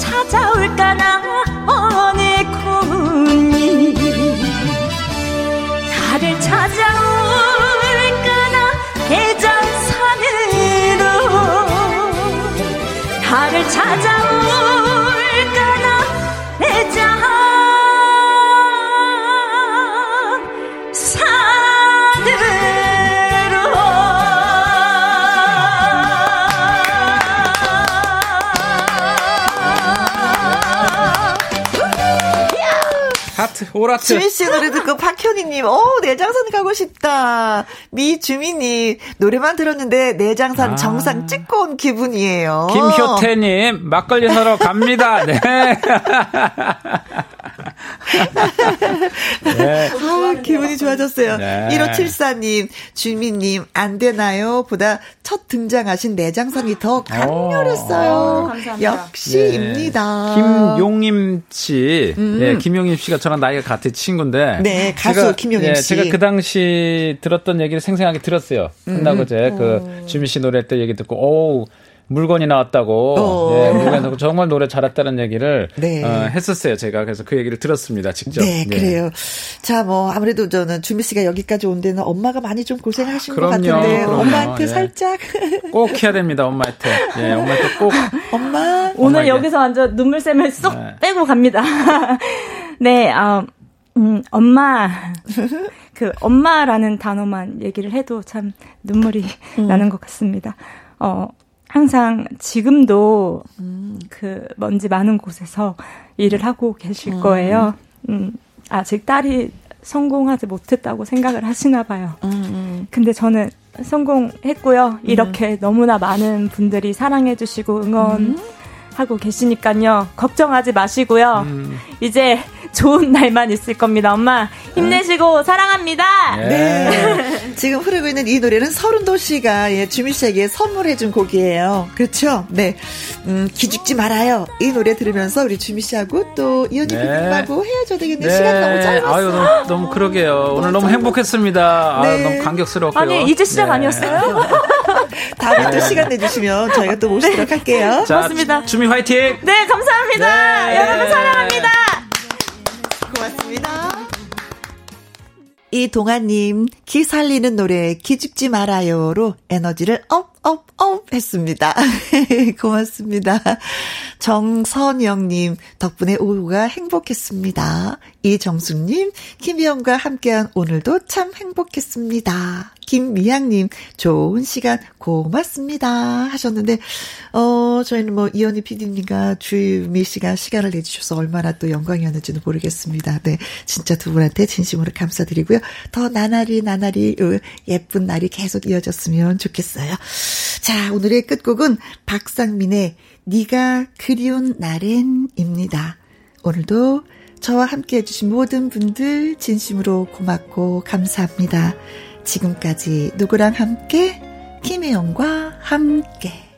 [SPEAKER 6] 찾아올까나 어느 꿈이 나를 찾아올까나 대장산으로 나를 찾아올까나 대장산으로
[SPEAKER 5] 하트 오라트
[SPEAKER 1] 주민 씨 노래 듣고 박현희님, 어 내장산 가고 싶다. 미 주민님 노래만 들었는데 내장산
[SPEAKER 5] 아.
[SPEAKER 1] 정상 찍고 온 기분이에요.
[SPEAKER 5] 김효태님 막걸리 사러 갑니다. 네. 네.
[SPEAKER 4] 어,
[SPEAKER 1] 아, 기분이 좋아졌어요.
[SPEAKER 5] 네.
[SPEAKER 1] 1574님, 주민님, 안 되나요? 보다 첫 등장하신 내장산이 더 강렬했어요.
[SPEAKER 4] 아, 감사합니다.
[SPEAKER 1] 역시입니다.
[SPEAKER 5] 네.
[SPEAKER 1] 음.
[SPEAKER 5] 김용임 씨, 예, 김용임 씨가 저랑 나이가 같은 친구인데,
[SPEAKER 1] 네, 가수 김용임
[SPEAKER 5] 예,
[SPEAKER 1] 씨.
[SPEAKER 5] 제가 그 당시 들었던 얘기를 생생하게 들었어요.
[SPEAKER 1] 음.
[SPEAKER 5] 끝나고 제그
[SPEAKER 1] 어.
[SPEAKER 5] 주민 씨 노래 때 얘기 듣고, 어우 물건이 나왔다고,
[SPEAKER 1] 어.
[SPEAKER 5] 예, 물건이 나왔고 정말 노래 잘했다는 얘기를
[SPEAKER 1] 네.
[SPEAKER 5] 어, 했었어요. 제가 그래서 그 얘기를 들었습니다. 직접.
[SPEAKER 1] 네,
[SPEAKER 5] 예.
[SPEAKER 1] 그래요. 자, 뭐, 아무래도 저는 주미 씨가 여기까지 온 데는 엄마가 많이 좀 고생하신
[SPEAKER 5] 그럼요,
[SPEAKER 1] 것 같은데,
[SPEAKER 5] 그럼요.
[SPEAKER 1] 엄마한테
[SPEAKER 5] 예.
[SPEAKER 1] 살짝,
[SPEAKER 5] 꼭 해야 됩니다. 엄마한테. 예, 엄마한테 꼭.
[SPEAKER 1] 엄마,
[SPEAKER 4] 오늘
[SPEAKER 5] 정말
[SPEAKER 4] 여기서 완전 눈물샘을 쏙
[SPEAKER 5] 네.
[SPEAKER 4] 빼고 갑니다. 네, 아, 음, 엄마. 그, 엄마라는 단어만 얘기를 해도 참 눈물이 나는 것 같습니다. 어, 항상 지금도 그 먼지 많은 곳에서 일을 하고 계실 거예요. 음, 아직 딸이 성공하지 못했다고 생각을 하시나 봐요. 근데 저는 성공했고요.
[SPEAKER 5] 네.
[SPEAKER 4] 이렇게 너무나 많은 분들이 사랑해주시고 응원하고 계시니까요. 걱정하지 마시고요.
[SPEAKER 5] 음.
[SPEAKER 4] 이제 좋은 날만 있을 겁니다. 엄마 힘내시고 사랑합니다.
[SPEAKER 5] 예.
[SPEAKER 1] 네. 지금 흐르고 있는 이 노래는 서른도 씨가 예, 주미 씨에게 선물해준 곡이에요. 그렇죠? 네. 음, 기죽지 말아요. 이 노래 들으면서 우리 주미 씨하고 또 이현이
[SPEAKER 5] 네.
[SPEAKER 1] 부님하고 헤어져야 되겠네. 시간 너무 짧았어.
[SPEAKER 5] 아유, 너무, 너무 그러게요. 오늘 너무 행복했습니다.
[SPEAKER 1] 네.
[SPEAKER 5] 아유, 너무 감격스럽고요.
[SPEAKER 4] 아니 이제 시작
[SPEAKER 5] 네.
[SPEAKER 4] 아니었어요?
[SPEAKER 1] 다음에 또 시간 내주시면 저희가 또 모시도록 할게요.
[SPEAKER 5] 자,
[SPEAKER 4] 고맙습니다.
[SPEAKER 5] 주- 주미 화이팅!
[SPEAKER 4] 네 감사합니다.
[SPEAKER 5] 네.
[SPEAKER 4] 여러분 사랑합니다.
[SPEAKER 1] 고맙습니다. 이동아님, 기 살리는 노래, 기죽지 말아요로 에너지를 업, 업, 업 했습니다. 고맙습니다. 정선영님, 덕분에 오후가 행복했습니다. 이정숙님, 김희영과 함께한 오늘도 참 행복했습니다. 김미양님, 좋은 시간 고맙습니다. 하셨는데, 어, 저희는 뭐, 이현희 PD님과 주미 씨가 시간을 내주셔서 얼마나 또 영광이었는지는 모르겠습니다. 네. 진짜 두 분한테 진심으로 감사드리고요. 더 나날이 나날이 어, 예쁜 날이 계속 이어졌으면 좋겠어요. 자, 오늘의 끝곡은 박상민의 네가 그리운 날엔입니다. 오늘도 저와 함께 해주신 모든 분들 진심으로 고맙고 감사합니다. 지금까지 누구랑 함께? 김혜영과 함께.